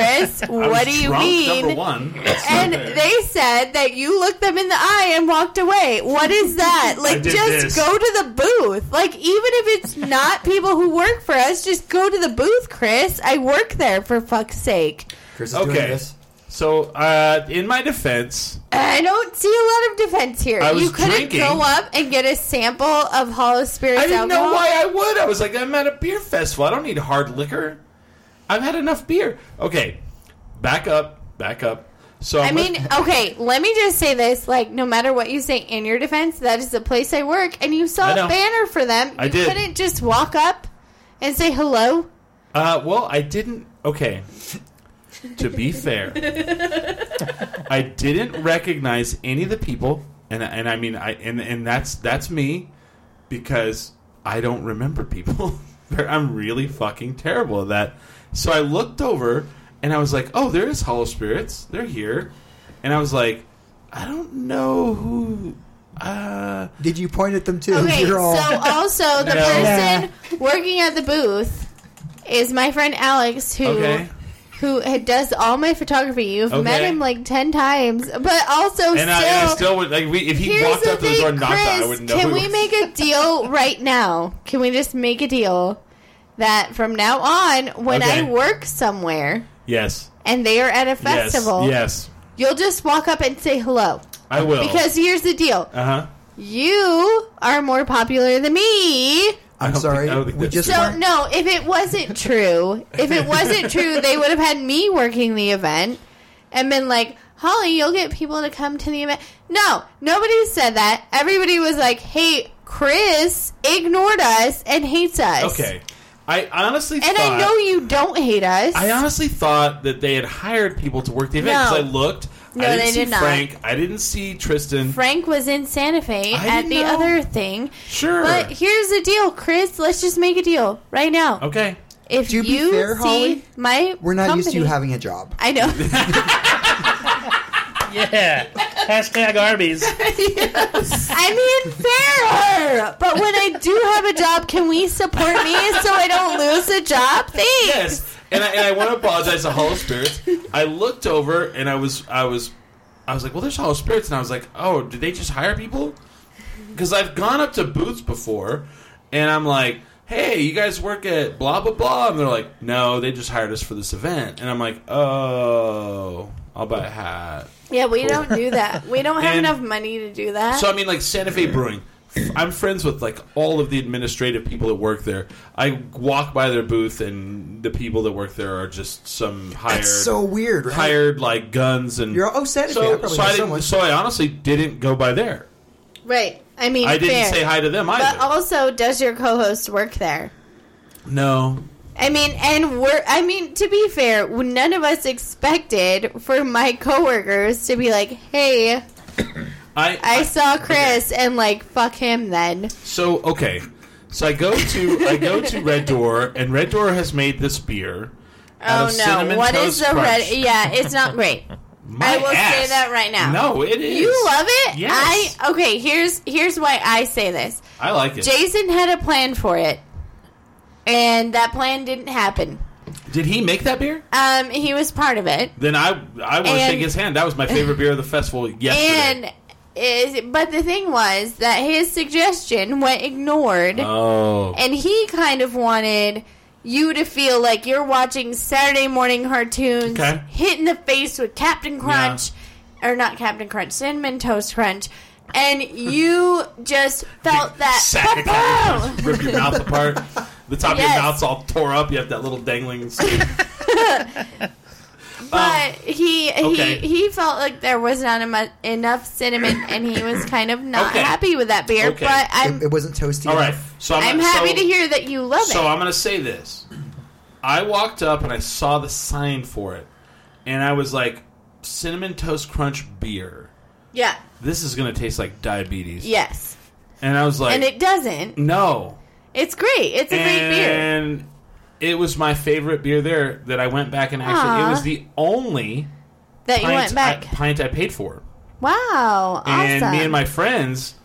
Chris. I What was do you drunk, mean? Number one. That's not And fair. they said that you looked them in the eye and walked away. What is that? Like, did just this. go to the booth. Like, even if it's not people who work for us, just go to the booth, Chris. I work there, for fuck's sake. Chris is doing Okay. this. So, uh, in my defense, I don't see a lot of defense here. I was You couldn't drinking. go up and get a sample of Hollow Spirits I didn't know alcohol. why I would. I was like, I'm at a beer festival. I don't need hard liquor. I've had enough beer. Okay, back up, back up. So I I'm mean, okay, let me just say this. Like, no matter what you say in your defense, that is the place I work, and you saw I a know. banner for them. I you did. couldn't just walk up and say hello. Uh, well, I didn't. Okay. to be fair, I didn't recognize any of the people, and and I mean, I and and that's that's me because I don't remember people. I'm really fucking terrible at that. So I looked over and I was like, "Oh, there is Hollow Spirits. They're here," and I was like, "I don't know who." Uh, Did you point at them too? Okay, You're all- so also the No. person working at the booth is my friend Alex, who okay. who had- does all my photography. You've met Okay. him like ten times, but also And still. I, and I still would like we, if he Here's walked the up to the thing, door and knocked Chris, on, I would know. Can who it we was. make a deal right now? Can we just make a deal that from now on, when Okay. I work somewhere Yes. and they are at a festival, Yes, yes. you'll just walk up and say hello? I will. Because here's the deal: uh huh. you are more popular than me. I I'm don't sorry. think- I don't think we that's just So weren't- no, if it wasn't true, if it wasn't true, they would have had me working the event and been like, "Holly, you'll get people to come to the event." No, nobody said that. Everybody was like, "Hey, Chris ignored us and hates us." Okay. I honestly And thought, I know you don't hate us. I honestly thought that they had hired people to work the event because No. I looked. No, I didn't they see did not. Frank. I didn't see Tristan. Frank was in Santa Fe I at didn't the know. other thing. Sure. But here's the deal, Chris. Let's just make a deal right now. okay. If To be you fair, see Holly, my we're not used to you company- having a job. I know. yeah. Hashtag Arby's. I mean, fair. But when I do have a job, can we support me so I don't lose a job? Thanks. Yes. And I, and I want to apologize to Hollow Spirits. I looked over and I was I was I was like, well, there's Hollow Spirits, and I was like, oh, did they just hire people? Because I've gone up to booths before, and I'm like, hey, you guys work at blah blah blah, and they're like, no, they just hired us for this event, and I'm like, oh, I'll buy a hat. Yeah, we don't do that. We don't have And- enough money to do that. So I mean, like Santa Fe Brewing. I'm friends with like all of the administrative people that work there. I walk by their booth, and the people that work there are just some hired, That's so weird, right? hired like guns and. You're all- oh Santa Fe. I so, probably so, know I someone. didn't, so I honestly didn't go by there. right. I mean, I didn't fair. say hi to them But either. also, does your co-host work there? no, I mean, and we're. I mean, to be fair, none of us expected for my coworkers to be like, "Hey, I, I saw Chris," and like, "Fuck him." Then So okay, so I go to I go to Red Door, and Red Door has made this beer. out Oh of no! Cinnamon What is Toast the Crunch. red? Yeah, it's not great. My I will say ass. that right now. No, it is. You love it? Yes. I okay. Here's here's why I say this. I like it. Jason had a plan for it, and that plan didn't happen. Did he make that beer? Um, he was part of it, Then I I want to And- shake his hand. That was my favorite beer of the festival yesterday. and is but the thing was that his suggestion went ignored, oh, and he kind of wanted. You to feel like you're watching Saturday morning cartoons, Okay. hit in the face with Captain Crunch, or not Captain Crunch, Cinnamon Toast Crunch, and you just felt that. sack of Kaboom! cabbage. Rip your mouth apart. The top of Yes. your mouth's all tore up. You have that little dangling. Skin. But he okay. he he felt like there was not emu- enough cinnamon, and he was kind of not Okay. happy with that beer. Okay. But I'm It, it wasn't toasty. all right, enough. so I'm, I'm so- happy to hear that you love So it. I'm going to say this. I walked up and I saw the sign for it, and I was like, "Cinnamon Toast Crunch beer. yeah. This is going to taste like diabetes." Yes. And I was like, and it doesn't. "No." It's great. It's a great beer. and it was my favorite beer there that I went back and actually Aw. it was the only That you pint, went back. I, pint I paid for. wow. Awesome. And me and my friends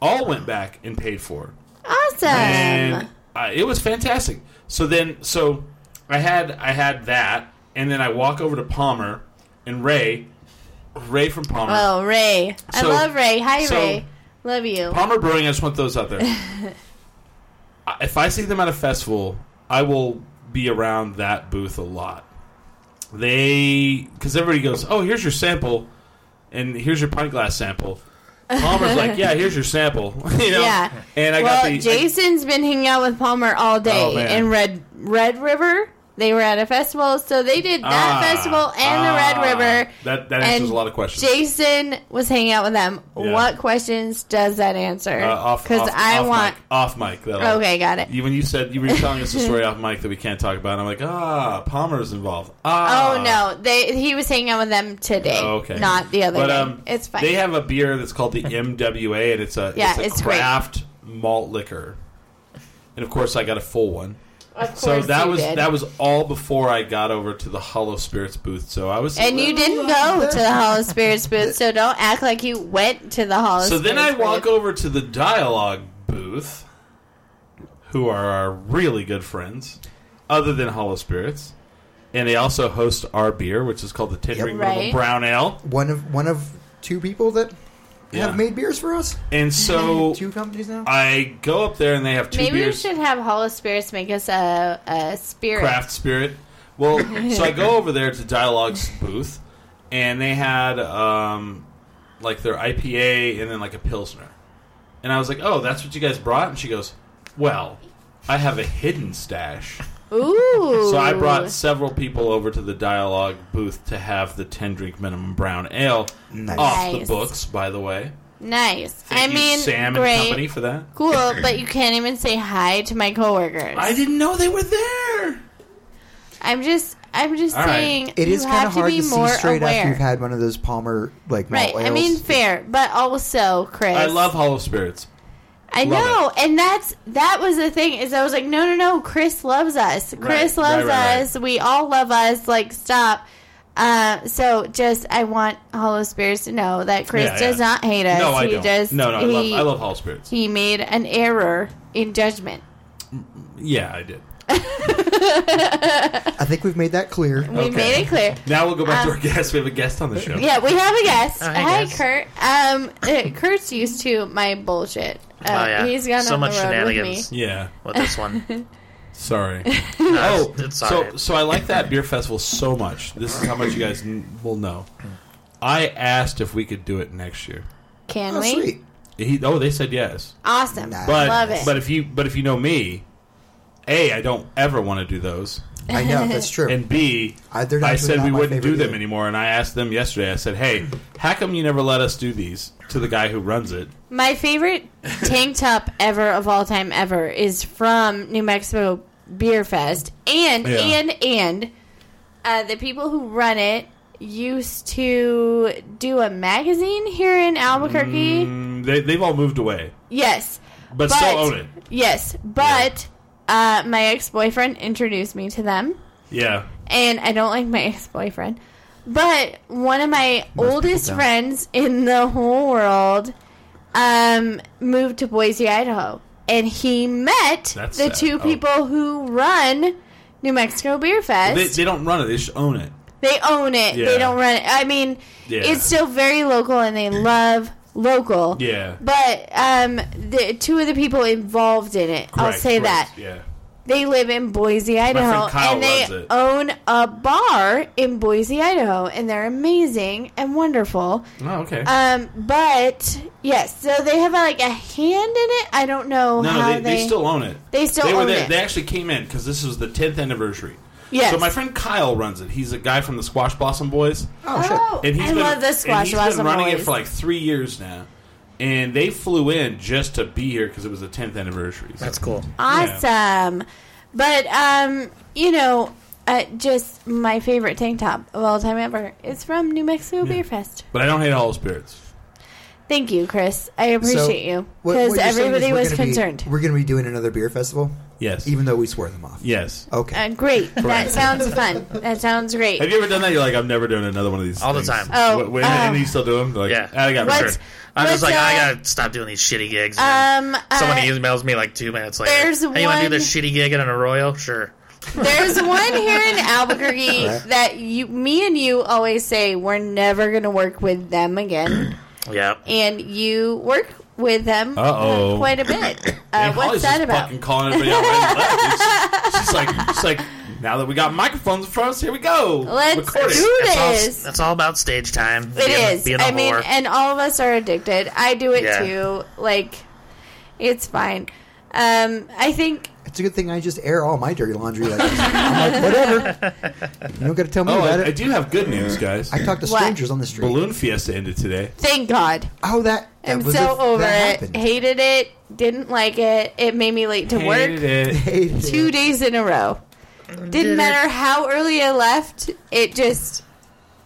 all went back and paid for. awesome. And uh, it was fantastic. So then, so I had I had that, and then I walk over to Palmer and Ray, Ray from Palmer. Oh, Ray. I So- love Ray. Hi, so- Ray. Love you. Palmer Brewing, I just want those out there. I- if I see them at a festival, I will be around that booth a lot. They, because everybody goes, "Oh, here's your sample, and here's your pint glass sample." Palmer's like, "Yeah, here's your sample," you know. Yeah. And I well, got the I- Jason's been hanging out with Palmer all Oh, day man. in Red Red River. They were at a festival, so they did that Ah, festival and ah, the Red River. That that answers and a lot of questions. Jason was hanging out with them. Yeah. What questions does that answer? Uh, off, off- I off want. mic, off mic. That'll, Okay, got it. You- When you said you were telling us a story off mic that we can't talk about, and I'm like, ah, Palmer's involved. Ah, Oh no, they he was hanging out with them today, Oh, okay. not the other But, day. um, it's fine. They have a beer that's called the MWA, and it's a Yeah, it's a it's great. craft malt liquor. And of course, I got a full one. of course So that you was did. that was all before I got over to the Hollow Spirits booth. So I was And you didn't go to the Hall of Spirits booth, so don't act like you went to the Hall of So Spirits then I walk booth. over to the dialogue booth, who are our really good friends, other than Hollow Spirits, and they also host our beer, which is called the Tendering Yep. Little Right. Brown Ale. One of one of two people that Yeah. have made beers for us. And so Two companies now. I go up there, and they have two Maybe beers. we should have Hall of Spirits make us a, a spirit. craft spirit. Well, so I go over there to Dialogue's booth, and they had um, like their IPA and then like a pilsner, and I was like, "Oh, that's what you guys brought." And she goes, "Well, I have a hidden stash." Ooh. So I brought several people over to the dialogue booth to have the ten drink minimum brown ale Nice. off Nice. the books. By the way, Nice. Thank I you, mean, Sam great. and company for that. Cool, but you can't even say hi to my coworkers. I didn't know they were there. I'm just, I'm just All right. saying, it you is kind have of hard to to, be see more straight aware. after you've had one of those Palmer like malt right. I mean, ales. fair, but also, Chris, I love Hollow Spirits. I Love know, and that's that was the thing is I was like, no, no, no, Chris loves us. Chris right, loves right, right. us. We all love us. Like, stop. Uh, so just I want Hollow Spirits to know that Chris Yeah, does yeah. not hate us. no, I he don't. just no, no, I he, love, I love Hollow Spirits. he made an error in judgment. Yeah, I did. I think we've made that clear. We Okay. made it clear. Now we'll go back Um, to our guest. We have a guest on the show. Yeah, we have a guest. Hi, Hi, guest. Kurt. Um, uh, Kurt's used to my bullshit. Uh, Oh, yeah. He's gone So on much the road with me. shenanigans. Yeah. with this one. Sorry. oh, oh, it's all so right. so I like that beer festival so much. This is how much you guys n- will know. I asked if we could do it next year. Can Oh, we? sweet. He, oh, they said yes. Awesome. Nice. But Love it. but if you but if you know me, a I don't ever want to do those, I know that's true. and b I- they're not- I they're said not we my wouldn't do favorite them either. anymore. And I asked them yesterday. I said, hey, how come you never let us do these? To the guy who runs it. My favorite tank top ever of all time ever is from New Mexico Beer Fest, and Yeah. and and uh, the people who run it used to do a magazine here in Albuquerque. Mm, they they've all moved away, Yes, but, still own it. Yes, but uh, my ex boyfriend introduced me to them, Yeah. and I don't like my ex boyfriend. But one of my oldest don't. friends in the whole world um, moved to Boise, Idaho, and he met That's the sad. two Oh. people who run New Mexico Beer Fest. They, they don't run it. They just own it. They own it. They Yeah. don't run it. I mean, Yeah. it's still very local, and they love local. Yeah. But um, the two of the people involved in it, I'll Correct, say that correct, Yeah. they live in Boise, Idaho, friend Kyle and they runs it. own a bar in Boise, Idaho, and they're amazing and wonderful. Oh, okay. Um, but yes, so they have like a hand in it. I don't know no, how no, they, they, still own it. They still they were own there. it. They actually came in because this was the 10th anniversary. Yes. So my friend Kyle runs it. He's a guy from the Squash Blossom Boys, Oh, shit. Oh, and he's I been, love the and squash. he's Blossom been running it Boys. for like three years now. And they flew in just to be here because it was the 10th anniversary. So. that's cool. awesome. But um, you know, uh, just my favorite tank top of all time ever. It's from New Mexico Beer Fest. But I don't hate all spirits. Thank you, Chris. I appreciate So, you what- what because you're saying is everybody we're was gonna be- concerned. we're going to be doing another beer festival. Yes. even though we swore them off. yes. Okay. Uh, great. That Correct. sounds fun. That sounds great. Have you ever done that? You're like, I'm never doing another one of these. All the things. time. Oh, Wh- when- um, and you still do them? They're Like, Yeah. I got Let's- sure. I'm just What's, like, uh, I gotta stop doing these shitty gigs. man. Um, Somebody uh, emails me like two minutes later. there's hey, you wanna do one- this shitty gig at an Arroyo? Sure. There's one here in Albuquerque Right. that you, me and you always say we're never going to work with them again, Yeah. and you work with them uh, Uh-oh. quite a bit. Uh, And what's Holly's that just about? Fucking calling everybody out right and left. It's- She's like, she's like, now that we got microphones in front of us, here we go. Let's Record it. do That's all, this. that's all about stage time. It is. Being a I mean, whore. and all of us are addicted. I do it Yeah. too. Like, it's fine. Um, I think It's a good thing I just air all my dirty laundry. Like, this. I'm like, whatever. You don't got to tell me Oh, about I, I it. do have good news, guys. I, talked to What? strangers on the street. Balloon Fiesta ended today. thank God. Oh, that. that I'm was so a- over that it. happened. Hated it. Didn't like it. It made me late to work. It. Hated it. Two days in a row. Didn't matter how early I left. It just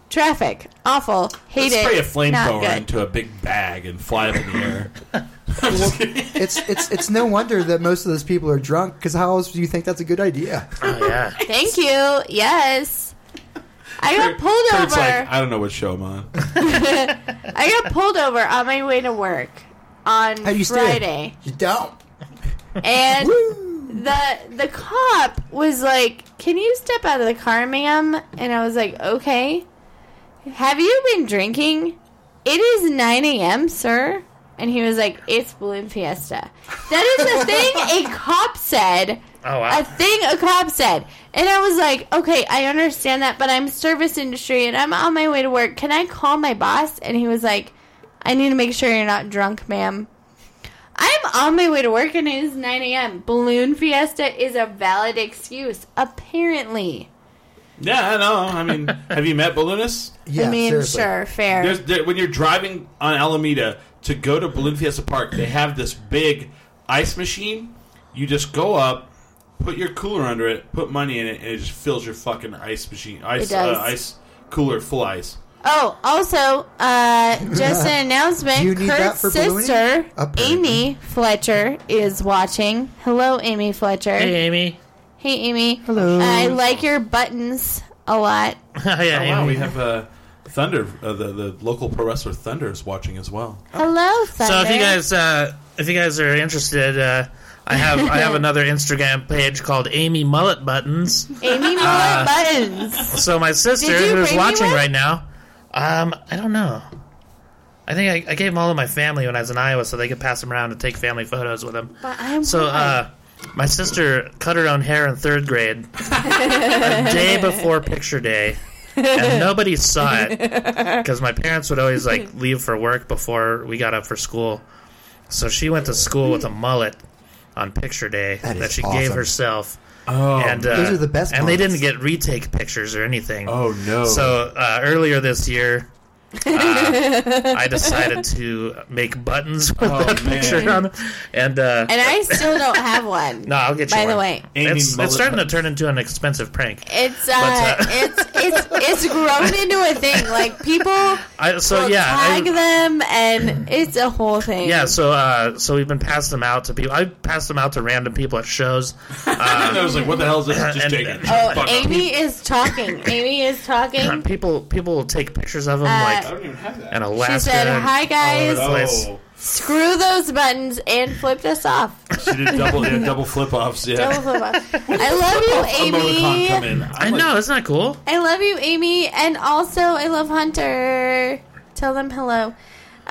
traffic. Awful. Hate Spray a it. Not flamethrower good. into a big bag and fly up in the air. I'm just kidding. It's it's it's no wonder that most of those people are drunk. Because how else do you think that's a good idea? oh, yeah. Thank you. Yes. I got pulled Kurt's over. like, I don't know what show I'm on. I got pulled over on my way to work on How do you steer? Friday, You don't. and Woo! the the cop was like, "Can you step out of the car, ma'am?" And I was like, "Okay." Have you been drinking? It is nine a.m., sir. And he was like, "It's balloon fiesta." That is a thing a cop said. Oh, wow. A thing a cop said. And I was like, okay, I understand that, but I'm service industry and I'm on my way to work. Can I call my boss? And he was like, I need to make sure you're not drunk, ma'am. I'm on my way to work and it is 9 a.m. Balloon fiesta is a valid excuse, apparently. Yeah, I know. I mean, have you met balloonists? Yeah, I mean, seriously. sure, fair. There's, there, when you're driving on Alameda to go to Balloon Fiesta Park, they have this big ice machine. You just go up, put your cooler under it, put money in it, and it just fills your fucking ice machine, ice, It does. Uh, ice cooler full ice. Oh, also, uh, just an announcement. You need that Kurt's for ballooning? sister, Apparently. Amy Fletcher, is watching. Hello, Amy Fletcher. Hey, Amy. Hey, Amy. Hello. I like your buttons a lot. yeah, Oh, wow, Amy. we have uh, Thunder, uh, the the local pro wrestler Thunder is watching as well. Hello, Thunder. So if you guys uh, if you guys are interested, uh, I have I have another Instagram page called Amy Mullet Buttons. Amy Miller Uh, buttons. So my sister Did you who's bring me watching one? right now, um, I don't know. I think I, I gave them all to my family when I was in Iowa, so they could pass them around and take family photos with them. But I'm So uh, my sister cut her own hair in third grade, a day before picture day, and nobody saw it because my parents would always like leave for work before we got up for school. So she went to school with a mullet on picture day That that, is she awesome. gave herself. Oh, and uh, those are the best And they mullets. didn't get retake pictures or anything. oh no! So uh, earlier this year, uh, I decided to make buttons with Oh, that picture man. on them, and uh, and I still don't have one. no, I'll get you. By the one. way. Amy it's, Mullet it's starting to turn into an expensive prank. It's uh, But, uh, it's it's it's grown into a thing. Like people I, so will yeah, tag I, them, and it's a whole thing. yeah. So uh, so we've been passing them out to people. I passed them out to random people at shows. and I was like, what the hell is this? Just and- take it. Oh, Fuck off. Amy is talking. Amy is Um, talking. people people will take pictures of them I like don't even have that. in Uh, She Alaska. said, and "Hi guys, all over place. Oh, screw those buttons," and flipped us off. she did double did double flip offs. Yeah. Double flip off. I love you, Emoticon come Amy. in. I I'm like, know, isn't that cool? I love you, Amy, and also I love Hunter. Tell them hello.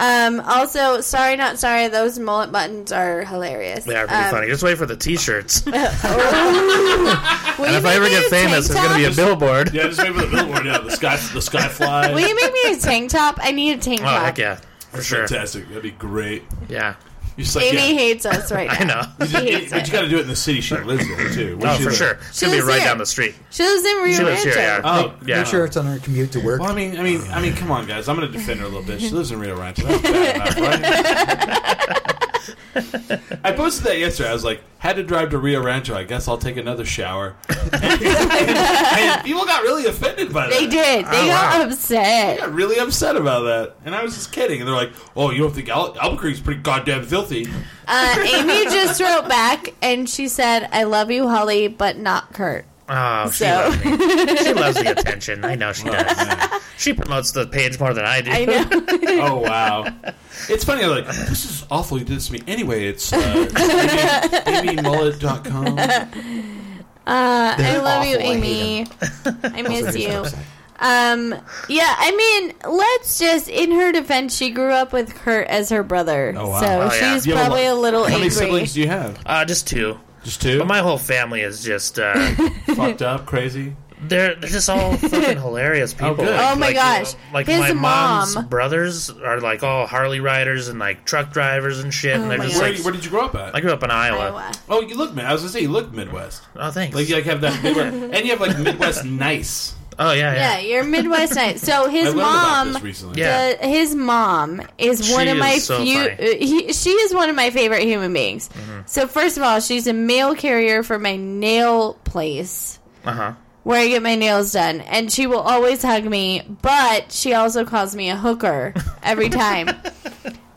Um, also, sorry, not sorry. Those mullet buttons are hilarious. They are pretty Um, Oh. funny. Just wait for the T-shirts. and will you if I make ever me get a tank famous, it's going to be a top? billboard. Yeah, just wait for the billboard. Yeah, the sky, the sky fly. Will you make me a tank top? I need a tank Oh top. heck yeah, for sure. Fantastic. That'd be great. Yeah, You're just like, Amy yeah. hates us right now. I know. She hates But us. you got to do it in the city she lives in too. Where Oh, she for lives. sure. It's gonna be lives right here. down the street. She lives in Rio She lives Rancho. here. Yeah. Oh, yeah. Make sure it's on our commute to work. Well, I mean, I mean, I mean, come on, guys. I'm going to defend her a little bit. She lives in Rio Rancho. That's bad enough, right? I posted that yesterday. I was like, had to drive to Rio Rancho. I guess I'll take another shower. and, people got really offended by that. They did. They Oh, got wow. upset. got really upset about that. And I was just kidding. And they're like, oh, you don't think Al- Albuquerque's pretty goddamn filthy? Uh, Amy just wrote back and she said, "I love you, Holly, but not Kurt." Oh, she So- loves me. She loves the attention. I know she does. She promotes the page more than I do. I know. oh, wow. It's funny. I'm like, this is awful. You did this to me. Anyway, it's uh, Amy- amymullet.com. Uh, I They're love you, awful. I hate Amy. I miss you. Website. Um, yeah, I mean, let's just in her defense, she grew up with Kurt as her brother, Oh, wow. so Oh, yeah. she's You have a probably lot- a little How many angry. siblings do you have? Uh, just two. Just two? But my whole family is just uh, Fucked up, crazy. they're they're just all fucking hilarious people. good. Like- Oh my like, gosh. uh, Like His my mom's mom- brothers are like all Harley riders and like truck drivers and shit, Oh and they're my just God. Where, like where did you grow up at? I grew up in Iowa. Iowa. oh, you look, man. I was going to say, you look Midwest. Oh thanks. Like, you like, have that Midwest. and you have, like, Midwest nice. oh yeah, Yeah, yeah. you're Midwest night. So I his learned about this mom, recently. Yeah. the, his mom is She one of is my so few. funny. uh, He, she is one of my favorite human beings. Mm-hmm. So first of all, she's a mail carrier for my nail place. Uh huh. where I get my nails done, and she will always hug me. But she also calls me a hooker every time. um,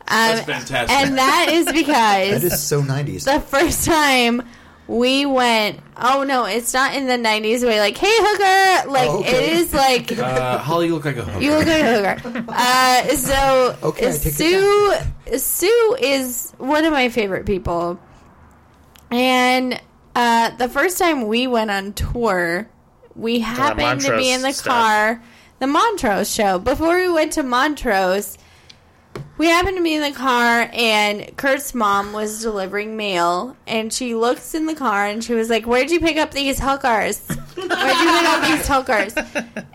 That's fantastic. And that is That because is so 90s. the first time we went. Oh no, it's not in the '90s way. Like, hey hooker, like Oh, okay. it is like you Uh, Holly, you look like a hooker. look like a hooker. Uh, so Okay, I take it Sue, Sue is one of my favorite people, and uh, the first time we went on tour we happened to be Montrose in the stuff. car the montrose show before we went to montrose we happened to be in the car and kurt's mom was delivering mail and she looks in the car and she was like where'd you pick up these hookers where'd you pick up these hookers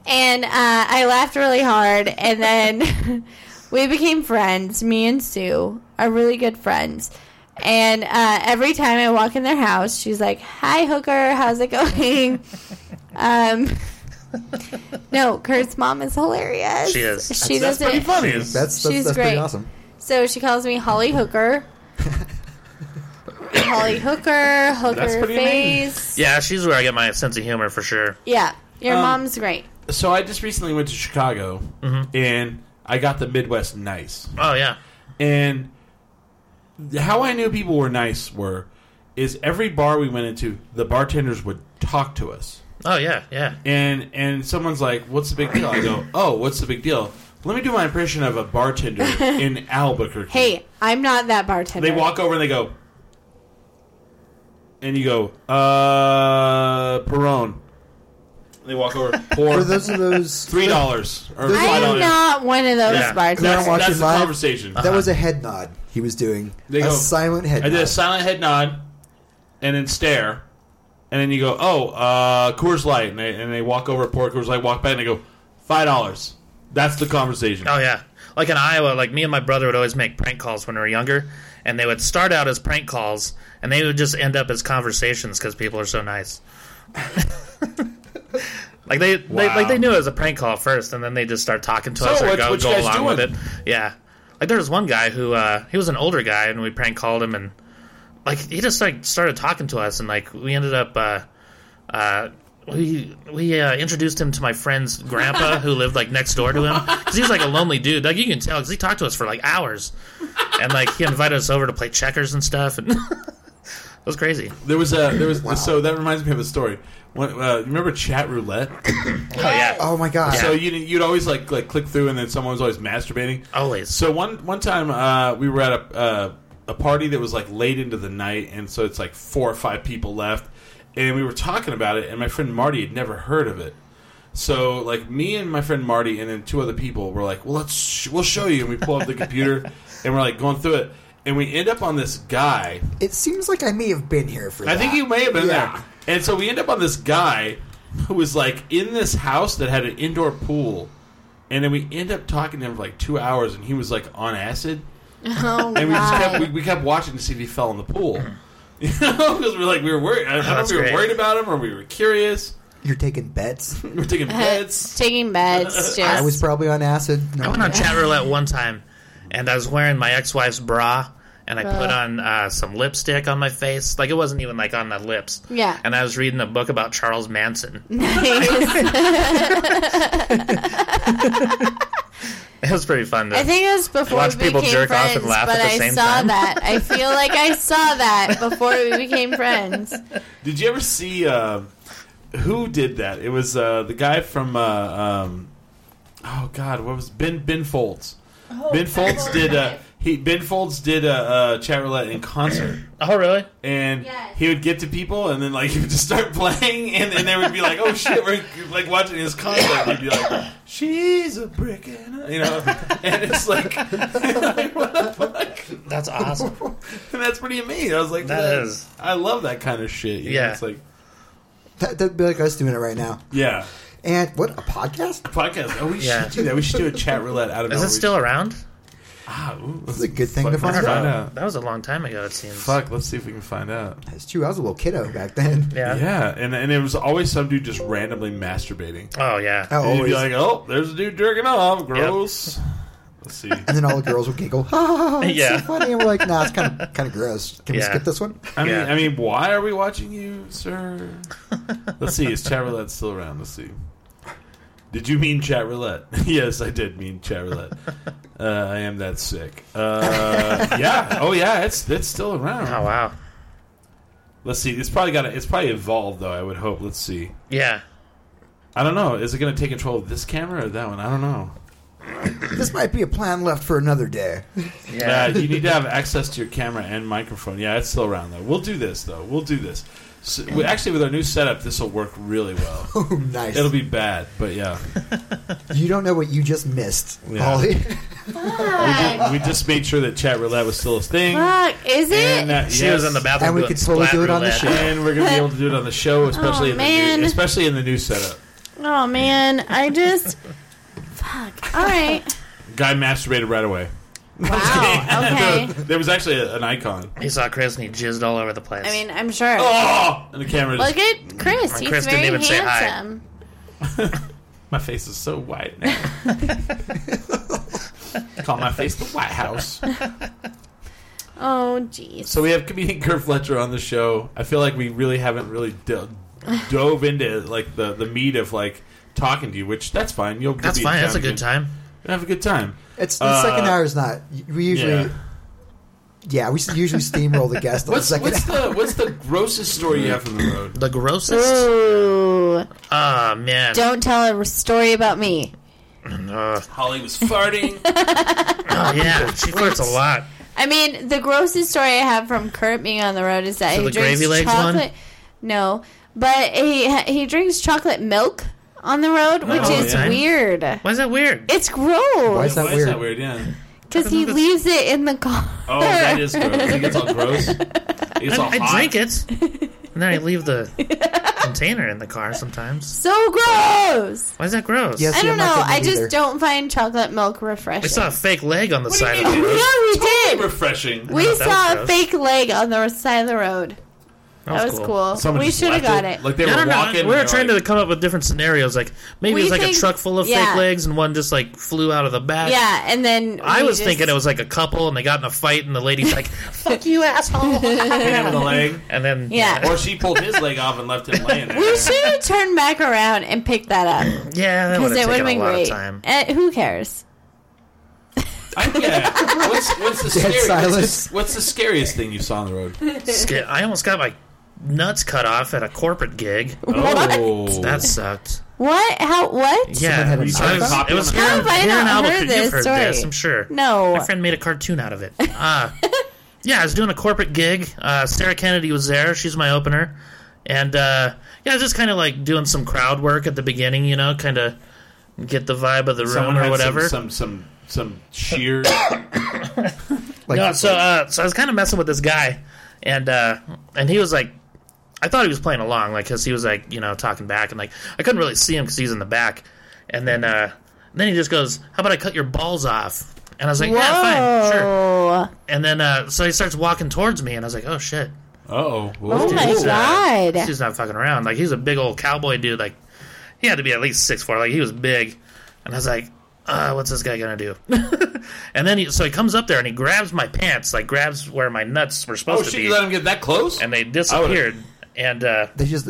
and uh, i laughed really hard and then we became friends me and sue are really good friends and uh, every time i walk in their house she's like hi hooker how's it going um, no, Kurt's mom is hilarious. She is. She That's does pretty it. funny. That's, that's, She's that's, pretty great. awesome. So she calls me Holly Hooker. Holly Hooker, Hooker pretty amazing. face. Yeah, she's where I get my sense of humor for sure. Yeah, your Um, mom's great. So I just recently went to Chicago, Mm-hmm. and I got the Midwest nice. Oh yeah. And how I knew people were nice were is every bar we went into, the bartenders would talk to us, Oh yeah. Yeah. and and someone's like, "What's the big deal?" I go, "Oh, what's the big deal?" Let me do my impression of a bartender in Albuquerque. Hey, I'm not that bartender. they walk over and they go, and you go, "Uh, Perone." They walk over, For pour those of those three dollars or I I five am dollars. not one of those Yeah. That's- bartenders. watch That's it the live. conversation. That was a head nod he was doing. They a go- silent head I did a nod. silent head nod, and then stare, and then you go, "Oh, uh, Coors Light," and they, and they walk over, pour Coors Light, walk back, and they go, 5 dollars." That's the conversation. Oh yeah. Like in Iowa, like me and my brother would always make prank calls when we were younger, and they would start out as prank calls, and they would just end up as conversations because people are so nice. like they, they, Wow. like they knew it was a prank call first, and then they just start talking to So us or what- go, what you "Oh, go guys along with doing? it. Yeah. Like there was one guy who uh, he was an older guy, and we prank called him, and like he just like started talking to us, and like we ended up. Uh, uh, we we uh, introduced him to my friend's grandpa who lived like next door to him because he was like a lonely dude. Like you can tell because he talked to us for like hours, and like he invited us over to play checkers and stuff, and it was crazy. There was a there was so that reminds me of a story. When, uh, remember chat roulette? Oh yeah, oh my god. So you you'd always like like click through, and then someone was always masturbating. always. So one one time uh, we were at a uh, a party that was like late into the night, and so it's like four or five people left, and we were talking about it, and my friend Marty had never heard of it. So like me and my friend Marty and then two other people were like, well let's sh- we'll show you, and we pull up the computer, and we're like going through it, and we end up on this guy. It seems like I may have been here for I that. think he may have been Yeah. there. And so we end up on this guy who was like in this house that had an indoor pool. And then we end up talking to him for like two hours, and he was like on acid. Oh, And we just my. kept we, we kept watching to see if he fell in the pool. You know, because we're like we were worried. I don't know if Hmm. That's we were great. worried about him or we were curious. You're taking bets. We were taking bets. Taking beds. Just, I was probably on acid. No, I went on chat roulette one time, and I was wearing my ex-wife's bra, and I put on uh, some lipstick on my face. Like it wasn't even like on the lips. Yeah. And I was reading a book about Charles Manson. It was pretty fun. To, I think it was before Watch we people became jerk off friends, and laugh but at the I same saw time. that. I feel like I saw that before we became friends. Did you ever see uh, who did that? It was uh, the guy from uh, um, oh god, what was Ben Ben Folds? Oh, ben Folds did uh, he Ben Folds did a uh, uh, chat roulette in concert, oh, really? and Yes. he would get to people, and then like he would just start playing, and, and they would be like, oh shit, we're like watching his concert. He'd be like, she's a brick, and a-" you know, and it's like, That's awesome. and that's pretty amazing. I was like, That "Man, is- I love that kind of shit. you know? Yeah. it's like, That, that'd be like us doing it right now. yeah. And what a podcast? podcast. Oh, we Yeah. should do that. We should do a chat roulette out of Is it still around? Ah, ooh, This is a good thing to I find don't Find know. out. That was a long time ago. It seems. Fuck, let's see if we can find out. That's true. I was a little kiddo back then. Yeah. Yeah, and and it was always some dude just randomly masturbating. Oh yeah. Oh, And you'd be always. like, oh, there's a dude jerking off. Gross. Let's see. and then all the girls would giggle. Oh, it's Yeah. so funny. And we're like, nah, it's kind of kind of gross. Can we Yeah. skip this one? I mean, Yeah. I mean, why are we watching you, sir? Let's see. Is chat roulette still around? Let's see. Did you mean chat roulette? yes, I did mean chat roulette. Uh, I am that sick. Uh, yeah. Oh, yeah. It's it's still around. Oh wow. Let's see. It's probably got. It's probably evolved though. I would hope. Let's see. Yeah. I don't know. Is it going to take control of this camera or that one? I don't know. This might be a plan left for another day. Yeah, Yeah. Uh, you need to have access to your camera and microphone. Yeah, it's still around though. We'll do this though. We'll do this. So, we, actually, with our new setup, this will work really well. Oh, nice. It'll be bad, but yeah, you don't know what you just missed, Yeah. Holly. Fuck. we just made sure that chat roulette was still a thing. Fuck. Is And uh, it? that- she yes. was in the bathroom. And we doing could totally splat do it on the roulette. show. And we're gonna be able to do it on the show, especially Oh, in the man. new, especially in the new setup. Oh man, I just. Fuck. All right. Guy masturbated right away. Wow. Okay. There was actually a, an icon. He saw Chris and he jizzed all over the place. I mean, I'm sure. Oh, and the camera. Just, Look at Chris. He's Chris didn't very even say hi. handsome. My face is so white now. Call my face the White House. Oh jeez. So we have comedian Kurt Fletcher on the show. I feel like we really haven't really do- dove into like the, the meat of like talking to you, which that's fine. You'll that's be fine. down That's a again. good time. Have a good time. It's the Uh, second hour is not. We usually, yeah. yeah, we usually steamroll the guest on What's the second what's hour. the what's the grossest story you have from the road? The grossest. Ooh. Ah man. Don't tell a story about me. Ugh. Holly was farting. Oh, yeah, she flirts a lot. I mean, the grossest story I have from Kurt being on the road is that So he the drinks gravy legs one? chocolate. No, but he he drinks chocolate milk on the road, which all the is time? weird. Why is that weird? It's Why is gross that Why oh, is weird? that weird? Yeah. because he leaves it in the car. Oh, that is gross. I think it's all gross. It's all I, hot. I drink it, and then I leave the container in the car sometimes. so gross. Why is that gross? Yes. I See, don't I'm know. not getting I it just either. don't find chocolate milk refreshing. We saw a fake leg on the What do you side of mean? the no, road. we Totally did. refreshing. We that was saw a gross. fake leg on the side of the road. That was, cool. Someone We just should have left got it. Like they I were don't walking. and know. We were they're trying like, to come up with different scenarios. Like maybe We it was like think- a truck full of yeah. fake legs, and one just like flew out of the back. yeah, and then I we was just- thinking it was like a couple, and they got in a fight, and the lady's like, "Fuck you, asshole!" hit him in the leg. And then Yeah. Or she pulled his leg off and left him laying there. We should have turned back around and picked that up yeah, that would because have it would have taken a been lot great. of time. Eh, who cares? I, yeah. What's, what's the Dead scariest? What's, silence. the- what's the scariest thing you saw on the road? Sca- I almost got my nuts cut off at a corporate gig. Oh, That sucked. What? How? What? Yeah, had a I was- copy it was on here it? How have I in not Albuquerque. heard You've this heard story? this, I'm sure. No. my friend made a cartoon out of it. Uh, yeah, I was doing a corporate gig. Uh, Sarah Kennedy was there. She's my opener, and uh, yeah, I was just kind of like doing some crowd work at the beginning, you know, kind of get the vibe of the room Someone or had whatever. Some some some, some sheer. Like, No, so uh, so I was kind of messing with this guy, and uh, and he was like, I thought he was playing along, like, cause he was like, you know, talking back, and like I couldn't really see him because he's in the back, and then uh, and then he just goes, "How about I cut your balls off?" And I was like, "Yeah, fine, sure." Whoa. And then uh, so he starts walking towards me, and I was like, "Oh shit." Oh, Oh my He's, uh, god. He's not fucking around. Like he's a big old cowboy dude. Like he had to be at least six four. Like he was big, and I was like, uh, what's this guy gonna do? and then he, so he comes up there and he grabs my pants, like grabs where my nuts were supposed Oh to shit! be, You let him get that close? and they disappeared. And uh, They just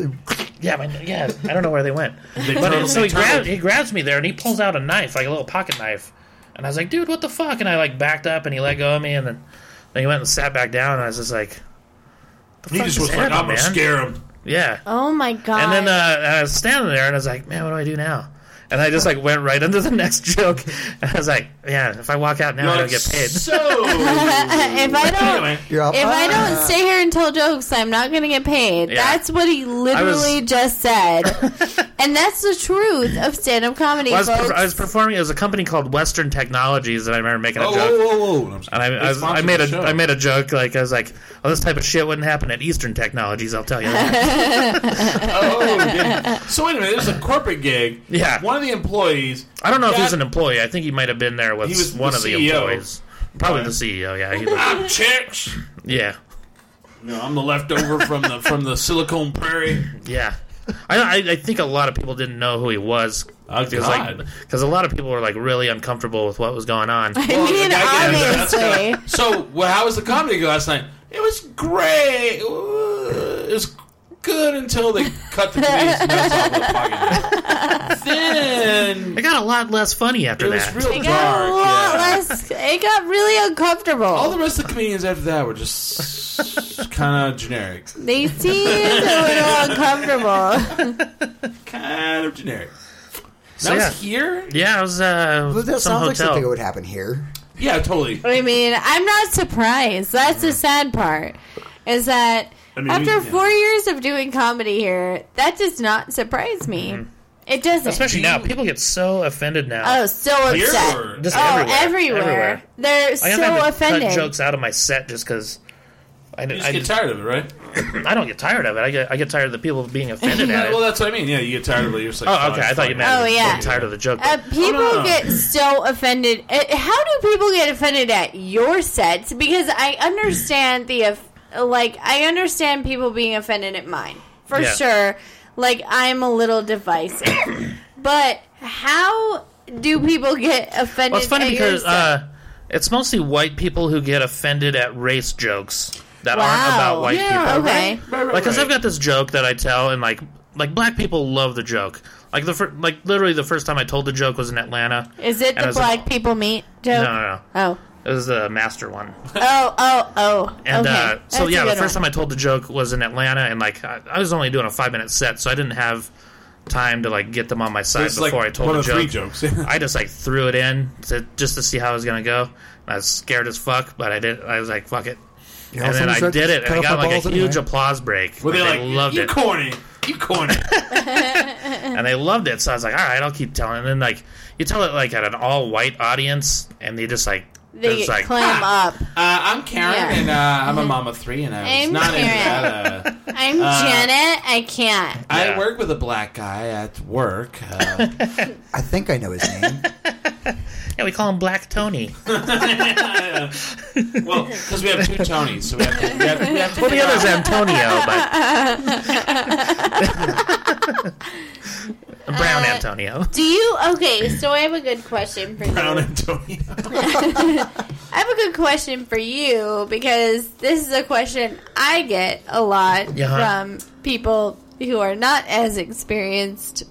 yeah, my, yeah, I don't know where they went. but turned- so he they turned. grabs he grabs me there and he pulls out a knife, like a little pocket knife. And I was like, dude, what the fuck? And I like backed up and he let go of me and then, then he went and sat back down and I was just like, the he fuck just is was like, "I'm happening, gonna man?" scare him." Yeah. Oh my god. And then uh, I was standing there, and I was like, "Man, what do I do now?" And I just like went right under the next joke. And I was like, "Yeah, if I walk out now, I don't Like, get paid." So if I don't anyway, you're all, if I "Ah." don't stay here and tell jokes, I'm not going to get paid. Yeah. That's what he literally just said. and that's the truth of stand up comedy, Well, I, was, folks. per- I was performing. It was a company called Western Technologies that I remember making a oh, joke. whoa, whoa, whoa! I'm And sorry. I, They I, was, I sponsored made the a show. I made a joke like I was like, "Oh, this type of shit wouldn't happen at Eastern Technologies." I'll tell you. that." Oh, yeah. So wait a minute. This is a corporate gig. Yeah. One of the employees. I don't know if he was got- an employee. I think he might have been there with He was one the E of the CEO. employees. Probably the CEO. Yeah, he was- I'm church. yeah, No, I'm the leftover from the from the Silicon Prairie. yeah. I, I I think a lot of people didn't know who he was Oh, because God. like because a lot of people were like really uncomfortable with what was going on. I Well, the mean, guy did. That's obviously. good. So, well, how was the comedy go last night? It was great. It was good until they cut the comedian's nuts off the pocket. Then It got a lot less funny after it that. was real It got dark. a lot yeah. less. It got really uncomfortable. All the rest of the comedians after that were just kind of generic. they seemed a little uncomfortable. Kind of generic. So, that yeah. was here? yeah, it was uh, Well, that some sounds like hotel. something that would happen here. Yeah, totally. I mean, I'm not surprised. That's the sad part. Is that I mean, after yeah. four years of doing comedy here, that does not surprise me. Mm-hmm. It doesn't. Especially now, people get so offended now. Oh, so Here upset. or- Just oh, everywhere, everywhere. everywhere. They're Like, I've so had to offended. Cut jokes out of my set just because. I, You just I, get tired of it, right? I don't get tired of it. I get I get tired of the people being offended at it. Well, that's what I mean. Yeah, you get tired of it. You're just like, oh, okay. I thought you meant Oh, yeah. I'm tired of the joke. Uh, people no, no. get so offended. Uh, How do people get offended at your sets? Because I understand the off- like, I understand people being offended at mine for Yeah. sure. Like, I'm a little divisive, but how do people get offended? well, it's funny at because your set? uh, it's mostly white people who get offended at race jokes that aren't Wow. about white Yeah, people. okay. Right, right, Like, cause right. I've got this joke that I tell, and like, like black people love the joke. Like the fir- like literally the first time I told the joke was in Atlanta. Is it and I the was like- black people meet joke? No, no, Oh, no. It was the master one. oh, oh, oh. And okay. uh, so That's a yeah, the good first one. time I told the joke was in Atlanta, and like I, I was only doing a five minute set, so I didn't have time to like get them on my side It's like before I told one the of joke. three jokes. I just like threw it in to, just to see how it was gonna go. And I was scared as fuck, but I did. I was like, "Fuck it," You know, and then somebody I tried to did it, and cut I off got my like balls a anyway. huge applause break. Well, Like, they're they like, loved you it, corny. You corny. and they loved it. So I was like, "All right, I'll keep telling." And then like you tell it like at an all white audience, and they just like they it's like "Ah." clam up. Uh, I'm Karen, Yeah. Mm-hmm. and uh, I'm a mom of three, and I was I'm not into Karen. that. Uh, I'm Janet. I can't. I Yeah. work with a black guy at work. Uh, I think I know his name. yeah, we call him Black Tony. well, because we have two Tonys, so we have to. We have to, we have to well, the other's Antonio, but Uh, Brown Antonio. Do you? Okay, so I have a good question for Brown you. Antonio. I have a good question for you because this is a question I get a lot Yeah. from people who are not as experienced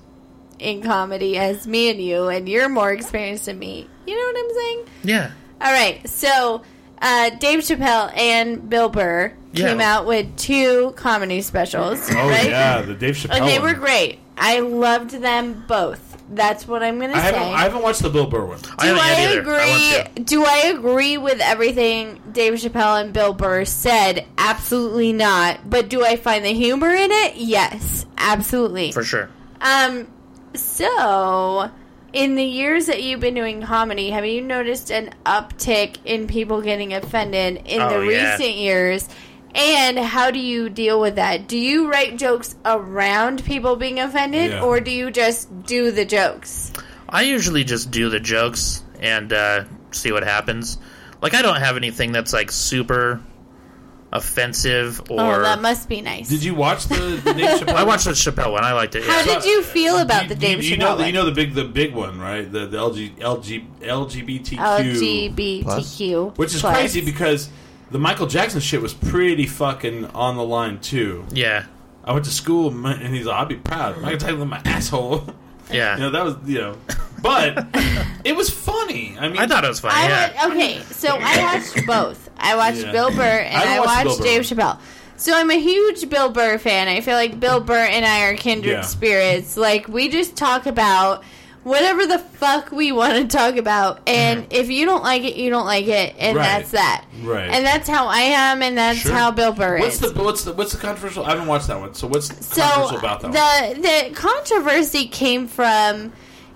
in comedy as me and you, and you're more experienced than me. You know what I'm saying? Yeah. All right. So, uh, Dave Chappelle and Bill Burr Yeah. Oh, came out with two comedy specials. right? Oh, the Dave Chappelle. And they were great. I loved them both. That's what I'm going to I say. haven't, I haven't watched the Bill Burr one. I do haven't I, yet either. agree? I want Do I agree with everything Dave Chappelle and Bill Burr said? Absolutely not. But do I find the humor in it? Yes, absolutely. to, for sure. Um, so in the years that you've been doing comedy, have you noticed an uptick in people getting offended in Oh, the yeah. recent years? And how do you deal with that? Do you write jokes around people being offended, Yeah. or do you just do the jokes? I usually just do the jokes and uh, see what happens. Like, I don't have anything that's like super offensive or. Oh, that must be nice. Did you watch the, the Dave Chappelle? I watched the Chappelle one. I liked it. How Yeah. did you feel about the Dave you, you Chappelle? know, the- one? you know the big the big one, right? The the LG, LG, LGBTQ, LGBTQ, which is plus. crazy because the Michael Jackson shit was pretty fucking on the line too. Yeah. I went to school my- and he's like, "I'll be proud." Michael Jackson, was my asshole. Yeah. you know that was you know, but it was funny. I mean, I thought it was funny. I yeah. would, okay, so I watched both. I watched Yeah. Bill Burr and I I, watched watched, Bill Dave Chappelle. So I'm a huge Bill Burr fan. I feel like Bill Burr and I are kindred Yeah. spirits. Like we just talk about whatever the fuck we want to talk about, and if you don't like it, you don't like it, Mm-hmm. and Right. that's that. Right. And that's how I am, and that's Sure. how Bill Burr what's is. the what's the what's the controversial? I haven't watched that one. So what's so controversial about that? one? the the controversy came from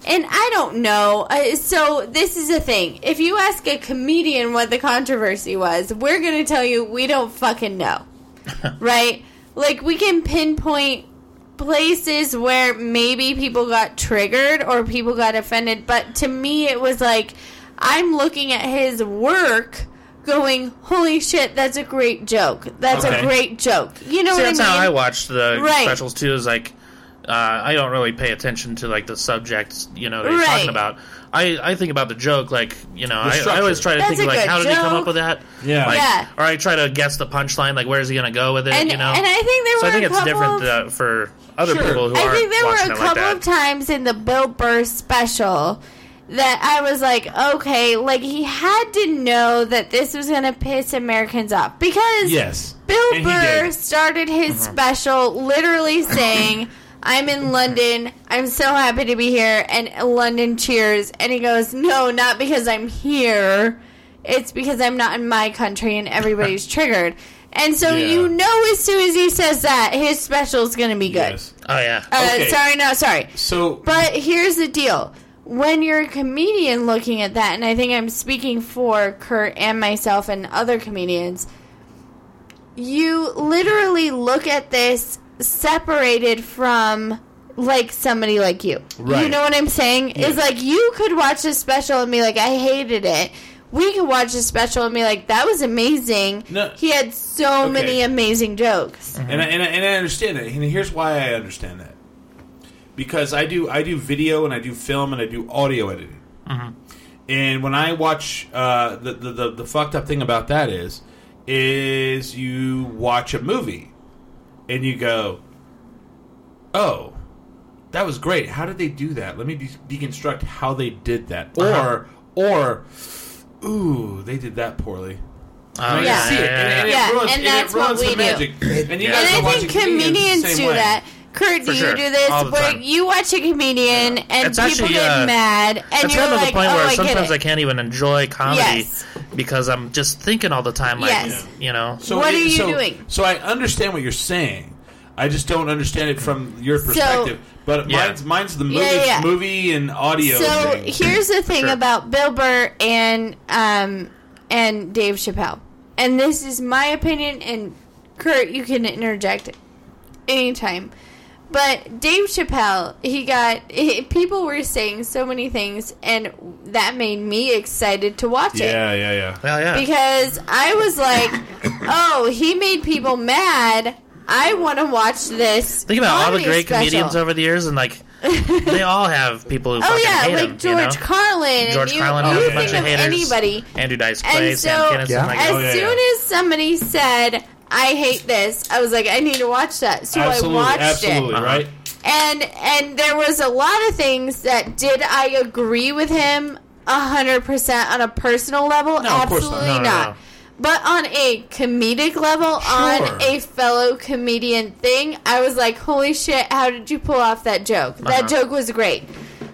and I don't know. Uh, so this is the thing. If you ask a comedian what the controversy was, we're going to tell you we don't fucking know. right? Like we can pinpoint places where maybe people got triggered or people got offended, but to me it was like I'm looking at his work going, "Holy shit, that's a great joke. That's Okay. a great joke." You know See, what that's I mean? how I watched the Right. specials too. Is like uh, I don't really pay attention to like the subjects you know they're Right. talking about. I, I think about the joke like you know I, I structure. always try to That's think a like good how did he come joke. up with that Yeah. like, Yeah. or I try to guess the punchline like where's he gonna go with it and, you know and I think there so were I think a it's couple different of, uh, for other Sure. people who I aren't think there watching were a it like couple that. of times in the Bill Burr special that I was like, okay, like he had to know that this was going to piss Americans off because Yes. Bill And he Burr did. Mm-hmm. started his special literally saying, I'm in London. I'm so happy to be here. And London cheers. And he goes, No, not because I'm here. It's because I'm not in my country and everybody's triggered. And so Yeah. you know, as soon as he says that, his special's going to be good. Yes. Oh yeah, Uh, Okay. Sorry, no, sorry. So But here's the deal. When you're a comedian looking at that, and I think I'm speaking for Kurt and myself and other comedians, you literally look at this separated from like somebody like you. You Right. know what I'm saying? It's like you could watch this special and be like, I hated it. We could watch this special and be like, that was amazing. No. He had so Okay. many amazing jokes. and I, and I, and I understand it. And here's why I understand that because I do I do video and I do film and I do audio editing. And when I watch uh, the, the the the fucked up thing about that is is you watch a movie and you go, oh. That was great. How did they do that? Let me de- deconstruct how they did that. Or, Uh-huh. or, ooh, they did that poorly. oh, I yeah. see it, and- and, it Yeah, ruins- and it that's what ruins the we do. magic. And you guys And are I think watching comedians the same do way. that. Kurt, For do sure. you do this? All the Where time. you watch a comedian and It's people actually, get uh, mad, and It's you're gotten to like, the point "Oh, where I sometimes get I it." can't even enjoy comedy Yes. because I'm just thinking all the time. Like, Yes. you know, So What it- are you so- doing? So I understand what you're saying. I just don't understand it from your perspective. but Yeah. mine's mine's the movie, Yeah, yeah, yeah. movie and audio. So thing. here's the thing Sure. about Bill Burr and um and Dave Chappelle, and this is my opinion. And Kurt, you can interject anytime. But Dave Chappelle, he got he, people were saying so many things, and that made me excited to watch it. yeah, yeah, yeah. well, yeah, because I was like, oh, he made people mad. I want to watch this. Think about all the comedy great special. comedians over the years, and like they all have people who Oh fucking yeah, hate like them, George you know? Carlin. and George you, Carlin you has a think bunch of of haters. anybody. Andrew Dice Clay, And Sam so- Kinison. Yeah. Like, As Oh, yeah, soon yeah. as somebody said, "I hate this," I was like, "I need to watch that." So absolutely, I watched absolutely, it, Uh-huh. right? and and there was a lot of things that did I agree with him hundred percent on a personal level? No, of course not. Absolutely No, no, not. no. But on a comedic level, Sure. on a fellow comedian thing, I was like, "Holy shit! How did you pull off that joke? That Uh-huh. joke was great."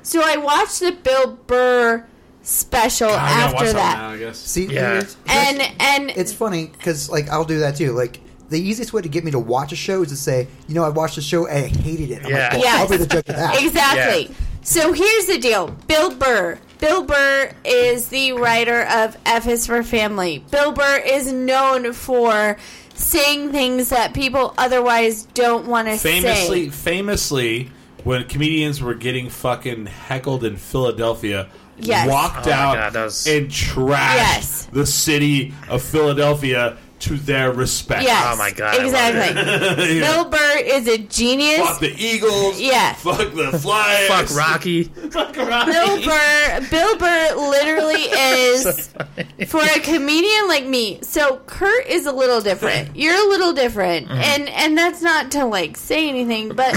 So I watched the Bill Burr special I gotta watch after that that, one now, I guess. See, Yeah. here's- and that's- and it's funny because like I'll do that too. Like the easiest way to get me to watch a show is to say, you know, I watched the show and I hated it. I'm Yeah. like, well, Yes. I'll be the judge of that. Exactly. Yeah. So here's the deal. Bill Burr. Bill Burr is the writer of F is for Family. Bill Burr is known for saying things that people otherwise don't want to say. Famously, famously, when comedians were getting fucking heckled in Philadelphia, Yes. walked Oh my out God, that was- and trashed Yes. the city of Philadelphia to their respect. Yes. Oh my God, I love Exactly. Bill Burr is a genius. Fuck the Eagles. Yeah. Fuck the Flyers. Fuck Rocky. Fuck Rocky. Bill Burr, Bill Burr literally is for a comedian like me. So Kurt is a little different. You're a little different, and and that's not to like say anything, but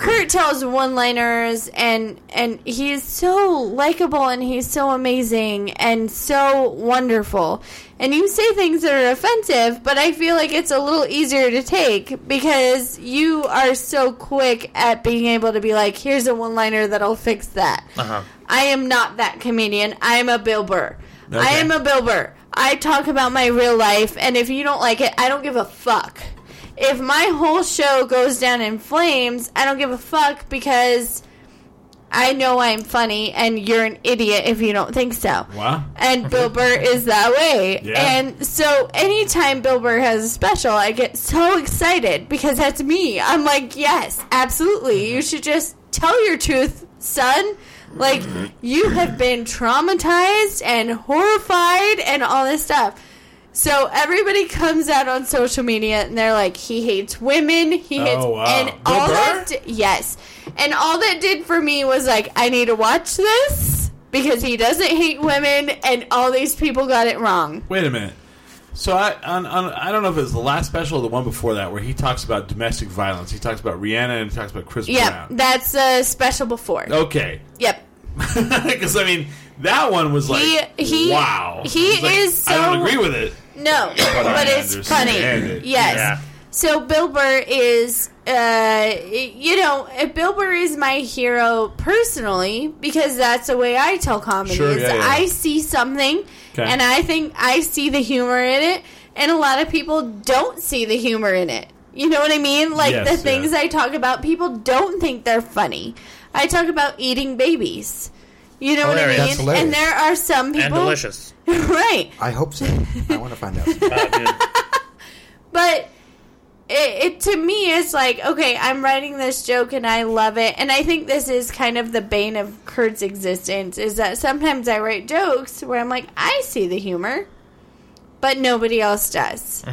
Kurt tells one-liners, and and he is so likable, and he's so amazing, and so wonderful. And you say things that are offensive, but I feel like it's a little easier to take because you are so quick at being able to be like, here's a one liner that'll fix that. Uh-huh. I am not that comedian. I am a Bill Burr. I Okay. am a Bill Burr. I talk about my real life, and if you don't like it, I don't give a fuck. If my whole show goes down in flames, I don't give a fuck because I know I'm funny, and you're an idiot if you don't think so. Wow. And Bill Burr is that way. Yeah. And so anytime Bill Burr has a special, I get so excited because that's me. I'm like, yes, absolutely. You should just tell your truth, son. Like, you have been traumatized and horrified and all this stuff. So everybody comes out on social media and they're like, he hates women. He hates. Oh, wow. And Bill all Burr? that. di- yes. And all that did for me was like, I need to watch this because he doesn't hate women and all these people got it wrong. Wait a minute. So I on, on, I don't know if it was the last special or the one before that where he talks about domestic violence. He talks about Rihanna and he talks about Chris Yep. Brown. That's a special before. okay. Yep. Because I mean, that one was like, He- he- wow. he It's like, is I don't so- agree with it. No, but, I it's understand funny. it. Yes. Yeah. So Bill Burr is, uh, you know, uh, Bill Burr is my hero personally because that's the way I tell comedy. Sure, is yeah, yeah. I see something, Okay. and I think I see the humor in it, and a lot of people don't see the humor in it. You know what I mean? Like Yes, the yeah. things I talk about, people don't think they're funny. I talk about eating babies. You know Hilarious. That's what hilarious. I mean? And there are some people, And delicious. right? I hope so. I want to find out. Oh, dude. but it, it to me is like okay i'm writing this joke and i love it and i think this is kind of the bane of kurt's existence is that sometimes i write jokes where i'm like i see the humor but nobody else does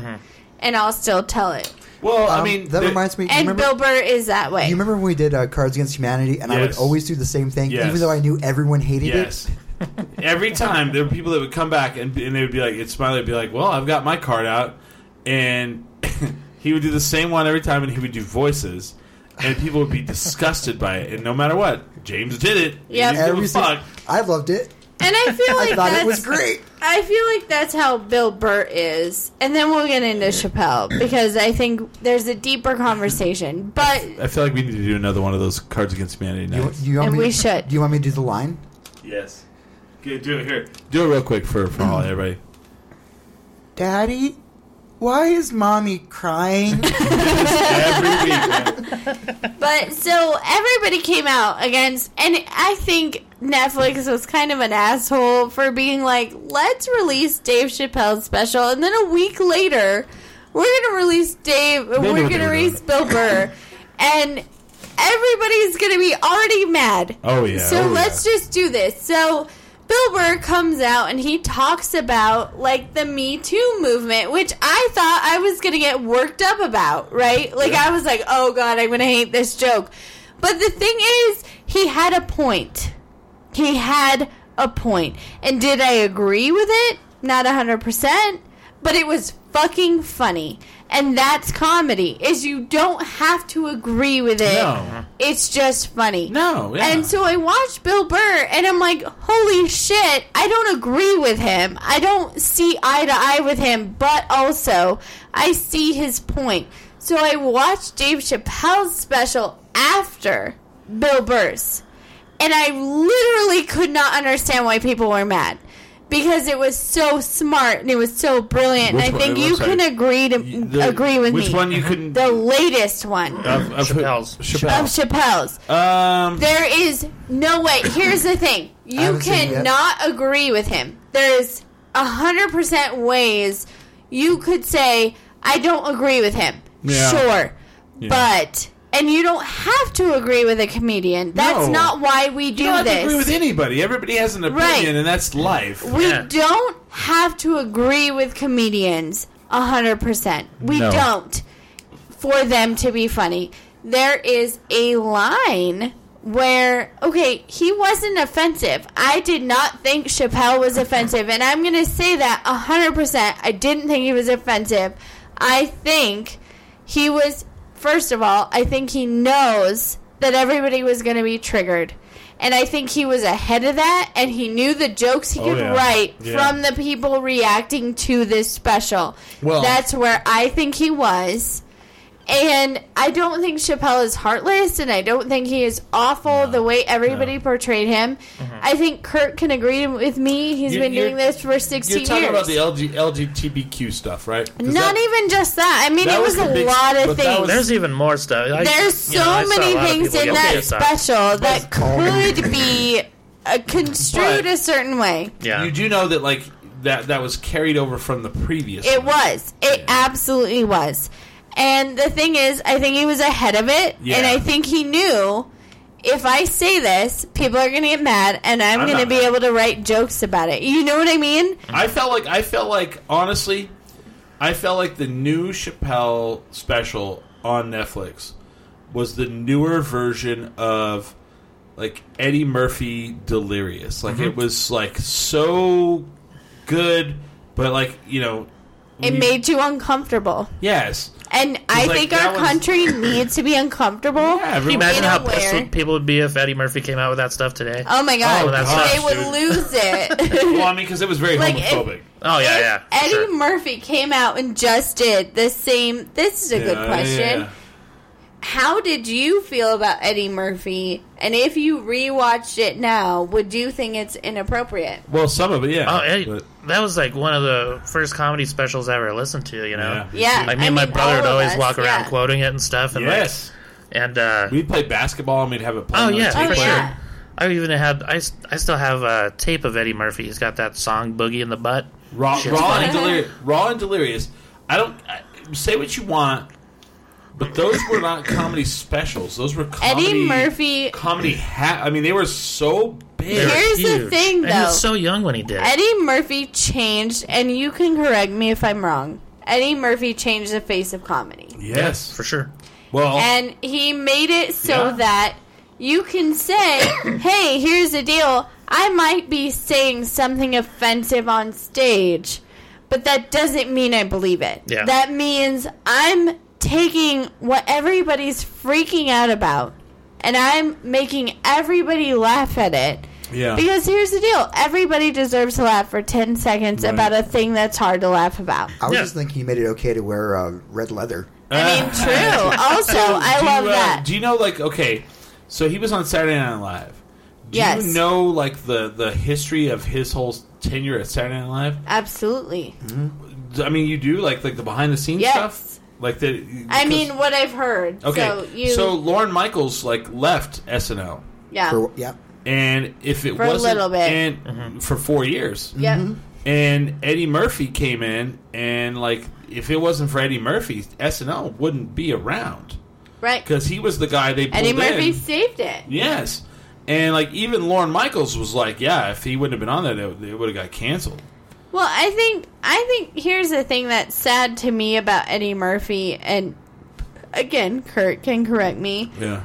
and i'll still tell it Well, I Um, mean, that the- reminds me. you and remember, bill burr is that way you remember when we did uh, Cards Against Humanity, and I would Yes. always do the same thing, Yes. even though I knew everyone hated Yes. Every time there were people that would come back and, and they would be like, it's Smiley would be like, well, I've got my card out. And he would do the same one every time and he would do voices. And people would be disgusted by it. And no matter what, James did it. He Yep. didn't it. give a Every single, fuck. I loved it. and i feel like Thought that's, it was great. I feel like that's how Bill Burr is, and then we'll get into Chappelle because I think there's a deeper conversation. But I feel like we need to do another one of those Cards Against Humanity You, nights. you want And me, we should. Do you want me to do the line? yes. Okay, do it here. Do it real quick for, for all everybody. Daddy, why is mommy crying? Every week. man. But so everybody came out against, and I think Netflix was kind of an asshole for being like, let's release Dave Chappelle's special, and then a week later, we're gonna release Dave, knew we're what they gonna were release Bill Burr, and everybody's gonna be already mad. Oh, yeah. So Oh, let's yeah. just do this. So Bill Burr comes out and he talks about like the Me Too movement, which I thought I was gonna get worked up about, right? Like I was like, oh god, I'm gonna hate this joke. But the thing is, he had a point. He had a point. And did I agree with it? Not 100%, but it was fucking funny. And that's comedy. Is you don't have to agree with it. No. It's just funny. No, yeah. And so I watched Bill Burr and I'm like, holy shit, I don't agree with him. I don't see eye to eye with him, but also I see his point. So I watched Dave Chappelle's special after Bill Burr's. And I literally could not understand why people were mad. Because it was so smart and it was so brilliant. Which and I one- think I'm you sorry. can agree to The- agree with which me. one you couldn't. The latest one of, of who- Chappelle's. of Chappelle. Chappelle's. Um, There is no way. Here's the thing: you haven't seen it yet. cannot agree with him. There's a hundred percent ways you could say I don't agree with him. Yeah. Sure, Yeah. but and you don't have to agree with a comedian. That's No. not why we do you don't have this. to agree with anybody. Everybody has an opinion, Right. and that's life. We Yeah. don't have to agree with comedians. hundred percent. We No. don't for them to be funny. There is a line where okay, he wasn't offensive. I did not think Chappelle was offensive, and I'm gonna say that hundred percent. I didn't think he was offensive. I think he was first of all, I think he knows that everybody was gonna be triggered. And I think he was ahead of that, and he knew the jokes he Oh, could yeah. write Yeah. from the people reacting to this special. Well- that's where I think he was. And I don't think Chappelle is heartless, and I don't think he is awful the way everybody portrayed him. I think Kurt can agree with me. He's Mm-hmm. You- been you're- doing this for You're 16 talking years. about the LG, LGBTQ stuff, right? 'Cause Not that- even just that. I mean, that it was, was the a big- lot of but that things. was- There's even more stuff. I- There's you so know, I saw a many lot of things people in get that pissed off. special that could be uh, construed But- a certain way. Yeah. You do know that like that that was carried over from the previous. It one. was. It absolutely was. And the thing is, I think he was ahead of it, Yeah. and I think he knew if I say this, people are going to get mad, and I'm, I'm going to not be mad. able to write jokes about it. You know what I mean? I felt like I felt like honestly, I felt like the new Chappelle special on Netflix was the newer version of like Eddie Murphy Delirious. Like Mm-hmm. it was like so good, but like you know, It Mm-hmm. we- made you uncomfortable, yes. and I like, think that our one's- country needs to be uncomfortable. Yeah, Can you everyone- imagine You know how pissed where- people would be if Eddie Murphy came out with that stuff today? Oh my god, Oh, that's they us, would dude. lose it. well, I mean, because it was very Like, if- homophobic. Oh, yeah, If yeah. for Eddie sure. Murphy came out and just did the same. This is a good Yeah, question. yeah. How did you feel about Eddie Murphy? And if you rewatched it now, would you think it's inappropriate? Well, some of it, yeah. Oh, Eddie, but- that was like one of the first comedy specials I ever listened to. You know, Yeah. Yeah, like me and my brother would all of always us, walk around yeah. quoting it and stuff. And yes. like, and uh, We'd play basketball and we'd have it oh playing. yeah, on the Oh, for tape sure. player. yeah. I even had I, s- I still have a tape of Eddie Murphy. He's got that song "Boogie in the Butt." Raw, Shit's raw funny. and delirious. Raw and delirious. I don't I, say what you want, but those were not comedy specials. Those were comedy, Eddie Murphy. comedy. Ha- I mean, they were so They big. were Here's the huge. thing, and he though. was so young when he did. it. Eddie Murphy changed, and you can correct me if I'm wrong. Eddie Murphy changed the face of comedy. Yes. for sure. Well, and he made it so Oh. Yeah. that you can say, "Hey, here's the deal. I might be saying something offensive on stage, but that doesn't mean I believe it. Yeah. That means I'm taking what everybody's freaking out about and I'm making everybody laugh at it." yeah. Because here's the deal. Everybody deserves to laugh for 10 seconds Right. about a thing that's hard to laugh about. I was Yeah. just thinking he made it okay to wear uh, red leather. I mean, true. Also, I Do you, love uh, that. Do you know, like, okay, so he was on Saturday Night Live. Do Yes. you know, like, the, the history of his whole tenure at Saturday Night Live? Absolutely. I mean, you do like like the behind the scenes Yes. stuff, like the. I because- mean, what I've heard. okay, So you, Lauren Michaels like left SNL, yeah, For, yeah. and if it For a wasn't little bit. and for four years, yeah, and Eddie Murphy came in, and like if it wasn't for Eddie Murphy, SNL wouldn't be around right. because he was the guy they pulled Eddie in. Murphy saved it. Yes. And like even Lauren Michaels was like, yeah, if he wouldn't have been on that, it, it would have got canceled. Well, I think I think here's the thing that's sad to me about Eddie Murphy, and again, Kurt can correct me, Yeah.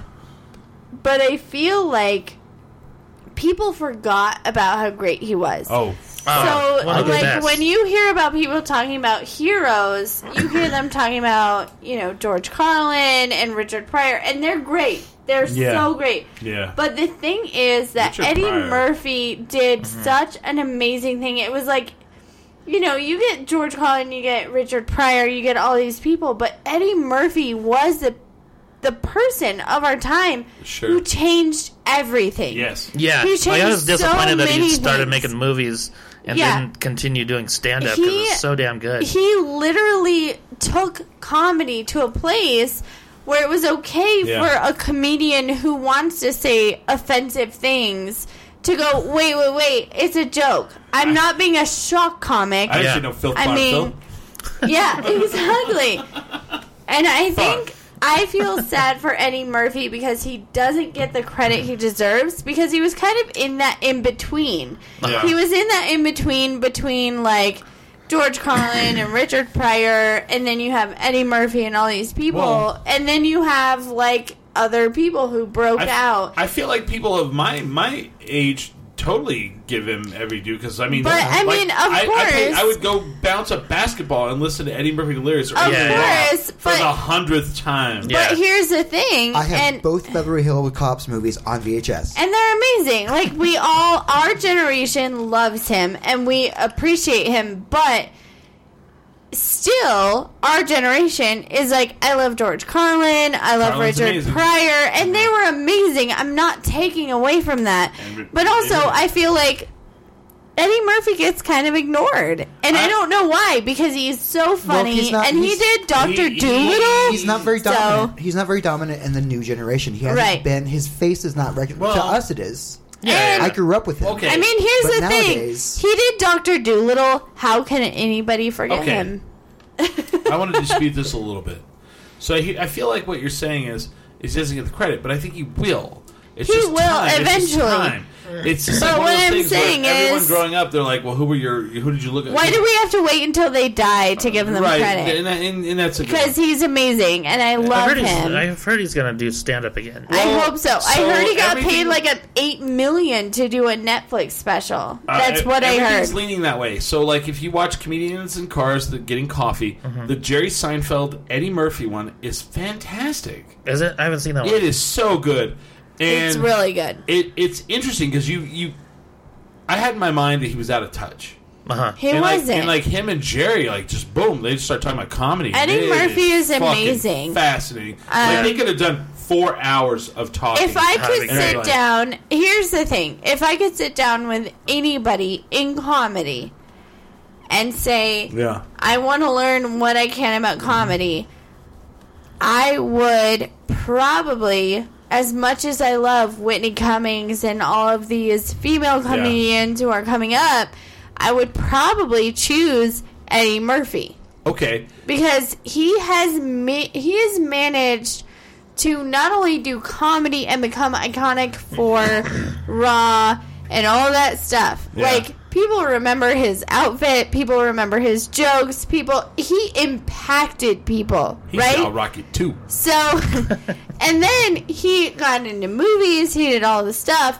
but I feel like people forgot about how great he was. Oh, Oh, So, one of the like, best. when you hear about people talking about heroes, you hear them talking about, you know, George Carlin and Richard Pryor, and they're great. They're Yeah. so great. yeah. But the thing is that Richard Eddie Pryor. Murphy did Mm-hmm. such an amazing thing. It was like, you know, you get George Carlin, you get Richard Pryor, you get all these people, but Eddie Murphy was the the person of our time Sure. who changed everything. yes. Yeah, He like, I changed was disappointed so that he many started things. making movies and Yeah. didn't continue doing stand up He- because it's so damn good. He literally took comedy to a place where it was okay Yeah. for a comedian who wants to say offensive things to go, wait, wait, wait, it's a joke. I'm not being a shock comic. I Yeah. actually know Phil I Clark, mean- Phil. yeah, exactly. And I think I feel sad for Eddie Murphy because he doesn't get the credit he deserves because he was kind of in that in between. Yeah. He was in that in between between like George Carlin and Richard Pryor, and then you have Eddie Murphy and all these people, Well- and then you have like other people who broke I, out. I feel like people of my my age totally give him every due because I mean, But, I like, mean, of I, I, think course. I would go bounce a basketball and listen to Eddie Murphy lyrics of Yeah, yeah. course, for the but hundredth time. Yeah. but here's the thing, I have and both Beverly Hill Cops movies on VHS. and they're amazing. Like we all, our generation loves him, and we appreciate him, but. Still, our generation is like, I love George Carlin, I love Carlin's Richard amazing. Mm-hmm. Pryor, and they were amazing. I'm not taking away from that. And- But also, and- I feel like Eddie Murphy gets kind of ignored, and I, I- don't know why because he's so funny, he's not- and he he's- did Doctor he- Doolittle. He's not very So- dominant. he's not very dominant in the new generation. He hasn't Right. been. His face is not recognized. to Well- us, it is. And- I grew up with him. Okay. I mean, here's But the nowadays- thing: he did Doctor Doolittle. How can anybody forget Okay. him? I want to dispute this a little bit. So he, I feel like what you're saying is is he doesn't get the credit, but I think he will. It's He just will time. It's just eventually. time. It's just But like one what of those I'm things where saying everyone is- growing up, they're like, "Well, who were your? Who did you look at? Why do we have to wait until they die to give them right, credit? And, and, and that's a good Because he's amazing, and I I've love heard, he's, him. I've heard he's gonna do stand up again. I Well, hope so. I so heard he got everything- paid like a eight million to do a Netflix special. Uh, That's what I everything's heard. leaning that way. So, like, if you watch comedians in cars that getting coffee, the Jerry Seinfeld Eddie Murphy one is fantastic. Is it? I haven't seen that one. It is so good, and it's really good. it, it's interesting because you you, I had in my mind that he was out of touch. Uh-huh. He and wasn't. Like, and like him and Jerry, like just boom, they just start talking about comedy. Eddie It Murphy is fucking amazing. fascinating. Um, like they could have done four hours of talking. if I Having could a sit good life. down, here's the thing. If I could sit down with anybody in comedy and say, yeah, I want to learn what I can about comedy, I would probably, as much as I love Whitney Cummings and all of these female comedians who are coming up, I would probably choose Eddie Murphy okay, because he has ma- he has managed to not only do comedy and become iconic for Raw and all that stuff. Like people remember his outfit, people remember his jokes, people he impacted people, he's right? now Rocket Two. So, and then he got into movies. He did all the stuff.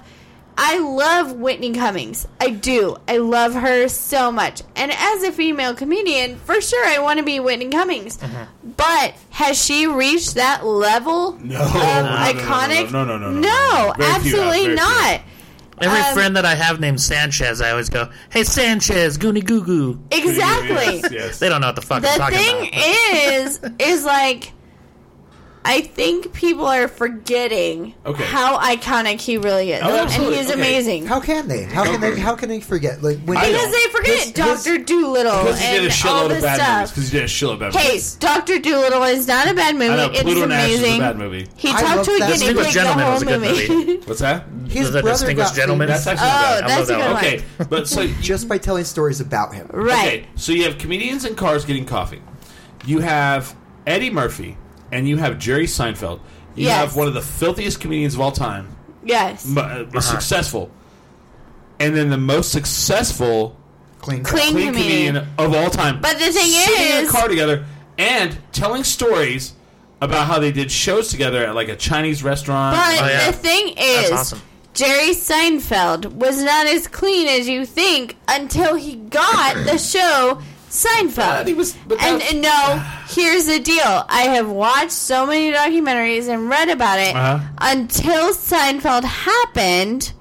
I love Whitney Cummings. I do. I love her so much. And as a female comedian, for sure, I want to be Whitney Cummings. But has she reached that level of iconic? no, no, no, no, no, Very no, few have, absolutely very few. not. Every Um, friend that I have named Sanchez, I always go, "Hey Sanchez, goony goo goo." Exactly. Yes. They don't know what the fuck I'm the talking thing about. is is like i think people are forgetting Okay. how iconic he really is Oh, and absolutely. he's Okay. amazing How can they? How can they? How can they forget? Like when I because know. they forget His- his- dr doolittle Because he did a and all shitload this of bad movies. stuff Because he did a shitload of bad hey movies. dr doolittle is not a bad movie I know it's Pluto Nash is amazing a bad movie. he I talked love to that. a guinea Distinguished pig the Gentleman whole was a good movie, What's that? his The brother Distinguished got Gentleman? famous That's actually not Oh, bad. I love that's a that good one. one. Okay, but so just by telling stories about him. Right. Okay, so you have comedians in cars getting coffee. You have Eddie Murphy, and you have Jerry Seinfeld. You Yes. have one of the filthiest comedians of all time, Yes. mu- uh, Uh-huh. successful, and then the most successful Clean, Clean clean comedian. comedian of all time. But the thing sitting in is- a car together and telling stories about how they did shows together at like a Chinese restaurant. But Oh, yeah. the thing is, That's awesome. Jerry Seinfeld was not as clean as you think until he got the show Seinfeld. But he was- but and, that- and no, here's the deal. I have watched so many documentaries and read about it. Uh-huh. Until Seinfeld happened,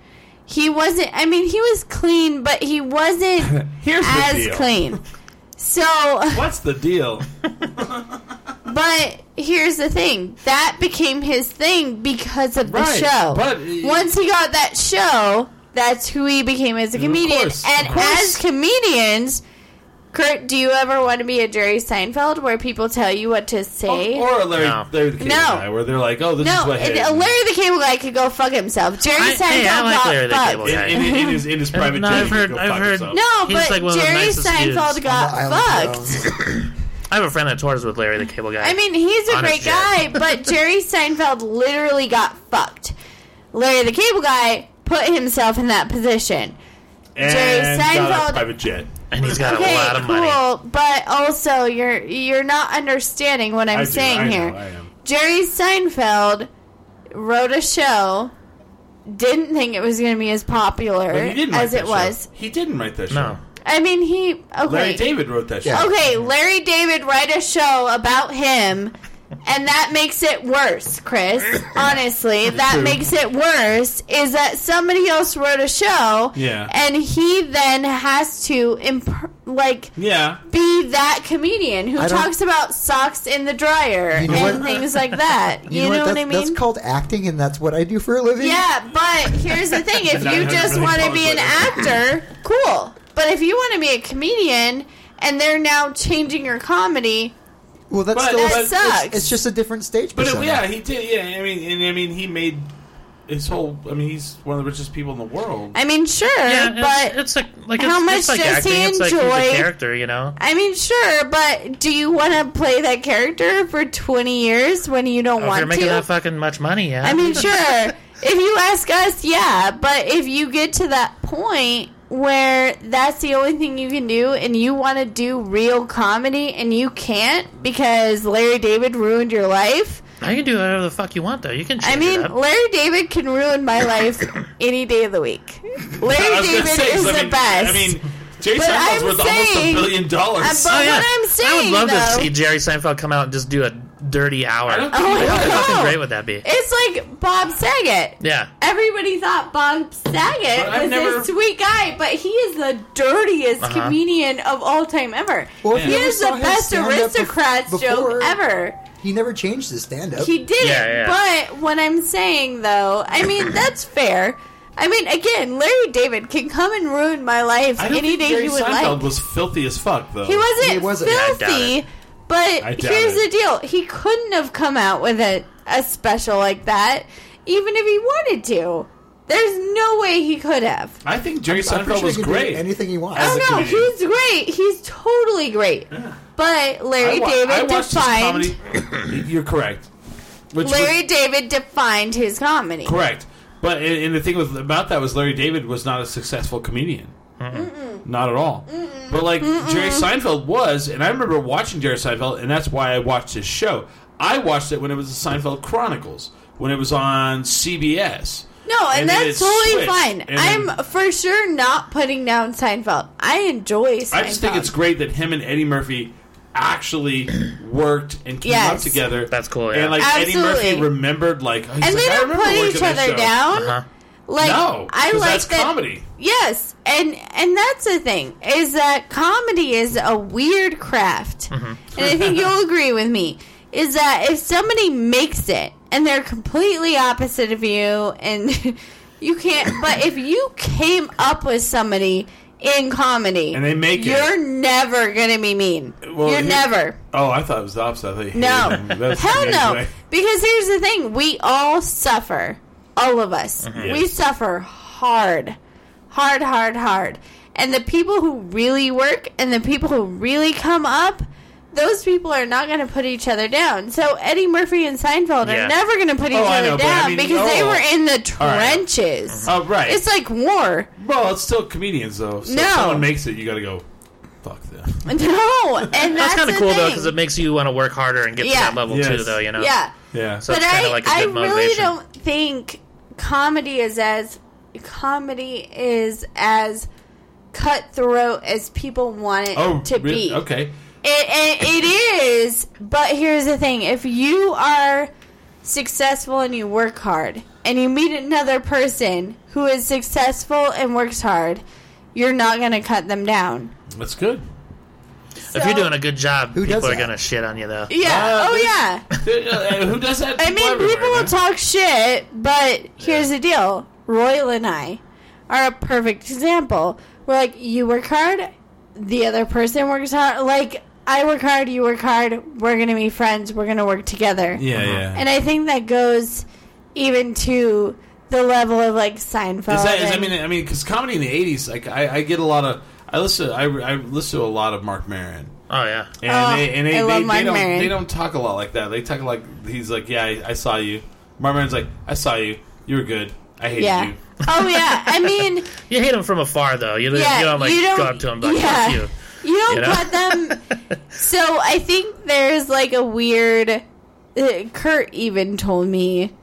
he wasn't. I mean, he was clean, but he wasn't Here's the as deal. clean. So What's the deal? but here's the thing: that became his thing because of the Right, show. but- once he got that show, that's who he became as a comedian. course, and of course. as comedians, Kurt, do you ever want to be a Jerry Seinfeld, where people tell you what to say? Or a Larry, No. Larry the Cable No. Guy, where they're like, "Oh, this is no, what it, hit." Larry the Cable Guy could go fuck himself. Jerry I- Seinfeld hey, I like got Larry the fucked. Cable Guy. in, in, in his in his private No, jet, I've he heard- go I've fuck heard- himself. No, He's but like one of the Jerry nicest Seinfeld dudes. got fucked. I have a friend that tours with Larry the Cable Guy. I mean, he's a Honest great Jack. guy, but Jerry Seinfeld literally got fucked. Larry the Cable Guy put himself in that position. and Jerry got a Seinfeld- private jet. and he's got Okay, a lot of cool. money. But also, you're you're not understanding what I'm I do, saying I know, here. I am. Jerry Seinfeld wrote a show, didn't think it was going to be as popular But he didn't write as that it show. was. He didn't write that show. No, I mean, he okay. Larry David wrote that show. Yeah. Okay, Larry David write a show about him, and that makes it worse, Chris. Honestly, that makes it worse is that somebody else wrote a show, Yeah. and he then has to imp- like Yeah. be that comedian who I don't- talks about socks in the dryer You know and what? things like that. You, know, what, That's- I mean? That's called acting, and that's what I do for a living. yeah, but here's the thing: if you just want to be an actor, cool. But if you want to be a comedian and they're now changing your comedy, Well, that's But- still That it's- it's- sucks. It's, just a different stage. But persona. yeah, he did. Yeah, I mean, and I mean, he made his whole. I mean, he's one of the richest people in the world. I mean, sure, yeah, but it's, it's like like how it's, much it's like does acting. he it's like he's a enjoy- character, you know. I mean, sure, but do you want to play that character for 20 years when you don't Oh, If you're want making to? that fucking much money, yeah. I mean, sure. if you ask us, yeah. But if you get to that point where that's the only thing you can do and you want to do real comedy and you can't because Larry David ruined your life, I can do whatever the fuck you want, though. You can. Change I mean, it up. Larry David can ruin my life any day of the week. I Larry was gonna David say, is 'cause I the mean- best. I mean, Jay But Seinfeld's I'm worth almost a saying- billion Uh, dollars. but Oh, yeah. what I'm saying, I would love though, to see Jerry Seinfeld come out and just do a dirty hour. don't How Oh my fucking God. great would that be? It's like Bob Saget. Yeah. Everybody thought Bob Saget But I've was never- this sweet guy, but he is the dirtiest Uh-huh. comedian of all time ever. Well, if he you ever is saw the his best stand-up bef- aristocrats before, joke ever. He never changed his stand-up. He did Yeah, yeah. it. But what I'm saying, though, I mean, that's fair. I mean, again, Larry David can come and ruin my life I don't any think day Jerry he would Seinfeld like. was filthy as fuck, though. He wasn't, He wasn't. Yeah, I doubt filthy, I it. but doubt here's it. the deal: he couldn't have come out with a, a special like that, even if he wanted to. There's no way he could have. I think Jerry I'm pretty Seinfeld sure was he can do great. Anything he wants. As Oh a no, comedian. he's great. He's totally great. But Larry I wa- I David watched his defined comedy- You're correct. Which was- Larry David defined his comedy. Correct. But and, and the thing with about that was Larry David was not a successful comedian. Not at all. But like Jerry Seinfeld was, and I remember watching Jerry Seinfeld, and that's why I watched his show. I watched it when it was the Seinfeld Chronicles, when it was on CBS. No, and, And then that's it totally switched, fine. and I'm then- for sure not putting down Seinfeld. I enjoy Seinfeld. I just think it's great that him and Eddie Murphy actually worked and came up Yes. together. That's cool, yeah. And like Eddie Murphy Absolutely. remembered, like, he's and like, they I don't remember put working each that other show. down. Uh-huh. Like No, I 'cause like that's that- comedy. Yes, and and that's the thing is that comedy is a weird craft, Mm-hmm. and I think you'll agree with me is that if somebody makes it and they're completely opposite of you and you can't, but if you came up with somebody in comedy And they make it. you're never gonna be mean. Well, you're here- never. Oh, I thought it was the opposite. I thought you hated No. him. That's Hell the no. other way. Because here's the thing we all suffer. All of us. We Mm-hmm. Yes. suffer hard. Hard, hard, hard. And the people who really work and the people who really come up, those people are not going to put each other down. So Eddie Murphy and Seinfeld Yeah. are never going to put each Oh, I other know, but I down mean, because they oh. were in the right. trenches. Oh, right. It's like war. Well, it's still comedians though. So No. if someone makes it, you got to go. Fuck them. No, and that's, That's kind of the cool thing. though, because it makes you want to work harder and get to Yeah. that level too, Yes. though. You know. yeah. Yeah. So- but it's kinda I, like a I good really motivation. don't think comedy is as comedy is as cutthroat as people want it oh, to really? be. okay. It, it, it is, but here's the thing: if you are successful and you work hard, and you meet another person who is successful and works hard, you're not going to cut them down. That's good. If you're doing a good job, Who people does are that? gonna shit on you though. yeah, Uh, oh this- yeah. Uh, Who does that? I mean, everywhere, people will man. talk shit, but here's the deal. Royal and I are a perfect example. We're like, you work hard, the other person works hard. Like, I work hard, you work hard, we're going to be friends, we're going to work together. Yeah, yeah. And I think that goes even to the level of, like, Seinfeld. is that, is, I and- mean, I mean, because comedy in the '80s, like I, I get a lot of. I listen. I, I listen to a lot of Mark Maron. Oh yeah. And Oh, they, and they, I love they, Mark they don't Maron. they don't talk a lot like that. They talk like he's like, yeah, I, I saw you. Mark Maron's like, I saw you. You were good. I hated Yeah. you. Oh yeah, I mean, You hate him from afar, though. You, don't- yeah, you don't like you don't go up to him, but yeah, fuck you. You don't you know? let them. so I think there's like a weird. uh, Kurt even told me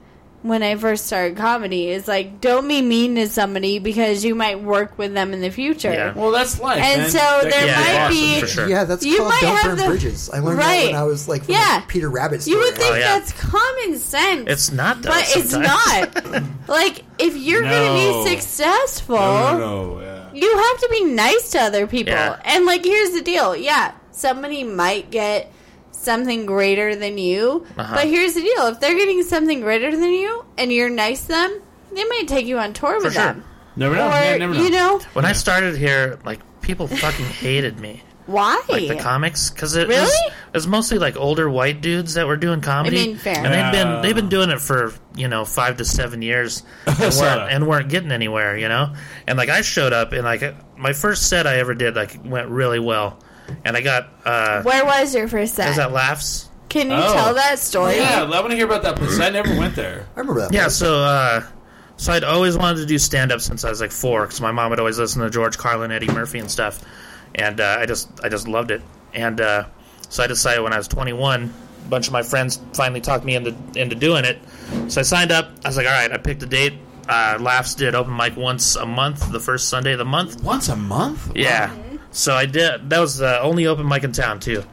when I first started comedy is like, don't be mean to somebody because you might work with them in the future. Yeah. Well, that's life. And man. so That there could Yeah, might awesome, be- for sure. Yeah, that's You called might don't have burn the- bridges. I learned that Right. when I was like from Yeah. the Peter Rabbit story. You would think Oh, yeah. that's common sense. It's not, though. but it's not. like if you're No. going to be successful, No, no, no, yeah. you have to be nice to other people. Yeah. And like, here's the deal: yeah, somebody might get something greater than you, Uh-huh. but here's the deal: if they're getting something greater than you, and you're nice to them, they might take you on tour with sure. them. Never Or know. Yeah, never know. you know When I started here, like people fucking hated me, why? like the comics, because it, Really? was- it was mostly like older white dudes that were doing comedy. I mean, fair. And they've Yeah. been they've been doing it for you know five to seven years, and weren't, that. and weren't getting anywhere, you know. And like I showed up, and like my first set I ever did like went really well, and I got uh, Where was your first set? is that laughs? Can you Oh. tell that story? Yeah, I want to hear about that place. I never went there. I remember that. Yeah, so uh, so I'd always wanted to do stand up since I was like four because my mom would always listen to George Carlin, Eddie Murphy, and stuff, and uh, I just I just loved it. And uh, so I decided when I was 21, a bunch of my friends finally talked me into into doing it. So I signed up. I was like, all right, I picked a date. Uh, Laughs did open mic once a month, the first Sunday of the month. Once a month? Yeah. So I did. That was the only open mic in town too.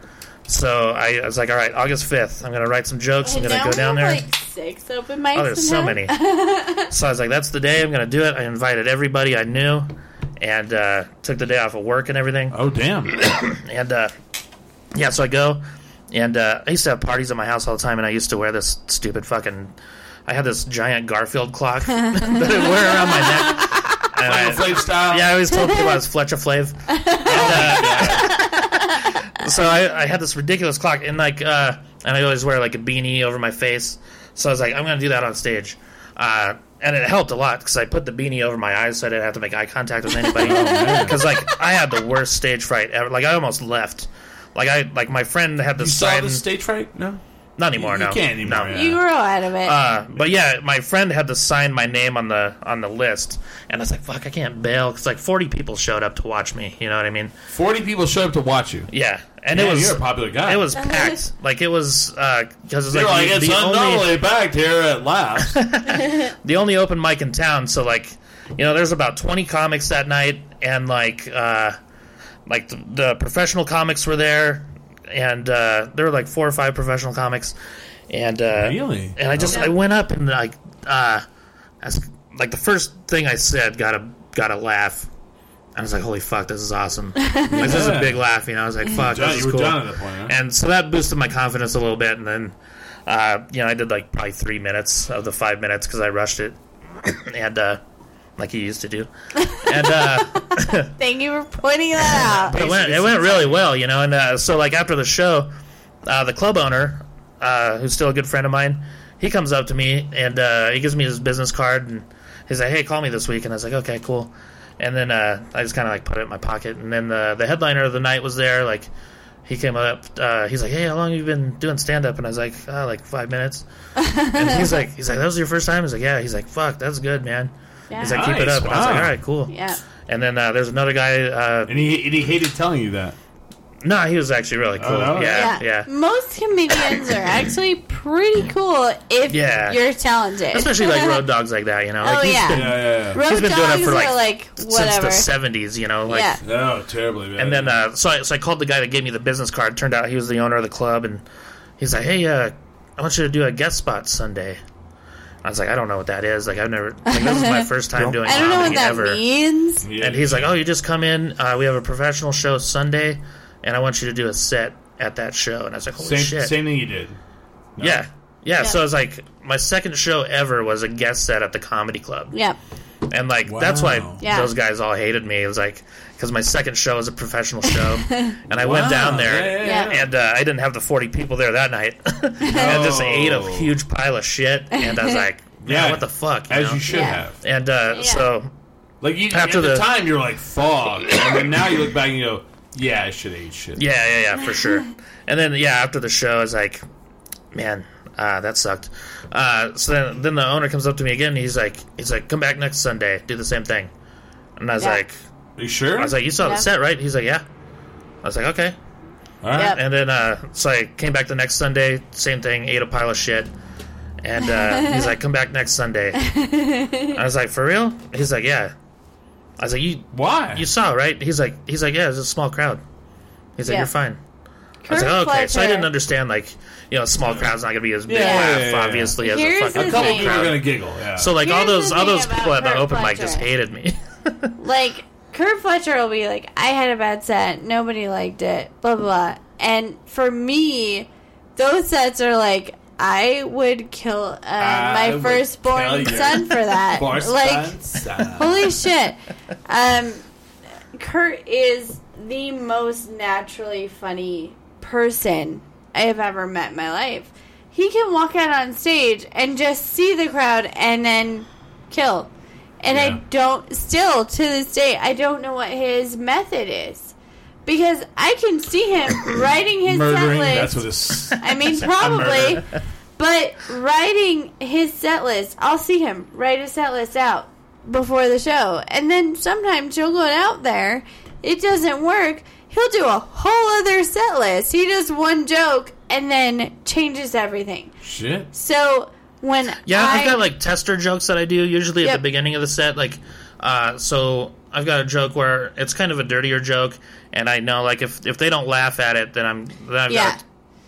So I, I was like, all right, August 5th, I'm gonna write some jokes. I'm And gonna now go we down have, there. Like six open mics. Oh, there's in so town. many. so I was like, that's the day I'm going to do it. I invited everybody I knew and uh, took the day off of work and everything. Oh, damn. And uh, yeah, so I go. And uh, I used to have parties at my house all the time, and I used to wear this stupid fucking. I had this giant Garfield clock that I would wear around my neck. And I- Slave style. yeah, I always told people I was Fletcher Flav. And, uh, so I, I had this ridiculous clock, and like, uh, and I always wear like a beanie over my face. So I was like, I'm gonna do that on stage, uh, and it helped a lot because I put the beanie over my eyes, so I didn't have to make eye contact with anybody. Oh, Because like, I had the worst stage fright ever. Like, I almost left. Like I like my friend had this You saw sign. the stage fright? No. not anymore. you no, can't anymore, No. yeah. You grow out of it. Uh, but yeah, my friend had to sign my name on the on the list, and I was like, "Fuck, I can't bail." Because like forty people showed up to watch me. You know what I mean? 40 people showed up to watch you. Yeah, and Man, it was you're a popular guy. it was packed. Like it was because it's You're like, like, the, it's the only unknowingly backed here at last. the only open mic in town. So like, you know, there's about twenty comics that night, and like uh, like the, the professional comics were there, and uh, there were like four or five professional comics, and uh, Really? and I just I went up and like uh, as like the first thing I said got a got a laugh. I was like, "Holy fuck, this is awesome!" Like, This is a Yeah. big laugh, you know. I was like, "Fuck, John, this is you were cool." done at that point, huh? And so that boosted my confidence a little bit, and then uh, you know I did like probably three minutes of the five minutes because I rushed it, and uh, like you used to do, and. Uh, Thank you for pointing that out. it went, it went really well, you know. And uh, so, like after the show, uh, the club owner, uh, who's still a good friend of mine, he comes up to me and uh, he gives me his business card and he's like, "Hey, call me this week." And I was like, "Okay, cool." And then uh, I just kind of like put it in my pocket. And then the the headliner of the night was there. Like he came up, uh, he's like, "Hey, how long have you been doing stand up?" And I was like, oh, "Like five minutes." and he's like, "He's like, that was your first time?" He's like, "Yeah." He's like, "Fuck, that's good, man." Yeah. He's like, "Keep it Nice, up." And I was like, wow. "All right, cool." yeah. And then uh, there's another guy. Uh, and, he, and he hated telling you that. no, he was actually really cool. Oh, no? yeah, yeah, Most comedians are actually pretty cool if Yeah. you're talented. Especially like road dogs like that, you know. Like Oh, he's yeah. been Yeah, yeah, Road he's been dogs doing it for, like, are like since whatever. the seventies, you know. Like, yeah. yeah. Oh, terribly bad. And then uh, so I so I called the guy that gave me the business card. Turned out he was the owner of the club, and he's like, "Hey, uh, I want you to do a guest spot Sunday." I was like, "I don't know what that is. Like, I've never. Like, this is my first time doing I don't know what comedy that ever." means. Yeah. And he's like, "Oh, you just come in. Uh, we have a professional show Sunday, and I want you to do a set at that show." And I was like, "Holy same, shit!" same thing you did. Yeah. yeah. So it was like my second show ever was a guest set at the comedy club. Yeah. And like that's why Wow. Yeah. those guys all hated me. It was like because my second show was a professional show, and I went down there, Yeah, Yeah. and uh, I didn't have the forty people there that night. and I just ate a huge pile of shit, and I was like, "Yeah, Yeah. what the fuck?" you As know? you should Yeah. have. And uh, Yeah. so Like you, After at the, the- time, you're like, fuck. and then now you look back and you go, yeah, I should have ate shit. Yeah, yeah, yeah, for sure. and then yeah, after the show, I was like, man, ah, that sucked. Uh, so then, then the owner comes up to me again. And he's like, he's like, come back next Sunday, do the same thing. And I was Yeah. like, Are you sure? I was like, you saw Yeah. the set, right? He's like, yeah. I was like, okay. All right. Yep. And then, uh, so I came back the next Sunday, same thing, ate a pile of shit. And uh, he's like, come back next Sunday. I was like, for real? He's like, yeah. I was like, you Why? you saw right? He's like, he's like, yeah, it's a small crowd. He's like, Yeah. you're fine. I Kurt was like, oh, okay. So I didn't Fletcher. understand like, you know, small crowd's not gonna be as big. Yeah, laugh, yeah, yeah, yeah. obviously, as Here's a the fucking a couple thing. big people are crowd. gonna giggle. Yeah. So like Here's all the those all thing those about people at the Kurt open mic just Fletcher. hated me. like Kurt Fletcher will be like, I had a bad set, nobody liked it, blah blah. blah. And for me, those sets are like I would kill uh, I my would kill firstborn your son for that. Force like fence. holy shit, um, Kurt is the most naturally funny person I have ever met in my life. He can walk out on stage and just see the crowd and then kill. And I Yeah. don't, still to this day, I don't know what his method is. Because I can see him writing his set murdering. list. That's what it's. I mean, probably. But writing his set list, I'll see him write a set list out before the show. And then sometimes he'll go out there, it doesn't work. He'll do a whole other set list. He does one joke and then changes everything. Shit. So when Yeah, I, I've got like tester jokes that I do usually at Yep. the beginning of the set. Like, uh, so I've got a joke where it's kind of a dirtier joke, and I know like if if they don't laugh at it, then I'm then I've yeah, got to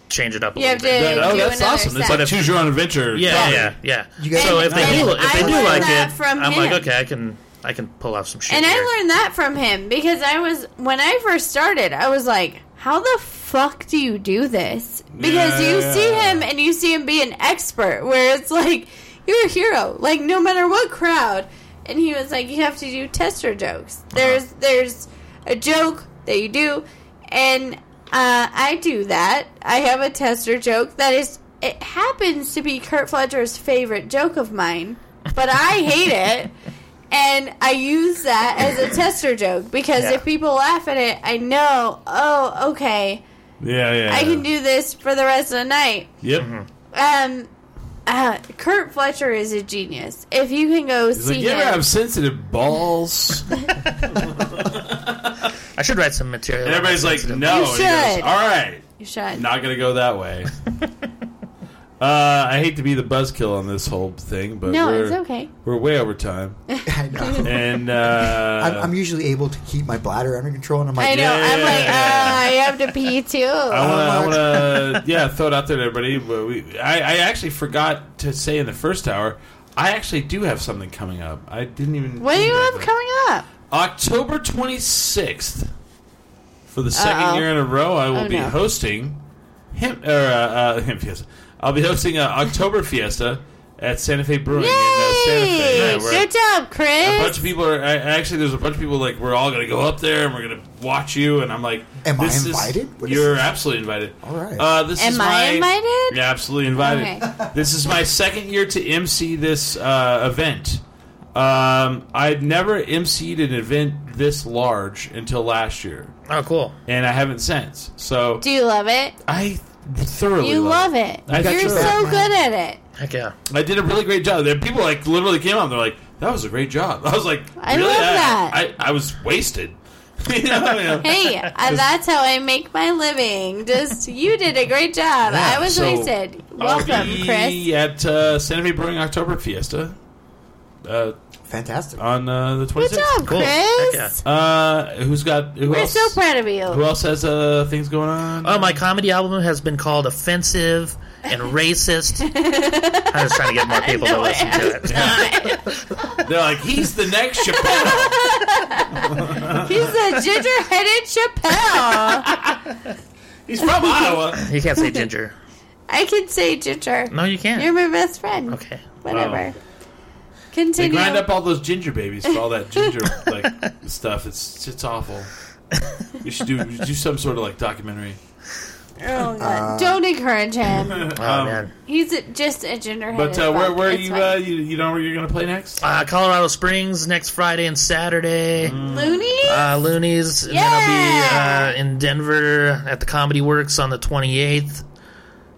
change it up. A you have little to bit. do oh, that's another awesome. set. It's like choose your own adventure. Yeah, yeah, yeah. You guys- so if they And- do, and if they I do learned like that it, from I'm him. like, okay, I can I can pull off some shit. And I here. learned that from him because I was when I first started, I was like, "How the fuck do you do this?" Because you Yeah. see him and you see him be an expert, where it's like you're a hero, like no matter what crowd. And he was like, "You have to do tester jokes. Uh-huh. There's there's a joke that you do, and uh, I do that. I have a tester joke that is." It happens to be Kurt Fletcher's favorite joke of mine, but I hate it. And I use that as a tester joke because Yeah. if people laugh at it, I know, oh, okay, Yeah, yeah. I can do this for the rest of the night. Yep. Mm-hmm. Um, uh, Kurt Fletcher is a genius. If you can go He's see like, him, yeah, I'm sensitive balls. and I should write some material. on everybody's that like, sensitive- no. You And he goes, should. All right. you should. Not gonna go that way. Uh, I hate to be the buzzkill on this whole thing, but no, we're, it's okay. we're way over time, I know. and uh, I'm, I'm usually able to keep my bladder under control, and I'm I like, know. I'm like, uh, I have to pee too. I want to, I Uh, want to, yeah, throw it out there to everybody. But we, I, I actually forgot to say in the first hour, I actually do have something coming up. I didn't even. what do you have about that. coming up? October 26th, for the 2nd Uh-oh. year in a row, I will Oh, be no. hosting him or uh, uh, him fiesta. I'll be hosting uh, October Fiesta at Santa Fe Brewing in uh, Santa Fe. Yay! Yeah, we're- Good job, a bunch Chris. of people are I, actually. There's a bunch of people like we're all gonna go up there and we're gonna watch you. And I'm like, Am I this is- invited? What is you're this? absolutely invited. All right. Uh, this Am is I my, invited? Yeah, absolutely invited. Okay. This is my second year to MC this uh, event. Um, I'd never MC'd an event this large until last year, oh, cool. and I haven't since. So Do you love it? I thoroughly You love it. it. I got You're your back, so man. good at it. Heck yeah. I did a really great job. There, people like literally came out. They're like, "That was a great job." I was like, I "Really?" love that. I, I was wasted. You know, yeah. hey, uh, that's how I make my living. Just you did a great job. I was so uh, wasted. I'll Welcome, be Chris. At uh, Santa Fe Brewing October Fiesta uh, fantastic. on uh, the twenty Good sixth. job, Cool. Chris. Heck Uh, who's got? Who We're else? so proud of Who you. else has uh, things going on? Oh, my comedy album has been called offensive and racist. I was trying to get more people to listen to it. They're like, he's the next Chappelle. He's a ginger-headed Chappelle. he's from Iowa. You can't say ginger. I can say ginger. No, you can't. You're my best friend. okay. Whatever. They Continue. grind up all those ginger babies for all that ginger like stuff. It's it's awful. We should do we should do some sort of like documentary. Oh, God. Don't encourage him. Oh man. He's a, just a ginger-headed. But uh, where fuck. where are It's you, fine. uh, you you know where you're gonna play next? Uh, Colorado Springs next Friday and Saturday. Mm. Looney? Uh, Loonies. And then I'll be uh, in Denver at the Comedy Works on the 28th.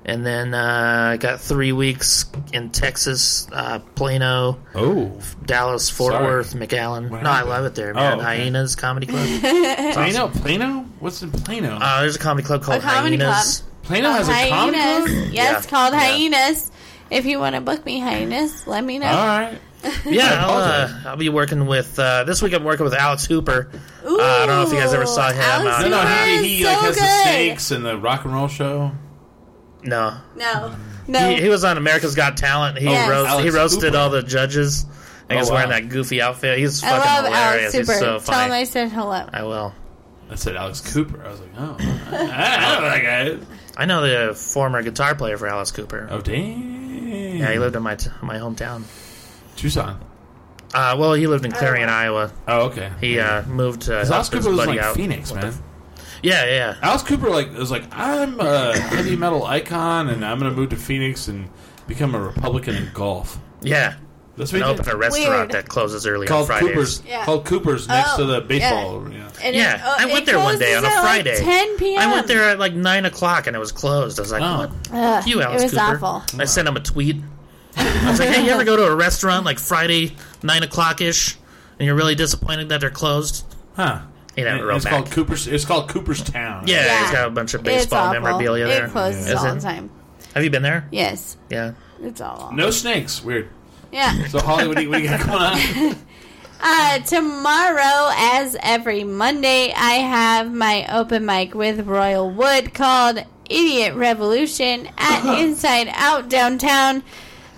and then uh, I got three weeks in Texas, uh, Plano, Oh, Dallas, Fort Sorry. Worth, McAllen. What no, I happened? Oh, love it there, man. okay. Hyenas Comedy Club. Plano, Plano. What's in Plano? Uh, there's a comedy club called comedy Hyenas. Plano has a Oh, hyenas. comedy club. yes, called Yeah. hyenas. If you want to book me hyenas, let me know. All right. Yeah, I'll, apologize. uh, I'll be working with uh, this week. I'm working with Alex Hooper. Uh, I don't know if you guys ever saw him. Alex Uh, No, no, Hooper he, is he so like has the good. steaks and the rock and roll show. No, No, no. He, he was on America's Got Talent. He Yes. roast- Alex he roasted Cooper. all the judges. I think Oh, he's wearing wow. that goofy outfit. He's I fucking love Alex hilarious. Super. He's so Tell him I funny. said hello. I will. I said Alex Cooper. I was like, oh, I, I know that guy. is. I know the former guitar player for Alice Cooper. Oh, dang. Yeah, he lived in my t- my hometown. Tucson. Uh, well, he lived in Clarion, Iowa. Oh, okay. He uh, moved to help Alice his Cooper was buddy like out. Phoenix, man. Yeah, yeah, yeah. Alice Cooper like was like, I'm a heavy metal icon, and I'm gonna move to Phoenix and become a Republican in golf. yeah. That's And what he opened did. a restaurant Weird. that closes early on Called Fridays. Cooper's. Yeah. Called Cooper's next Oh, to the yeah. baseball. Yeah. And Yeah, it- oh, I went it there one day on a closes at, like, Friday. 10 p.m. I went there at like nine o'clock and it was closed. I was like, Oh. "What? Ugh, you, Alice It was Cooper. awful. I sent him a tweet. I was like, "Hey, you ever go to a restaurant like Friday nine o'clock ish, and you're really disappointed that they're closed?" Huh. He And never wrote it's back. called Cooper's. It's called Cooperstown. yeah, Yeah. he's got a bunch of It's baseball awful. memorabilia there. It closes Is all it? the time. Have you been there? Yes, Yeah. it's all awful. No snakes. Weird. Yeah. So Holly, what do you, what do you got going on? Uh, tomorrow, as every Monday, I have my open mic with Royal Wood called Idiot Revolution at Inside Out Downtown.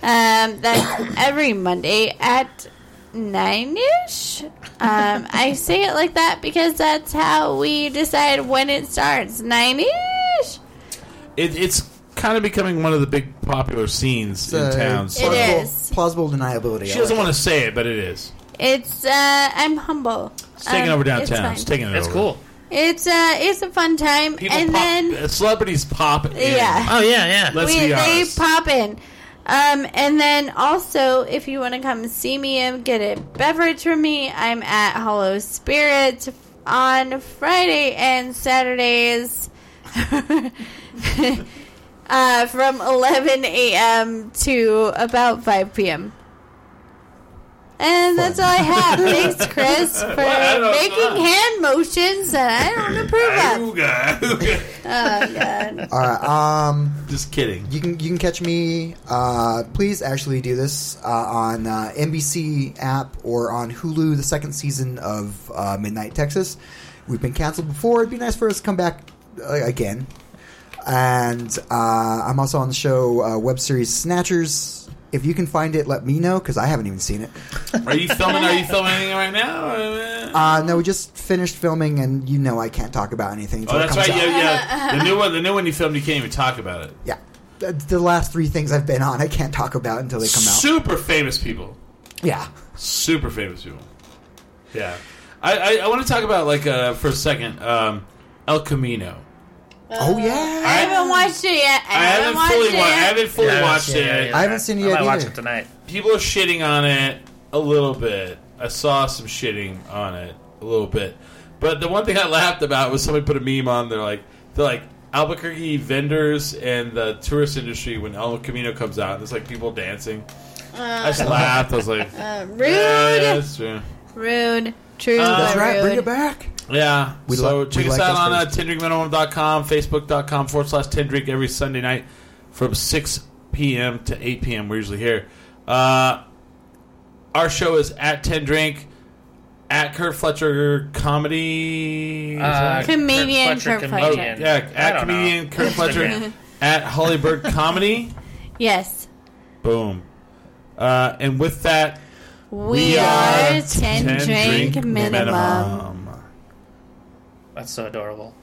Um, that's every Monday at nine ish. Um, I say it like that because that's how we decide when it starts. Nine ish. It, it's kind of becoming one of the big popular scenes in Uh, town. So It plausible- is. plausible deniability. she I doesn't like want to say it, but it is. It's uh, I'm humble. It's taking Um, over it's downtown. fine. It's, taking it That's over. cool. It's uh, it's a fun time, People and pop, then celebrities pop. in. yeah. Oh yeah, yeah. Let's we, be they honest. pop in. Um, and then also, if you want to come see me and get a beverage from me, I'm at Hollow Spirits on Friday and Saturdays uh, from 11 a.m. to about 5 p.m. And that's all I have. Thanks, Chris, for don't making hand motions that I don't approve of. Ooga. Oh, God. it. All right. Um. Just kidding. You can you can catch me. Uh, please actually do this uh, on uh, NBC app or on Hulu. The second season of uh, Midnight Texas. We've been canceled before. It'd be nice for us to come back uh, again. And uh, I'm also on the show uh, web series Snatchers. If you can find it, let me know because I haven't even seen it. Are you filming? Are you filming anything right now? Uh, no, we just finished filming, and you know I can't talk about anything. Until oh, that's it comes right. out. Yeah, yeah. The new one. The new one you filmed. You can't even talk about it. yeah. The- The last three things I've been on, I can't talk about until they come out. Super famous people. Yeah. Super famous people. Yeah. I, I, I want to talk about like uh, for a second um, El Camino. Oh yeah. I haven't watched it yet. I, I haven't, haven't watched fully it wa- I yet. haven't fully Yeah, watched yeah, it. yeah, yeah. I haven't seen it I yet might watch either. it tonight. people are shitting on it a little bit. I saw some shitting on it a little bit. But the one thing I laughed about was somebody put a meme on. They're like, they're like Albuquerque vendors and the tourist industry when El Camino comes out. There's like people dancing. I just laughed. I was like, Uh, rude, yeah, that's true. rude, true, Uh, That's but right. rude. Bring it back. Yeah. We so like- check we us like out those on uh, things. tindrinkminimum.com, facebook.com forward slash tindrink every Sunday night from 6 p.m. to 8 p.m. We're usually here. Uh, our show is at tindrink, at Kurt Fletcher Comedy. is that- Comedian Kurt oh, Fletcher. Uh, comedian. yeah, I don't at comedian know. Kurt Fletcher, Instagram. at Hollybird Comedy. Yes, Boom. Uh, and with that, we, are ten drink, minimum. That's so adorable.